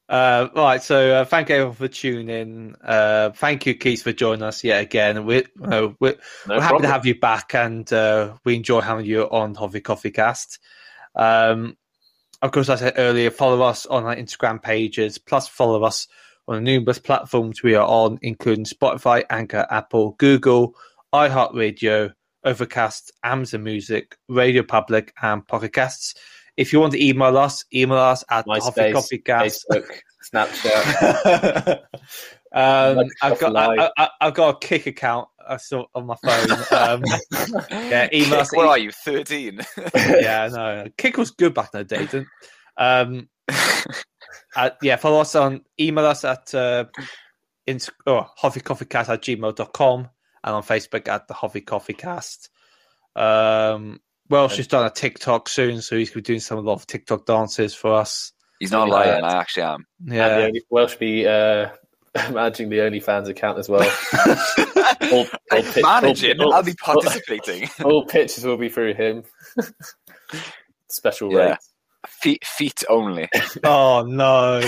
Speaker 4: Uh, right, so uh, thank everyone for tuning in. Uh, thank you, Keith, for joining us yet again. We're, uh, we're,
Speaker 7: No
Speaker 4: we're happy to
Speaker 7: problem.
Speaker 4: have you back, and uh, we enjoy having you on Hobby Coffee Cast. Um, of course, as I said earlier, follow us on our Instagram pages, plus follow us on the numerous platforms we are on, including Spotify, Anchor, Apple, Google, iHeartRadio, Overcast, Amazon Music, Radio Public, and Pocket Casts. If you want to email us, email us at Coffee
Speaker 7: MySpace,
Speaker 4: Coffee Cast.
Speaker 7: Facebook, Snapchat.
Speaker 4: um, I've got I,
Speaker 7: Live.
Speaker 4: I, I've got a kick account I saw on my phone. Um, yeah, email us.
Speaker 5: What are you? Thirteen.
Speaker 4: yeah, no, kick was good back in the day. Didn't. Um, uh, yeah, follow us on email us at uh, in, oh, hoffycoffeecast at gmail.com and on Facebook at the Hoffy Coffee Cast. Um, well, she's done a TikTok soon, so he's going to be doing some a lot of TikTok dances for us.
Speaker 5: He's not lying. I actually am.
Speaker 7: And the
Speaker 4: Yeah,
Speaker 7: only, Welsh be uh, managing the OnlyFans account as well. all, all pic- all-
Speaker 5: Managing.
Speaker 7: all-
Speaker 5: I'll be participating.
Speaker 7: All, all pictures will be through him. Special
Speaker 5: Yeah.
Speaker 7: rate.
Speaker 5: Feet, feet only.
Speaker 4: oh no,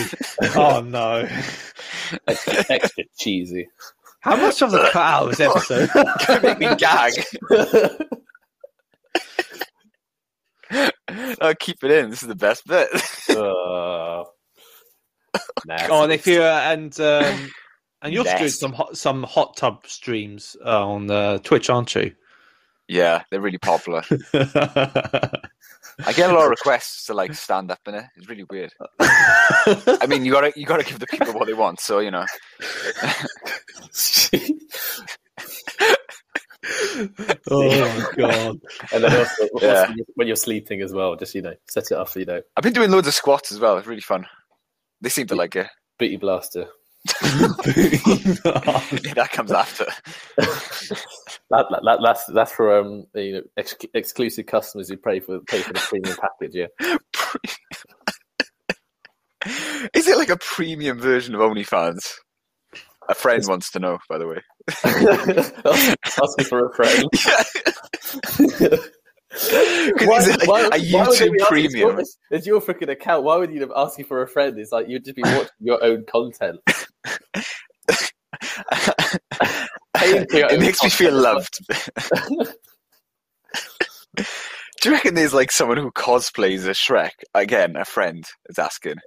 Speaker 4: oh no.
Speaker 7: Extra, extra cheesy.
Speaker 4: How much of the cut out of this episode?
Speaker 5: Make
Speaker 7: Uh,
Speaker 5: me gag. I'll keep it in. This is the best bit.
Speaker 7: Oh. Nah.
Speaker 4: oh, and if you uh, and um, and you're doing
Speaker 5: Yes.
Speaker 4: some hot, some hot tub streams uh, on uh, Twitch, aren't you? Oh,
Speaker 5: yeah, they're really popular.
Speaker 4: I
Speaker 5: I get a lot of requests to like stand up in it. It's really weird. I mean, you gotta you gotta give the people what they want. So you know,
Speaker 4: oh my god!
Speaker 7: and then also,
Speaker 5: Yeah.
Speaker 7: also when you're sleeping as well, just you know, set it up for you know,
Speaker 5: I've been doing loads of squats as well. It's really fun. They seem to like it.
Speaker 7: booty blaster.
Speaker 5: Yeah, that comes after.
Speaker 7: That, that, that, that's that's for um you know ex- exclusive customers who pay for pay for the premium package. Yeah,
Speaker 5: Is it like a premium version of OnlyFans? A friend wants to know, by the way.
Speaker 7: asking for a friend.
Speaker 5: 'Cause is it like a
Speaker 7: would they
Speaker 5: YouTube
Speaker 7: be asking
Speaker 5: premium?
Speaker 7: for this? It's your freaking account. Why would you ask you for a friend? It's like you'd just be watching your own content. Paying for your
Speaker 5: it
Speaker 7: own
Speaker 5: makes me
Speaker 7: content.
Speaker 5: feel loved. Do you reckon there's like someone who cosplays as Shrek? Again, a friend is asking.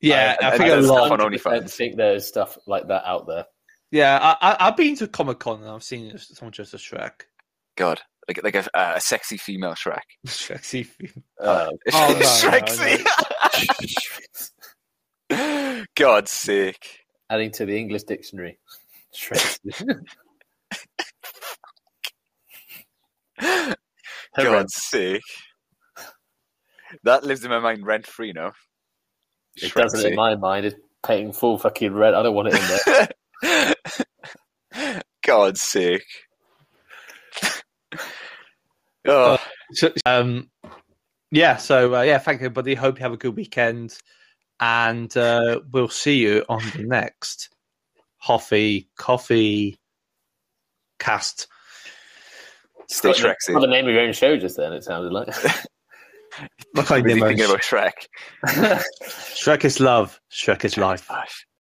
Speaker 4: yeah, I,
Speaker 5: I-
Speaker 4: think a
Speaker 5: I just-
Speaker 4: lot.
Speaker 5: on
Speaker 7: 100%
Speaker 5: OnlyFans.
Speaker 7: think there's stuff like that out there.
Speaker 4: Yeah, I, I, I've been to Comic Con and I've seen someone dressed as Shrek.
Speaker 5: God, like like a, a sexy female Shrek.
Speaker 4: Shrek
Speaker 7: Uh,
Speaker 4: Oh, no,
Speaker 5: Shreksy. God's sake.
Speaker 7: adding to the English dictionary. Shrek.
Speaker 5: God's sake. That lives in my mind rent free now.
Speaker 7: It doesn't in my mind. It's paying full fucking rent. I don't want it in there.
Speaker 5: Shreksy. God's sake.
Speaker 7: Uh,
Speaker 5: Oh,
Speaker 4: So, um, yeah, so uh, yeah, thank you, everybody. Hope you have a good weekend, and uh, we'll see you on the next Hoffy Coffee Cast.
Speaker 5: stay
Speaker 7: Not the
Speaker 5: Shrexy.
Speaker 7: name of your own show just then, it sounded like.
Speaker 4: Look, I
Speaker 5: Really
Speaker 4: did
Speaker 5: thinking
Speaker 4: my-
Speaker 5: about Shrek.
Speaker 4: Shrek is love. Shrek is life.
Speaker 5: Gosh.